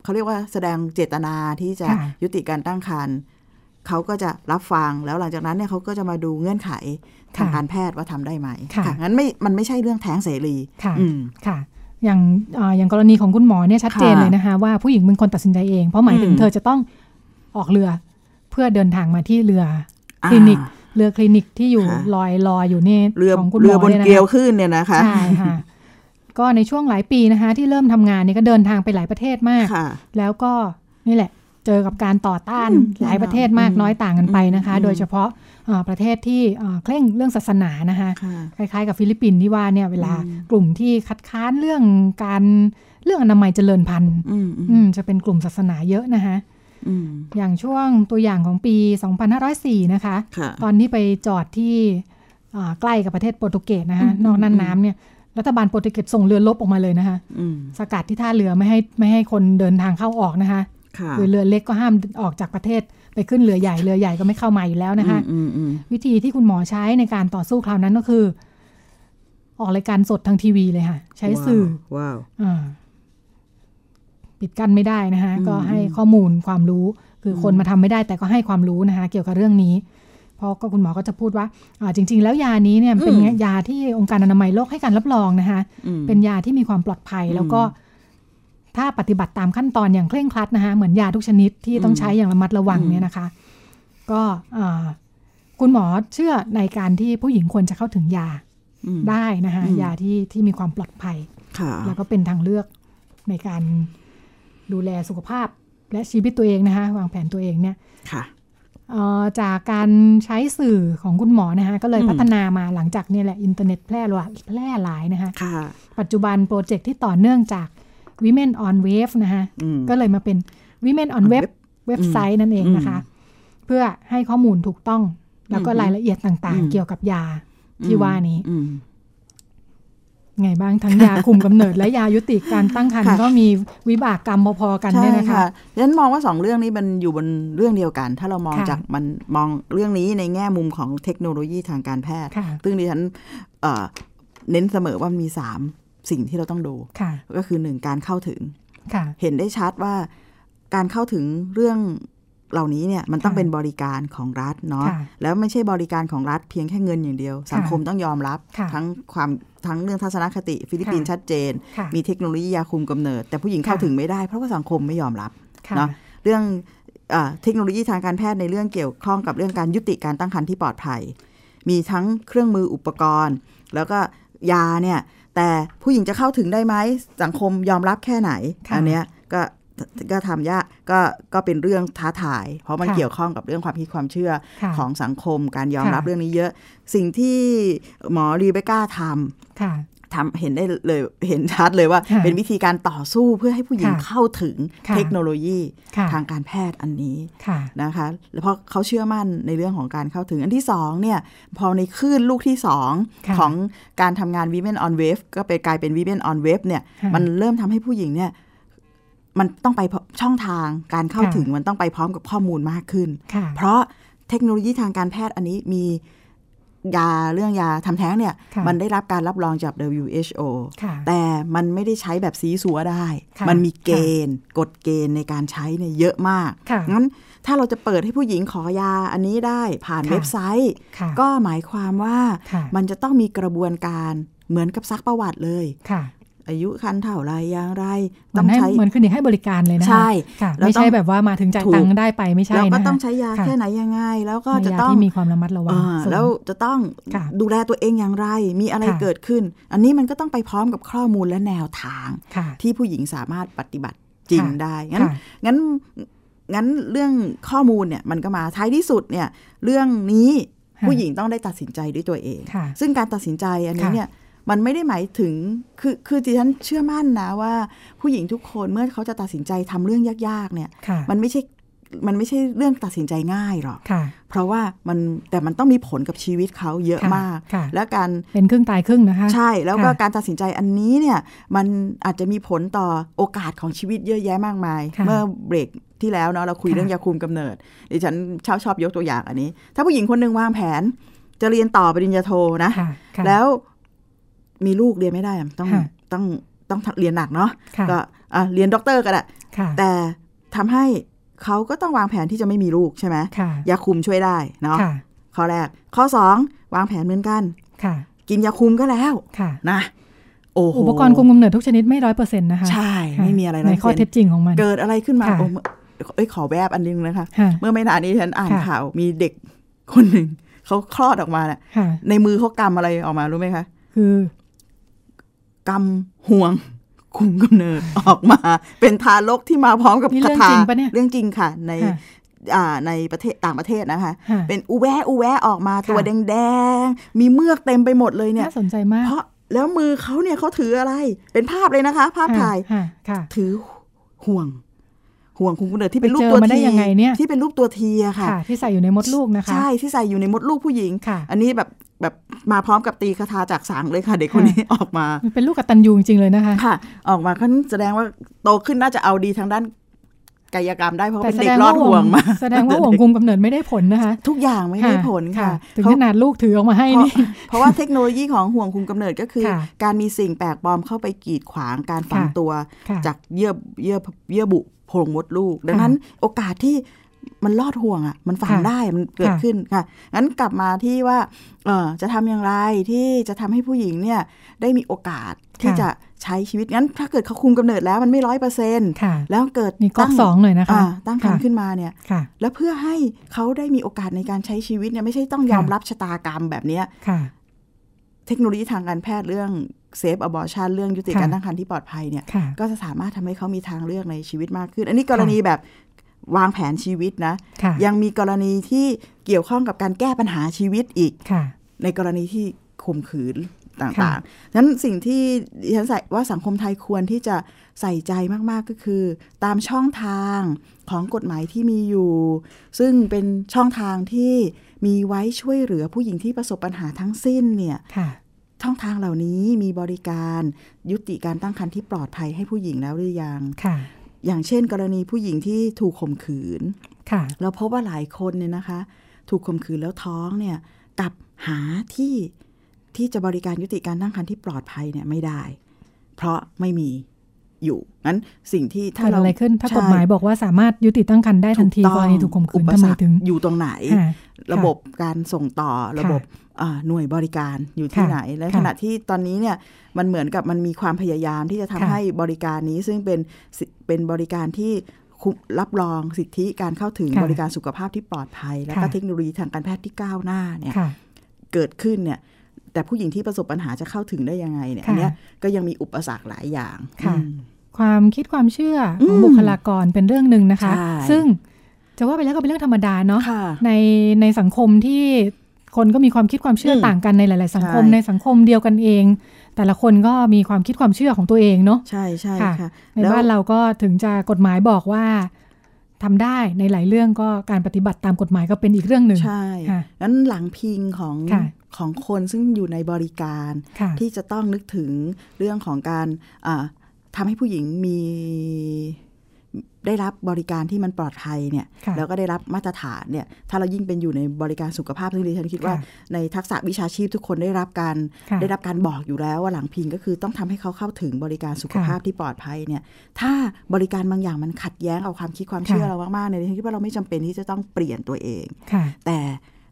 Speaker 3: เขาเรียกว่าแสดงเจตนาที่จะ
Speaker 2: ค่ะ
Speaker 3: ยุติการตั้งครรภ์เขาก็จะรับฟังแล้วหลังจากนั้นเนี่ยเขาก็จะมาดูเงื่อนไขทาง
Speaker 2: ค่ะ
Speaker 3: การแพทย์ว่าทำได้ไหม
Speaker 2: ค่ะ
Speaker 3: งั้นไม่มันไม่ใช่เรื่องแท้งเสรี
Speaker 2: ค่ะ
Speaker 3: อืม
Speaker 2: ค่ะ อย่างเอ่ออย่างกรณีของคุณหมอเนี่ยชัดเจน
Speaker 3: ค่ะ
Speaker 2: เลยนะคะ ว่าผู้หญิงเป็นคนตัดสินใจเอง เพราะหมายถึง
Speaker 3: อืม
Speaker 2: เธอจะต้องออกเรือเพื่อเดินทางมาที่เรืออคลินิก
Speaker 3: อ่า
Speaker 2: เรือคลินิกที่อยู่
Speaker 3: ค่ะ
Speaker 2: ลอยลอยอยู่เนี่ย
Speaker 3: เรือ
Speaker 2: ของคุณหม
Speaker 3: เรือ
Speaker 2: อบ
Speaker 3: น
Speaker 2: เนี่ยนะคะ
Speaker 3: เกลียวขึ้นเนี่ยนะคะ
Speaker 2: ใช่ค่ะ ก็ในช่วงหลายปีนะคะ ที่เริ่มทำงานเนี่ยก็เดินทางไปหลายประเทศมาก
Speaker 3: ค่ะ
Speaker 2: แล้วก็นี่แหละเจอกับการต่อต้าน
Speaker 3: อืม
Speaker 2: หลายประเทศมาก
Speaker 3: อืม
Speaker 2: น้อยต่างกันไปนะคะ
Speaker 3: อืม
Speaker 2: โดยเฉพาะเอ่อประเทศที่เอ่อเคร่งเรื่องศาสนานะคะ
Speaker 3: ค่ะ
Speaker 2: คล้ายๆกับฟิลิปปินส์ที่ว่าเนี่ยเวลา
Speaker 3: อืม
Speaker 2: กลุ่มที่คัดค้านเรื่องการเรื่องอนามัยเจริญพันธุ์
Speaker 3: อืมอืม
Speaker 2: อืมจะเป็นกลุ่มศาสนาเยอะนะคะ
Speaker 3: อืม
Speaker 2: อย่างช่วงตัวอย่างของปี 2504 นะคะ
Speaker 3: ค่ะ
Speaker 2: ตอนที่ไปจอดที่อ่าใกล้กับประเทศโปรตุเกสนะคะ
Speaker 3: อืม
Speaker 2: นอกน่าน
Speaker 3: อืม
Speaker 2: น้ำเนี่ยรัฐบาลโปรตุเกสส่งเรือลบออกมาเลยนะคะ
Speaker 3: อืม
Speaker 2: สกัดที่ท่าเรือไม่ให้ไม่ให้คนเดินทางเข้าออกนะคะ
Speaker 3: ค่ะ
Speaker 2: หรือเรือเล็กก็ห้ามออกจากประเทศไปขึ้นเรือใหญ่เรือใหญ่ก็ไม่เข้ามาอยู่แล้วนะคะ
Speaker 3: อืมอืม
Speaker 2: วิธีที่คุณหมอใช้ในการต่อสู้คราวนั้นก็คือ ออกรายการสดทางทีวีเลยค่ะ ใช้สื่อ
Speaker 3: ว้าว
Speaker 2: อ่าปิดกั้นไม่ได้นะคะ
Speaker 3: อืม
Speaker 2: ก็ให้
Speaker 3: อืม
Speaker 2: ข้อมูลความรู้ คือคนมาทำไม่ได้แต่ก็ให้ความรู้นะคะ เกี่ยวกับเรื่องนี้ เพราะก็คุณหมอก็จะพูดว่าอ่าจริง ๆ แล้วยานี้เนี่ยเป็นยาที่องค์การอนามัยโลกให้การรับรองนะคะ
Speaker 3: อืม
Speaker 2: เป็นยาที่มีความปลอดภัย
Speaker 3: อืม
Speaker 2: แล้วก็ ถ้าปฏิบัติตามขั้นตอนอย่างเคร่งครัดนะคะ เหมือนยาทุกชนิดที่ต้อง
Speaker 3: อืม
Speaker 2: ใช้อย่างระมัดระวัง
Speaker 3: อืม
Speaker 2: เนี่ยนะคะ ก็อ่าคุณหมอเชื่อในการที่ผู้หญิงควรจะเข้าถึงยา
Speaker 3: อืม
Speaker 2: ได้นะคะ
Speaker 3: อืม
Speaker 2: ยาที่ที่มีความปลอดภัย
Speaker 3: ค่ะ
Speaker 2: แล้วก็เป็นทางเลือกในการดูแลสุขภาพและชีวิตตัวเองนะคะวางแผนตัวเองเนี่ย
Speaker 3: ค่ะ
Speaker 2: เอ่อจากการใช้สื่อของคุณหมอนะคะก็เลย
Speaker 3: อืม
Speaker 2: พัฒนามาหลังจากเนี่ยแหละอินเทอร์เน็ตแพร่หลายแพร่หลายนะคะ
Speaker 3: ค่ะ
Speaker 2: ปัจจุบันโปรเจกต์ที่ต่อเนื่องจาก Women on Wave นะคะ
Speaker 3: อืม
Speaker 2: ก็เลยมาเป็น Women on
Speaker 3: on
Speaker 2: Web
Speaker 3: Web
Speaker 2: เว็บไซต์นั่นเองนะคะ เพื่อให้ข้อมูลถูกต้อง แล้วก็
Speaker 3: อืม
Speaker 2: รายละเอียดต่าง
Speaker 3: อื
Speaker 2: ๆ
Speaker 3: ม
Speaker 2: เกี่ยวกับยาที่ว่านี้
Speaker 3: อืม
Speaker 2: ไงบ้างทั้งยาคุมกำเนิดและยายุติการตั้งครรภ์
Speaker 3: ค่ะ
Speaker 2: ก็มีวิบากกรรมพอๆกันเนี่ยนะคะ
Speaker 3: ดังนั้นมองว่าสองเรื่องนี้มันอยู่บนเรื่องเดียวกัน ถ้าเรามอง
Speaker 2: ค่ะ
Speaker 3: จากมันมองเรื่องนี้ในแง่มุมของเทคโนโลยีทางการแพทย์
Speaker 2: ค่ะ
Speaker 3: ซึ่งดิฉันเอ่อเน้นเสมอว่ามีสามสิ่งที่เราต้องดู
Speaker 2: ค่ะ
Speaker 3: ก็คือหนึ่งการเข้าถึง
Speaker 2: ค่ะ
Speaker 3: เห็นได้ชัดว่าการเข้าถึงเรื่องเหล่านี้เนี่ยมันต้อง
Speaker 2: ค่ะ
Speaker 3: เป็นบริการของรัฐเนาะ
Speaker 2: ค่ะ
Speaker 3: แล้วไม่ใช่บริการของรัฐเพียงแค่เงินอย่างเดียว สังคมต้องยอมรับ
Speaker 2: ค่ะ
Speaker 3: ทั้งความทั้งเรื่องทัศนคติ ฟิลิปปินส์
Speaker 2: ค่ะ
Speaker 3: ชัดเจน
Speaker 2: ค่ะ
Speaker 3: มีเทคโนโลยียาคุมกำเนิด แต่ผู้หญิงเข้า
Speaker 2: ค่ะ
Speaker 3: ถึงไม่ได้เพราะว่าสังคมไม่ยอมรับ
Speaker 2: ค่ะ
Speaker 3: เนาะเรื่องเออเทคโนโลยีทางการแพทย์ในเรื่องเกี่ยวข้องกับเรื่องการยุติการตั้งครรภ์ที่ปลอดภัย มีทั้งเครื่องมืออุปกรณ์ แล้วก็ยาเนี่ย แต่ผู้หญิงจะเข้าถึงได้ไหมสังคมยอมรับแค่ไหน
Speaker 2: ค่ะ
Speaker 3: อันเนี้ยก็ก็ทำยากก็ก็เป็นเรื่องท้าทาย เพราะมันเกี่ยวข้องกับเรื่องความคิดความเชื่อ
Speaker 2: ค่ะ
Speaker 3: ของสังคมการยอมรับ
Speaker 2: ค่ะ
Speaker 3: เรื่องนี้เยอะ สิ่งที่หมอรีเบคก้าทำ
Speaker 2: ค่ะ
Speaker 3: ทำเห็นได้เลยเห็นชัดเลยว่า
Speaker 2: ค่ะ
Speaker 3: เป็นวิธีการต่อสู้เพื่อให้ผู้หญิง
Speaker 2: ค่ะ
Speaker 3: เข้าถึง
Speaker 2: ค่ะ
Speaker 3: เทคโนโลยี
Speaker 2: ค่ะ
Speaker 3: ทางการแพทย์อันนี้
Speaker 2: ค่ะ
Speaker 3: นะคะแล้วเพราะเขาเชื่อมั่นในเรื่องของการเข้าถึงอันที่สองเนี่ยพอในคลื่นลูกที่สอง
Speaker 2: ค่ะ
Speaker 3: ของการทำงาน Women on Wave ก็ไปกลายเป็น Women on Wave เนี่ย
Speaker 2: ค่ะ
Speaker 3: มันเริ่มทำให้ผู้หญิงเนี่ยมันต้องไปช่องทางการเข้า
Speaker 2: ค่ะ
Speaker 3: ถึงมันต้องไปพร้อมกับข้อมูลมากขึ้น
Speaker 2: ค่ะ
Speaker 3: เพราะเทคโนโลยีทางการแพทย์อันนี้มียาเรื่องยาทำแท้งเนี่ย
Speaker 2: ค่ะ
Speaker 3: มันได้รับการรับรองจาก WHO
Speaker 2: ค่ะ
Speaker 3: แต่มันไม่ได้ใช้แบบซีซัวได้
Speaker 2: ค่ะ
Speaker 3: มันมีเกณฑ์ กฎเกณฑ์ในการใช้เนี่ยเยอะมาก
Speaker 2: ค่ะ
Speaker 3: งั้นถ้าเราจะเปิดให้ผู้หญิงขอยาอันนี้ได้ผ่าน
Speaker 2: ค่ะ
Speaker 3: เว็บไซต์
Speaker 2: ค่ะ
Speaker 3: ก็หมายความว่า
Speaker 2: ค่ะ
Speaker 3: มันจะต้องมีกระบวนการเหมือนกับซักประวัติเลย
Speaker 2: ค่ะ
Speaker 3: อายุคันเท่าไรอย่างไร
Speaker 2: เหมื
Speaker 3: ต้
Speaker 2: อ
Speaker 3: อนง
Speaker 2: ให้
Speaker 3: ใช้
Speaker 2: เหมือนคลินิกให้บริการเลยนะคะ
Speaker 3: ใช่
Speaker 2: ค่ะ
Speaker 3: แล้ว
Speaker 2: ไม่
Speaker 3: ต้
Speaker 2: ใช่
Speaker 3: อง
Speaker 2: แบบว่ามาถึงจ่าย
Speaker 3: ถูก
Speaker 2: ตังค์ได้ไปไม่ใช่
Speaker 3: แล้วก็
Speaker 2: นะคะ
Speaker 3: ต้องใช้ยา
Speaker 2: ค่ะ
Speaker 3: แค่ไหนยังไง แล้วก็จะ
Speaker 2: ในยา
Speaker 3: ต้อง
Speaker 2: ที่มีความระมัดระวัง
Speaker 3: อ่า
Speaker 2: สูง
Speaker 3: แล้วจะต้อง
Speaker 2: ค่ะ
Speaker 3: ดูแลตัวเองอย่างไร มีอะไร
Speaker 2: ค่ะ
Speaker 3: เกิดขึ้น อันนี้มันก็ต้องไปพร้อมกับข้อมูลและแนวทาง
Speaker 2: ค่ะ
Speaker 3: ที่ผู้หญิงสามารถปฏิบัติจริง
Speaker 2: ค่ะ
Speaker 3: ได้ งั้น
Speaker 2: ค่ะ
Speaker 3: งั้น งั้นเรื่องข้อมูลเนี่ยมันก็มาท้ายที่สุดเนี่ยเรื่องนี้
Speaker 2: ค่ะ
Speaker 3: ผู้หญิงต้องได้ตัดสินใจด้วยตัวเอง
Speaker 2: ค่ะ
Speaker 3: ซึ่งการตัดสินใจอันนี้
Speaker 2: ค่ะ
Speaker 3: เนี่ยมันไม่ได้หมายถึง คือคือดิฉันเชื่อมั่นนะว่า ผู้หญิงทุกคนเมื่อเขาจะตัดสินใจทำเรื่องยากๆเนี่ย
Speaker 2: ค่ะ
Speaker 3: มันไม่ใช่ มันไม่ใช่เรื่องตัดสินใจง่ายหรอก
Speaker 2: ค่ะ
Speaker 3: เพราะว่ามันแต่มันต้องมีผลกับชีวิตเขาเยอะ
Speaker 2: ค่ะ
Speaker 3: มาก
Speaker 2: ค่ะ
Speaker 3: และการ
Speaker 2: เป็นครึ่งตายครึ่งนะคะ
Speaker 3: ใช่แล้วก็
Speaker 2: ค่ะ
Speaker 3: การตัดสินใจอันนี้เนี่ยมันอาจจะมีผลต่อโอกาสของชีวิตเยอะแยะมากมาย
Speaker 2: ค่ะ
Speaker 3: เมื่อเบรกที่แล้วเนาะเราคุย
Speaker 2: ค่ะ
Speaker 3: เรื่องยาคุมกำเนิดดิฉันชอบชอบยกตัวอย่างอันนี้ ถ้าผู้หญิงคนหนึ่งวางแผน จะเรียนต่อปริญญาโทนะ
Speaker 2: ค่ะค่ะ
Speaker 3: แล้วมีลูกเรียนไม่ได้อะต้อง
Speaker 2: ค่ะ
Speaker 3: ต้องต้องเรียนหนักเนาะ
Speaker 2: ค่ะ
Speaker 3: ก็อ่ะเรียนด็อกเตอร์ก็ได้
Speaker 2: ค่ะ
Speaker 3: แต่ทำให้เขาก็ต้องวางแผนที่จะไม่มีลูกใช่ไหม
Speaker 2: ค่ะ
Speaker 3: ยาคุมช่วยได้เนาะ
Speaker 2: ค่ะ
Speaker 3: ข้อแรก ข้อ 2 วางแผนเหมือนกัน
Speaker 2: ค่ะ
Speaker 3: กินยาคุมก็แล้ว
Speaker 2: ค่ะ
Speaker 3: นะ โอ้โห
Speaker 2: อุปกรณ์คุมกำเนิดทุกชนิดไม่ร้อยเปอร์เซ็นต์นะคะ
Speaker 3: ใช่ ไม่มีอะไร
Speaker 2: ใน
Speaker 3: ร้ย
Speaker 2: ข้อเท็จจริงของมัน
Speaker 3: เกิดอะไรขึ้นมา
Speaker 2: ค่ะ
Speaker 3: โอ้เมื่อเอ้ยขอแวบอันนึงนะคะ
Speaker 2: ค่ะ
Speaker 3: เมื่อไม่นานนี้ฉันอ่าน
Speaker 2: ค่ะ
Speaker 3: ข่าวมีเด็กคนหนึ่ง เขาคลอดออกมาน่ะ
Speaker 2: ค่ะ
Speaker 3: ในมือเขากำอะไรออกมารู้ไหมคะ
Speaker 2: คือก
Speaker 3: ำห่วง คุมกำเนิดออกมา เป็นทารกที่มาพร้อมกับ
Speaker 2: นี่
Speaker 3: คา
Speaker 2: เรื่อง
Speaker 3: ถา
Speaker 2: จริงปะเนี่ย
Speaker 3: เรื่องจริงค่ะ ใน
Speaker 2: ค่ะ
Speaker 3: อ่าในประเทศต่างประเทศนะคะ
Speaker 2: ค่ะ
Speaker 3: เป็นอุแวะอุแวะออกมาตัว
Speaker 2: ค่ะ
Speaker 3: แดงๆมีเมือกเต็มไปหมดเลยเนี่ย
Speaker 2: น่าสนใจมาก
Speaker 3: เพราะแล้วมือเขาเนี่ยเขาถืออะไร เป็นภาพเลยนะคะ ภาพถ่าย
Speaker 2: ค่ะค่ะ
Speaker 3: ถือห่วง ห่วงคุณกุณเดิที่เป็นรูป
Speaker 2: ไปเจอ
Speaker 3: ตัว
Speaker 2: มาได้
Speaker 3: ที
Speaker 2: ยังไงเนี่ย
Speaker 3: ที่เป็นรูปตัวทีอะค่ะ
Speaker 2: ค่ะ ที่ใส่อยู่ในมดลูกนะคะ
Speaker 3: ใช่ที่ใส่อยู่ในมดลูกผู้หญิง
Speaker 2: ค่ะ
Speaker 3: อันนี้แบบแบบมาพร้อมกับตีคาถาจากสางเลยค่ะ เด็กคน
Speaker 2: ค่ะ
Speaker 3: นี้ ออกมา
Speaker 2: มันเป็นลูกกตันยูจริงๆเลยนะคะ
Speaker 3: ค่ะ ออกมาเขาแสดงว่าโตขึ้นน่าจะเอาดีทางด้านกายกรรมได้เพราะ
Speaker 2: แต่
Speaker 3: เป็น
Speaker 2: แส
Speaker 3: เด็
Speaker 2: ด
Speaker 3: ก
Speaker 2: ง
Speaker 3: รอ
Speaker 2: ว่า
Speaker 3: ด
Speaker 2: ห่
Speaker 3: ห่
Speaker 2: ว
Speaker 3: ว
Speaker 2: ง
Speaker 3: งมา
Speaker 2: แสดงว่าห่วง คุมกำเนิดไม่ได้ผลนะคะ
Speaker 3: ทุกอย่างไม่ได้ผลค่ะ
Speaker 2: ถึง
Speaker 3: เขา
Speaker 2: ขนาดลูกถือออกมาให้
Speaker 3: เพราะ
Speaker 2: นี่
Speaker 3: เพราะว่าเทคโนโลยีของห่วงคุมกำเนิดก็คือ
Speaker 2: ค่ะ
Speaker 3: การมีสิ่งแปลกปลอมเข้าไปกีดขวางการฝัง
Speaker 2: ค่ะ
Speaker 3: ตัว
Speaker 2: ค่ะ
Speaker 3: จากเยื่อเยื่อเยื่อบุโพรงมดลูก ดังนั้นโอกาสที่มันลอดห่วงอ่ะมันฝัง
Speaker 2: ค่ะ
Speaker 3: ได้มันเกิด
Speaker 2: ค่ะ
Speaker 3: ขึ้นค่ะงั้นกลับมาที่ว่าเออจะทำอย่างไรที่จะทำให้ผู้หญิงเนี่ยได้มีโอกาสที่
Speaker 2: ค่ะ
Speaker 3: จะใช้ชีวิตงั้น ถ้าเกิดเขาคุมกำเนิดแล้วมันไม่ร้อยเปอร์เซ็นต์
Speaker 2: ค่ะ
Speaker 3: แล้วเกิด
Speaker 2: นี่ก๊อก
Speaker 3: ตั้
Speaker 2: สองหน่อยนะคะ
Speaker 3: าตั้งครรภ์ขึ้นมาเนี่ย
Speaker 2: ค่ะ
Speaker 3: แล้วเพื่อให้เขาได้มีโอกาสในการใช้ชีวิตเนี่ยไม่ใช่ต้องยอม
Speaker 2: ค่ะ
Speaker 3: รับชะตากรรมแบบเนี้ย
Speaker 2: ค่ะ
Speaker 3: เทคโนโลยีทางการแพทย์เรื่องเซฟอบอชันเรื่องยุติ
Speaker 2: ค่ะ
Speaker 3: การตั้งครรภ์ที่ปลอดภัยเนี่ย
Speaker 2: ค่ะ
Speaker 3: ก็จะสามารถทำให้เขามีทางเลือกในชีวิตมากขึ้น อันนี้กรณีแบบวางแผนชีวิตนะ
Speaker 2: ค่ะ
Speaker 3: ยังมีกรณีที่เกี่ยวข้องกับการแก้ปัญหาชีวิตอีก
Speaker 2: ค่ะ
Speaker 3: ในกรณีที่ข่มขืนต
Speaker 2: ค่ะ
Speaker 3: ่างๆฉะนั้นสิ่งที่ดิฉันใส่ว่าสังคมไทยควรที่จะใส่ใจมากๆก็คือ ตามช่องทางของกฎหมายที่มีอยู่ ซึ่งเป็นช่องทางที่มีไว้ช่วยเหลือผู้หญิงที่ประสบปัญหาทั้งสิ้นเนี่ย
Speaker 2: ค่ะ
Speaker 3: ช่องทางเหล่านี้มีบริการยุติการตั้งครรภ์ที่ปลอดภัยให้ผู้หญิงแล้วหรือยัง
Speaker 2: ค่ะ
Speaker 3: อย่างเช่น กรณีผู้หญิงที่ถูกข่มขืน
Speaker 2: ค่ะ
Speaker 3: เราพบว่าหลายคนเนี่ยนะคะ ถูกข่มขืนแล้วท้องเนี่ยกลับหาที่ที่จะบริการยุติการตั้งครรภ์ที่ปลอดภัยเนี่ยไม่ได้ เพราะไม่มีอยู่งั้นสิ่งที่ถ้า
Speaker 2: เกิด
Speaker 3: เรา
Speaker 2: อะไรขึ้นถ้า
Speaker 3: ใช่
Speaker 2: กฎหมายบอกว่าสามารถยุติตั้งครรภ์ได้ทันที
Speaker 3: ถู
Speaker 2: กรณีถูกข่มขืน
Speaker 3: อุป
Speaker 2: ทำ
Speaker 3: ส
Speaker 2: ไม
Speaker 3: รรค
Speaker 2: ถึง
Speaker 3: อยู่ตรงไหน
Speaker 2: ค่ะ
Speaker 3: ระบบการส่งต่อระบบอ่าหน่วยบริการอยู่ที่
Speaker 2: ค่ะ
Speaker 3: ไหน และ
Speaker 2: ค่ะ
Speaker 3: ขณะที่ตอนนี้เนี่ยมันเหมือนกับมันมีความพยายามที่จะทำ
Speaker 2: ค่ะ
Speaker 3: ให้บริการนี้ซึ่งเป็นสิเป็นบริการที่คุ้มรับรองสิทธิการเข้าถึง
Speaker 2: ค่ะ
Speaker 3: บริการสุขภาพที่ปลอดภัย และก็
Speaker 2: ค่ะ
Speaker 3: เทคโนโลยีทางการแพทย์ที่ก้าวหน้าเนี่ย
Speaker 2: ค่ะ
Speaker 3: เกิดขึ้นเนี่ยแต่ผู้หญิงที่ประสบปัญหาจะเข้าถึงได้ยังไงเนี่ย
Speaker 2: ค่ะ
Speaker 3: อันเนี้ยก็ยังมีอุปสรรคหลายอย่าง
Speaker 2: ค่ะ
Speaker 3: อืม
Speaker 2: ความคิดความเชื่ออ
Speaker 3: ม
Speaker 2: ของบุคลากรเป็นเรื่องหนึ่งนะคะ
Speaker 3: ใช่
Speaker 2: ซึ่งจะว่าไปแล้วก็เป็นเรื่องธรรมดาเนาะ
Speaker 3: ค่ะ
Speaker 2: ในในสังคมที่ คนก็มีความคิดความเชื่อ
Speaker 3: อืม
Speaker 2: ต่างกันในหลาย ๆ สังคม
Speaker 3: ใช่
Speaker 2: ในสังคมเดียวกันเอง แต่ละคนก็มีความคิดความเชื่อของตัวเองเนาะ
Speaker 3: ใช่ใช่
Speaker 2: ค่ะ
Speaker 3: ค่ะ
Speaker 2: ใน
Speaker 3: แล้ว
Speaker 2: บ้านเราก็ถึงจะกฎหมายบอกว่าทำได้ในหลายเรื่องก็การปฏิบัติตามกฎหมายก็เป็นอีกเรื่องหนึ่ง
Speaker 3: ใช่
Speaker 2: ค่ะ
Speaker 3: นั้นหลังพิงของ
Speaker 2: ค่ะ
Speaker 3: ของคนซึ่งอยู่ในบริการ
Speaker 2: ค่ะ
Speaker 3: ที่จะต้องนึกถึงเรื่องของการอ่าทำให้ผู้หญิงมีได้รับบริการที่มันปลอดภัยเนี่ย
Speaker 2: ค่ะ
Speaker 3: แล้วก็ได้รับมาตรฐานเนี่ยถ้าเรายิ่งเป็นอยู่ในบริการสุขภาพซึ่งดิฉันคิดว่าในทักษะวิชาชีพทุกคนได้รับการ
Speaker 2: ค่ะ
Speaker 3: ได้รับการบอกอยู่แล้วว่าหลังพิงก็คือต้องทำให้เขาเข้าถึงบริการสุข
Speaker 2: ค่ะ
Speaker 3: ภาพที่ปลอดภัยเนี่ย ถ้าบริการบางอย่างมันขัดแย้งเอาความคิดความเชื่อเรามากๆเนี่ยดิฉันคิดว่าเราไม่จำเป็นที่จะต้องเปลี่ยนตัวเอง
Speaker 2: ค่ะ
Speaker 3: แต่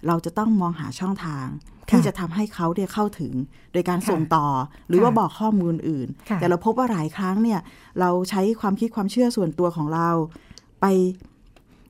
Speaker 3: เราจะต้องมองหาช่องทาง
Speaker 2: ค่ะ
Speaker 3: ที่จะทำให้เขาเนี่ยเข้าถึงโดยการ
Speaker 2: ค่ะ
Speaker 3: ส่งต่อ หรือ
Speaker 2: ค่ะ
Speaker 3: ว่าบอกข้อมูลอื่น
Speaker 2: ค่ะ
Speaker 3: แต่เราพบว่าหลายครั้งเนี่ยเราใช้ความคิดความเชื่อส่วนตัวของเรา ไป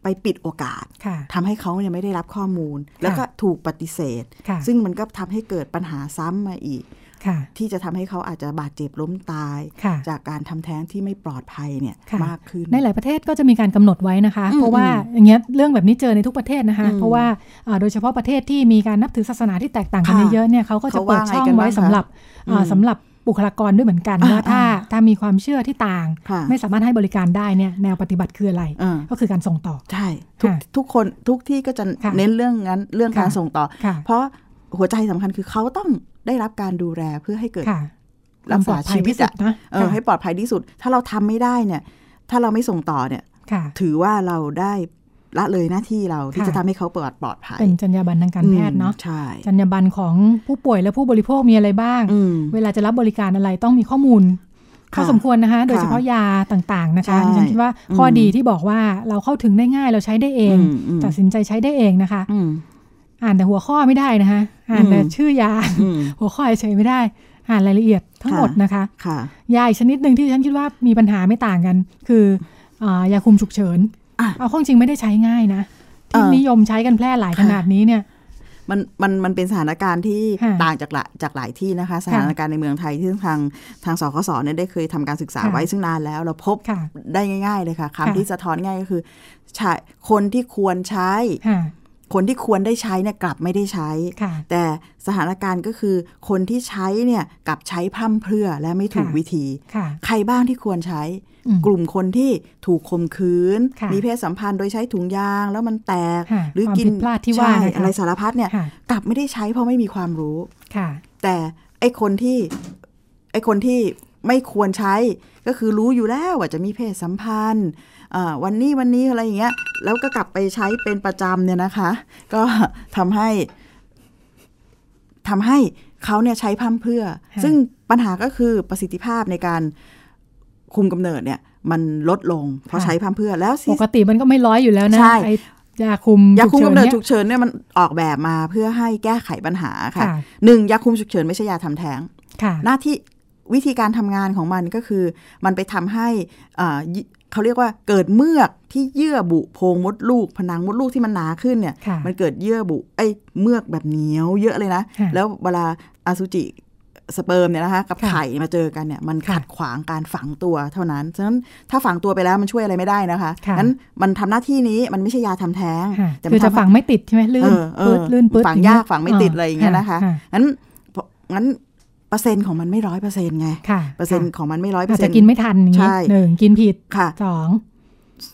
Speaker 3: ไปปิดโอกาส
Speaker 2: ค่ะ
Speaker 3: ทำให้เขาเนี่ยไม่ได้รับข้อมูล แล้วก็ถูกปฏิเสธ
Speaker 2: ค่ะ
Speaker 3: ซึ่งมันก็ทำให้เกิดปัญหาซ้ำมาอีก
Speaker 2: ค่ะ
Speaker 3: ที่จะทำให้เขาอาจจะบาดเจ็บล้มตาย
Speaker 2: ค่ะ
Speaker 3: จากการทำแท้งที่ไม่ปลอดภัยเนี่ย
Speaker 2: ค่ะ
Speaker 3: มากขึ้น
Speaker 2: ในหลายประเทศก็จะมีการกำหนดไว้นะคะ
Speaker 3: อืม
Speaker 2: เพราะว่าอย่างเงี้ยเรื่องแบบนี้เจอในทุกประเทศนะคะ
Speaker 3: อืม
Speaker 2: เพราะว่าอ่าโดยเฉพาะประเทศที่มีการนับถือศาสนาที่แตกต่างกัน
Speaker 3: ค่ะ
Speaker 2: เยอะๆเนี่ยเขาก็จะ
Speaker 3: เขา
Speaker 2: เปิด
Speaker 3: ว่าไง
Speaker 2: ช่อง
Speaker 3: กัน
Speaker 2: ไว้
Speaker 3: บ้างคะ
Speaker 2: สำหรับอ่า
Speaker 3: อืม
Speaker 2: สำหรับบุคลากรด้วยเหมือนกัน
Speaker 3: อ่า
Speaker 2: ว่าถ้า
Speaker 3: อ่า
Speaker 2: ถ้ามีความเชื่อที่ต่าง
Speaker 3: ค่ะ
Speaker 2: ไม่สามารถให้บริการได้เนี่ยแนวปฏิบัติคืออะไร
Speaker 3: อ่า
Speaker 2: ก็คือการส่งต่อ
Speaker 3: ใช่ทุก
Speaker 2: ค่ะ
Speaker 3: ทุกคนทุกที่ก็จะ
Speaker 2: ค่ะ
Speaker 3: เน้นเรื่องนั้นเรื่อง
Speaker 2: ค่ะ
Speaker 3: การส่งต่อ
Speaker 2: ค่ะ
Speaker 3: เพราะหัวใจสำคัญคือเขาต้องได้รับการดูแลเพื่อให้เกิด
Speaker 2: ค่ะ
Speaker 3: รัก
Speaker 2: ควมปล
Speaker 3: ษา
Speaker 2: อดภัย
Speaker 3: ชีวิต
Speaker 2: ที่สุด
Speaker 3: อะ
Speaker 2: นะ
Speaker 3: เออให้ปลอดภัยที่สุด ถ้าเราทำไม่ได้เนี่ย ถ้าเราไม่ส่งต่อเนี่ย
Speaker 2: ค่ะ
Speaker 3: ถือว่าเราได้ละเลยหน้าที่เราที่
Speaker 2: ค่ะ
Speaker 3: จะทำให้เขาปลอดปลอดภัย
Speaker 2: เป็นจรรยาบรรณทางการแพทย์เนาะ
Speaker 3: อืมใช่
Speaker 2: จรรยาบรรณของผู้ป่วยและผู้บริโภคมีอะไรบ้าง
Speaker 3: อืม
Speaker 2: เวลาจะรับบริการอะไรต้องมีข้อมูลพอ
Speaker 3: ค่ะ
Speaker 2: สมควรนะคะ โดยเฉพาะยาต่างๆนะคะ
Speaker 3: ใช่
Speaker 2: ดิฉันคิดว่าข้ออ
Speaker 3: ม
Speaker 2: ดีที่บอกว่าเราเข้าถึงได้ง่ายเราใช้ได้เอง
Speaker 3: อืมอืม
Speaker 2: ตัดสินใจใช้ได้เองนะคะ
Speaker 3: อืม
Speaker 2: อ่านแต่หัวข้อไม่ได้นะคะ อ่านแต่
Speaker 3: อืม
Speaker 2: ชื่อยา
Speaker 3: อืม
Speaker 2: หัวข้อเฉยๆไม่ได้ อ่านรายละเอียดทั้ง
Speaker 3: ค่ะ
Speaker 2: หมดนะคะ
Speaker 3: ค่ะ
Speaker 2: ยาอีกชนิดหนึ่งที่ดิฉันคิดว่ามีปัญหาไม่ต่างกัน คืออายาคุมฉุกเฉิน
Speaker 3: อ่ะ
Speaker 2: เอาข้องจริงไม่ได้ใช้ง่ายนะที่
Speaker 3: เอ่อ
Speaker 2: นิยมใช้กันแพร่หลายขนาดนี้เนี่ย
Speaker 3: มันมันมันเป็นสถานการณ์ที่
Speaker 2: ค่ะ
Speaker 3: ต่างจากหลายจากหลายที่นะคะ สถานการณ์ในเมืองไทยที่ทางทางสคสเนี่ยได้เคยทำการศึกษา
Speaker 2: ค่ะ
Speaker 3: ไว้ซึ่งนานแล้วเราพบ
Speaker 2: ค่ะ
Speaker 3: ได้ง่าย ๆ เลยค่ะ
Speaker 2: ค่ะ
Speaker 3: คำที่สะท้อนง่ายก็คือใช้คนที่ควรใช้
Speaker 2: ค่ะ
Speaker 3: คนที่ควรได้ใช้เนี่ยกลับไม่ได้ใช้
Speaker 2: ค่ะ
Speaker 3: แต่สถานการณ์ก็คือคนที่ใช้เนี่ยกลับใช้พร่ำเพรื่อและไม่ถูก
Speaker 2: ค่ะ
Speaker 3: วิธี
Speaker 2: ค่ะ
Speaker 3: ใครบ้างที่ควรใช้
Speaker 2: อืม
Speaker 3: กลุ่มคนที่ถูกข่มขืน
Speaker 2: ค่ะ
Speaker 3: มีเพศสัมพันธ์โดยใช้ถุงยางแล้วมันแตก
Speaker 2: ค่ะ
Speaker 3: หรือ
Speaker 2: ความ
Speaker 3: กิน
Speaker 2: ผิดพลาดที่ว่า
Speaker 3: ใช่
Speaker 2: นะคะ
Speaker 3: อะไรสารพัดเนี่ย
Speaker 2: ค่ะ
Speaker 3: กลับไม่ได้ใช้เพราะไม่มีความรู้
Speaker 2: ค่ะ
Speaker 3: แต่ไอคนที่ไอคนที่ไม่ควรใช้ก็คือรู้อยู่แล้วว่าจะมีเพศสัมพันธ์อ่าวันนี้วันนี้อะไรอย่างเงี้ยแล้วก็กลับไปใช้เป็นประจำเนี่ยนะคะ ก็ทำให้ทำให้เขาเนี่ยใช้พร่ำเพรื่อ
Speaker 2: ค่ะ
Speaker 3: ซึ่งปัญหาก็คือประสิทธิภาพในการคุมกำเนิดเนี่ย มันลดลงเพราะใช้พร่ำเพรื่อแล้วสิ
Speaker 2: ปกติมันก็ไม่ร้อยอยู่แล้วนะ
Speaker 3: ใช่
Speaker 2: ไอ้ยาคุม
Speaker 3: ยาคุมกำเนิด
Speaker 2: ฉุ
Speaker 3: ฉุ
Speaker 2: ก
Speaker 3: กเฉินเนี่ยมันออกแบบมาเพื่อให้แก้ไขปัญหา
Speaker 2: เฉินเนี่ย
Speaker 3: ค่ะ
Speaker 2: ค่ะ
Speaker 3: หนึ่งยาคุมฉุกเฉินไม่ใช่ยาทำแท้ง
Speaker 2: ค่ะ
Speaker 3: หน้าที่วิธีการทำงานของมันก็คือ มันไปทำให้อ่ายิเขาเรียกว่าเกิดเมือกที่เยื่อบุโพรงมดลูก ผนังมดลูกที่มันหนาขึ้นเนี่ย
Speaker 2: ค่ะ
Speaker 3: มันเกิดเยื่อบุไอ้ยเมือกแบบเหนียวเยอะเลยนะ
Speaker 2: ค่ะ
Speaker 3: แล้วเวลาอสุจิสเปิร์มเนี่ยนะคะกับ
Speaker 2: ค่ะ
Speaker 3: ไข่มาเจอกันเนี่ยมัน
Speaker 2: ค่ะ
Speaker 3: ขัดขวางการฝังตัวเท่านั้น ฉะนั้นถ้าฝังตัวไปแล้วมันช่วยอะไรไม่ได้นะคะ
Speaker 2: ค่ะ
Speaker 3: นั้นมันทำหน้าที่นี้มันไม่ใช่ยาทำแท้ง
Speaker 2: ค่ะ
Speaker 3: แต่มั
Speaker 2: คือน
Speaker 3: ทำ
Speaker 2: จะ
Speaker 3: ให้
Speaker 2: ฝังไม่ติดใช่ไหมลื่
Speaker 3: เอน อเอ
Speaker 2: ปื๊
Speaker 3: อ
Speaker 2: ดลื่นปื๊ด
Speaker 3: ฝัง
Speaker 2: อเ
Speaker 3: ยากฝังไม่ติดอะไรอย่างเงี้ยนะคะ
Speaker 2: ค่ะ
Speaker 3: งั้นเพราะงั้นเปอร์เซ็นต์ของมันไม่ร้อยเปอร์เซ็นต์ไง
Speaker 2: ค่ะ
Speaker 3: เปอร์เซ็นต์ของมันไม่ร้อยเปอ
Speaker 2: อา
Speaker 3: ร์
Speaker 2: จ
Speaker 3: เซ็น
Speaker 2: จะ
Speaker 3: ต์
Speaker 2: กินไม่ทันอย่าง
Speaker 3: ใช่
Speaker 2: นี้หนึ่งกินผิด
Speaker 3: ค่ะ
Speaker 2: สอง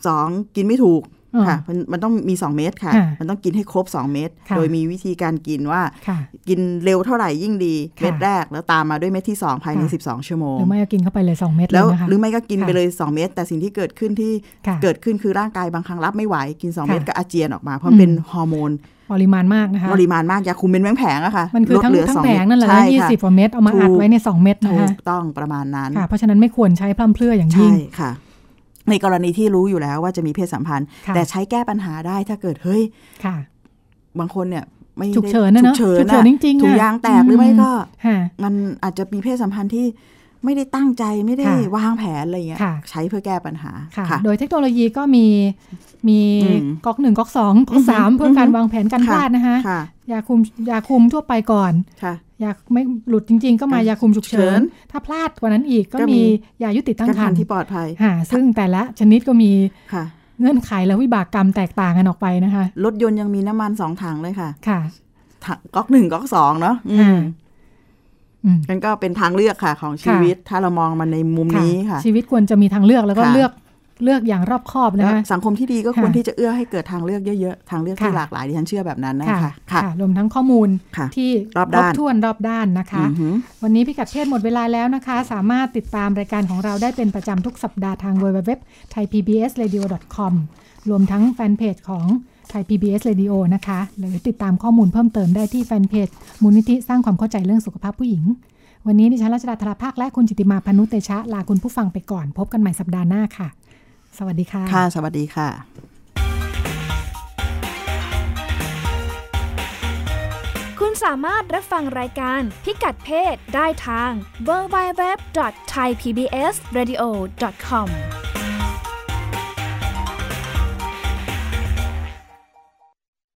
Speaker 3: สองกินไม่ถูก
Speaker 2: อ่า
Speaker 3: ค่ะมันมันต้องมี 2 เม็ดค่ะ
Speaker 2: ค่ะ
Speaker 3: มันต้องกินให้ครบ 2 เม็ด
Speaker 2: ค่ะ
Speaker 3: โดยมีวิธีการกินว่า
Speaker 2: ค่ะ
Speaker 3: กินเร็วเท่าไหร่ยิ่งดี
Speaker 2: ค่ะ
Speaker 3: เม็ดแรกแล้วตามมาด้วยเม็ดที่ 2 ภายใน
Speaker 2: ค่ะ
Speaker 3: 12 ชั่วโมง
Speaker 2: หรือไม่ก็กินเข้าไปเลยสองเม็ดเล
Speaker 3: แล้
Speaker 2: ยว นะคะ
Speaker 3: หรือไม่ก็กิน
Speaker 2: ค่ะ
Speaker 3: ไปเลย 2 เม็ดแต่สิ่งที่เกิดขึ้นที่
Speaker 2: ค่ะ
Speaker 3: เกิดขึ้นคือร่างกายบางครั้งรับไม่ไหวกิน 2
Speaker 2: ค่ะ
Speaker 3: เม็ดก็อาเจียนออกมาเพราะมันเป็น
Speaker 2: อืม
Speaker 3: ฮอร์โมน
Speaker 2: ปริมาณมากนะคะ
Speaker 3: ปริมาณมากยาคุมเป็นแมงแผงอะค่ะ
Speaker 2: มันคือ
Speaker 3: ลด
Speaker 2: ทั้ง
Speaker 3: เหลือ
Speaker 2: ทั้ง
Speaker 3: สอง
Speaker 2: แผ
Speaker 3: เม็
Speaker 2: ง
Speaker 3: ด
Speaker 2: นั่นแหละนะ
Speaker 3: ใช่
Speaker 2: ยี่
Speaker 3: ค่ะ
Speaker 2: สิบกว่าเม็ดเอามาอัด
Speaker 3: ถูก
Speaker 2: ไว้ในสองเม็ดนะ
Speaker 3: ถู
Speaker 2: คะ
Speaker 3: กต้องประมาณนั้น
Speaker 2: ค่ะ เพราะฉะนั้นไม่ควรใช้พร่ำเพรื่ออย่างยิ่
Speaker 3: ใช่
Speaker 2: ง
Speaker 3: ค่ะ ในกรณีที่รู้อยู่แล้วว่าจะมีเพศสัมพันธ์
Speaker 2: ค่ะ
Speaker 3: แต่ใช้แก้ปัญหาได้ถ้าเกิดเฮ้ย
Speaker 2: ค่ะ
Speaker 3: บางคนเนี่ย ไม่ได้
Speaker 2: ฉุกเฉินนะเนอะ
Speaker 3: ฉุกเฉิน
Speaker 2: ฉุกเฉินจริงๆอะ
Speaker 3: ถุงยางแตกหรือไม่
Speaker 2: อืม
Speaker 3: ก็
Speaker 2: ค่ะ
Speaker 3: มันอาจจะมีเพศสัมพันธ์ที่ไม่ได้ตั้งใจไม่ได้
Speaker 2: ค่ะ
Speaker 3: วางแผนอะไรอย่างเงี้ย
Speaker 2: ค่ะ
Speaker 3: ใช้เพื่อแก้ปัญหา
Speaker 2: ค่ะ โดยเทคโนโลยีก็มีมี
Speaker 3: อืม
Speaker 2: ก๊อกหนึ่งก๊อกสองก๊อ
Speaker 3: อื
Speaker 2: ก
Speaker 3: อหือ
Speaker 2: สามเพื่อการ
Speaker 3: อือหือ
Speaker 2: วางแผนการพลาดนะคะ
Speaker 3: ค่ะ
Speaker 2: ยาคุมยาคุมทั่วไปก่อน
Speaker 3: ค่ะ
Speaker 2: ยาไม่หลุดจริง ๆ ก็มา
Speaker 3: อ่ะ
Speaker 2: ยาคุมฉุกเฉิ
Speaker 3: ฉุกเฉิ
Speaker 2: น
Speaker 3: น
Speaker 2: ถ้าพลาดกว่านั้นอีกก็
Speaker 3: ก็มี
Speaker 2: มียายุติตั้ง
Speaker 3: การ
Speaker 2: คร
Speaker 3: ทาร
Speaker 2: รภ์
Speaker 3: ที่ปลอดภัย
Speaker 2: ค่ะซึ่งแต่ละชนิดก็มี
Speaker 3: ค่ะ
Speaker 2: เงื่อนไขและวิบากกรรมแตกต่างกันออกไปนะคะ
Speaker 3: รถยนต์ยังมีน้ำมันสองถังเลยค่ะ
Speaker 2: ค่ะ
Speaker 3: ทางก๊อกหนึ่งก๊อกสองเนาะอืม
Speaker 2: อ่า อืม
Speaker 3: นั่นก็เป็นทางเลือกค่ะ ของชีวิต ถ้าเรามองมันในมุมนี้ค่ะ
Speaker 2: ชีวิตควรจะมีทางเลือกแล้วก็
Speaker 3: ค่ะ
Speaker 2: เลือกเลือกอย่างรอบคอบ
Speaker 3: แล้
Speaker 2: นะ
Speaker 3: ว
Speaker 2: คะ
Speaker 3: สังคมที่ดีก็ควร
Speaker 2: ค่ะ
Speaker 3: ที่จะเอื้อให้เกิดทางเลือกเยอะๆ ทางเลือกที่
Speaker 2: ค่ะ
Speaker 3: หลากหลายดิฉันเชื่อแบบนั้นนะ
Speaker 2: ค่ะ
Speaker 3: คะค่ะ
Speaker 2: ค่ะรวมทั้งข้อมูล
Speaker 3: ค่ะ
Speaker 2: ที่
Speaker 3: รอบ
Speaker 2: คร
Speaker 3: ด้า
Speaker 2: บ
Speaker 3: น
Speaker 2: ถ้วนรอบด้านนะคะ
Speaker 3: อือหือ
Speaker 2: วันนี้พิกัดเพศหมดเวลาแล้วนะคะ สามารถติดตามรายการของเราได้เป็นประจำทุกสัปดาห์ทาง www thaipbsradio.com รวมทั้งแฟนเพจของ Thai PBS Radio นะคะ หรือติดตามข้อมูลเพิ่มเติมได้ที่แฟนเพจมูลนิธิสร้างความเข้าใจเรื่องสุขภาพผู้หญิง วันนี้ดิฉันรัชดาธราภาคและคุณจิตติมาพานุเตชะลาคุณผู้ฟังไปก่อน พบกันใหม่สัปดาห์หน้าค่ะ สวัสดีค่ะ
Speaker 3: ค่ะ สวัสดีค่ะ
Speaker 8: คุณสามารถรับฟังรายการพิกัดเพศได้ทาง www.thaipbsradio.com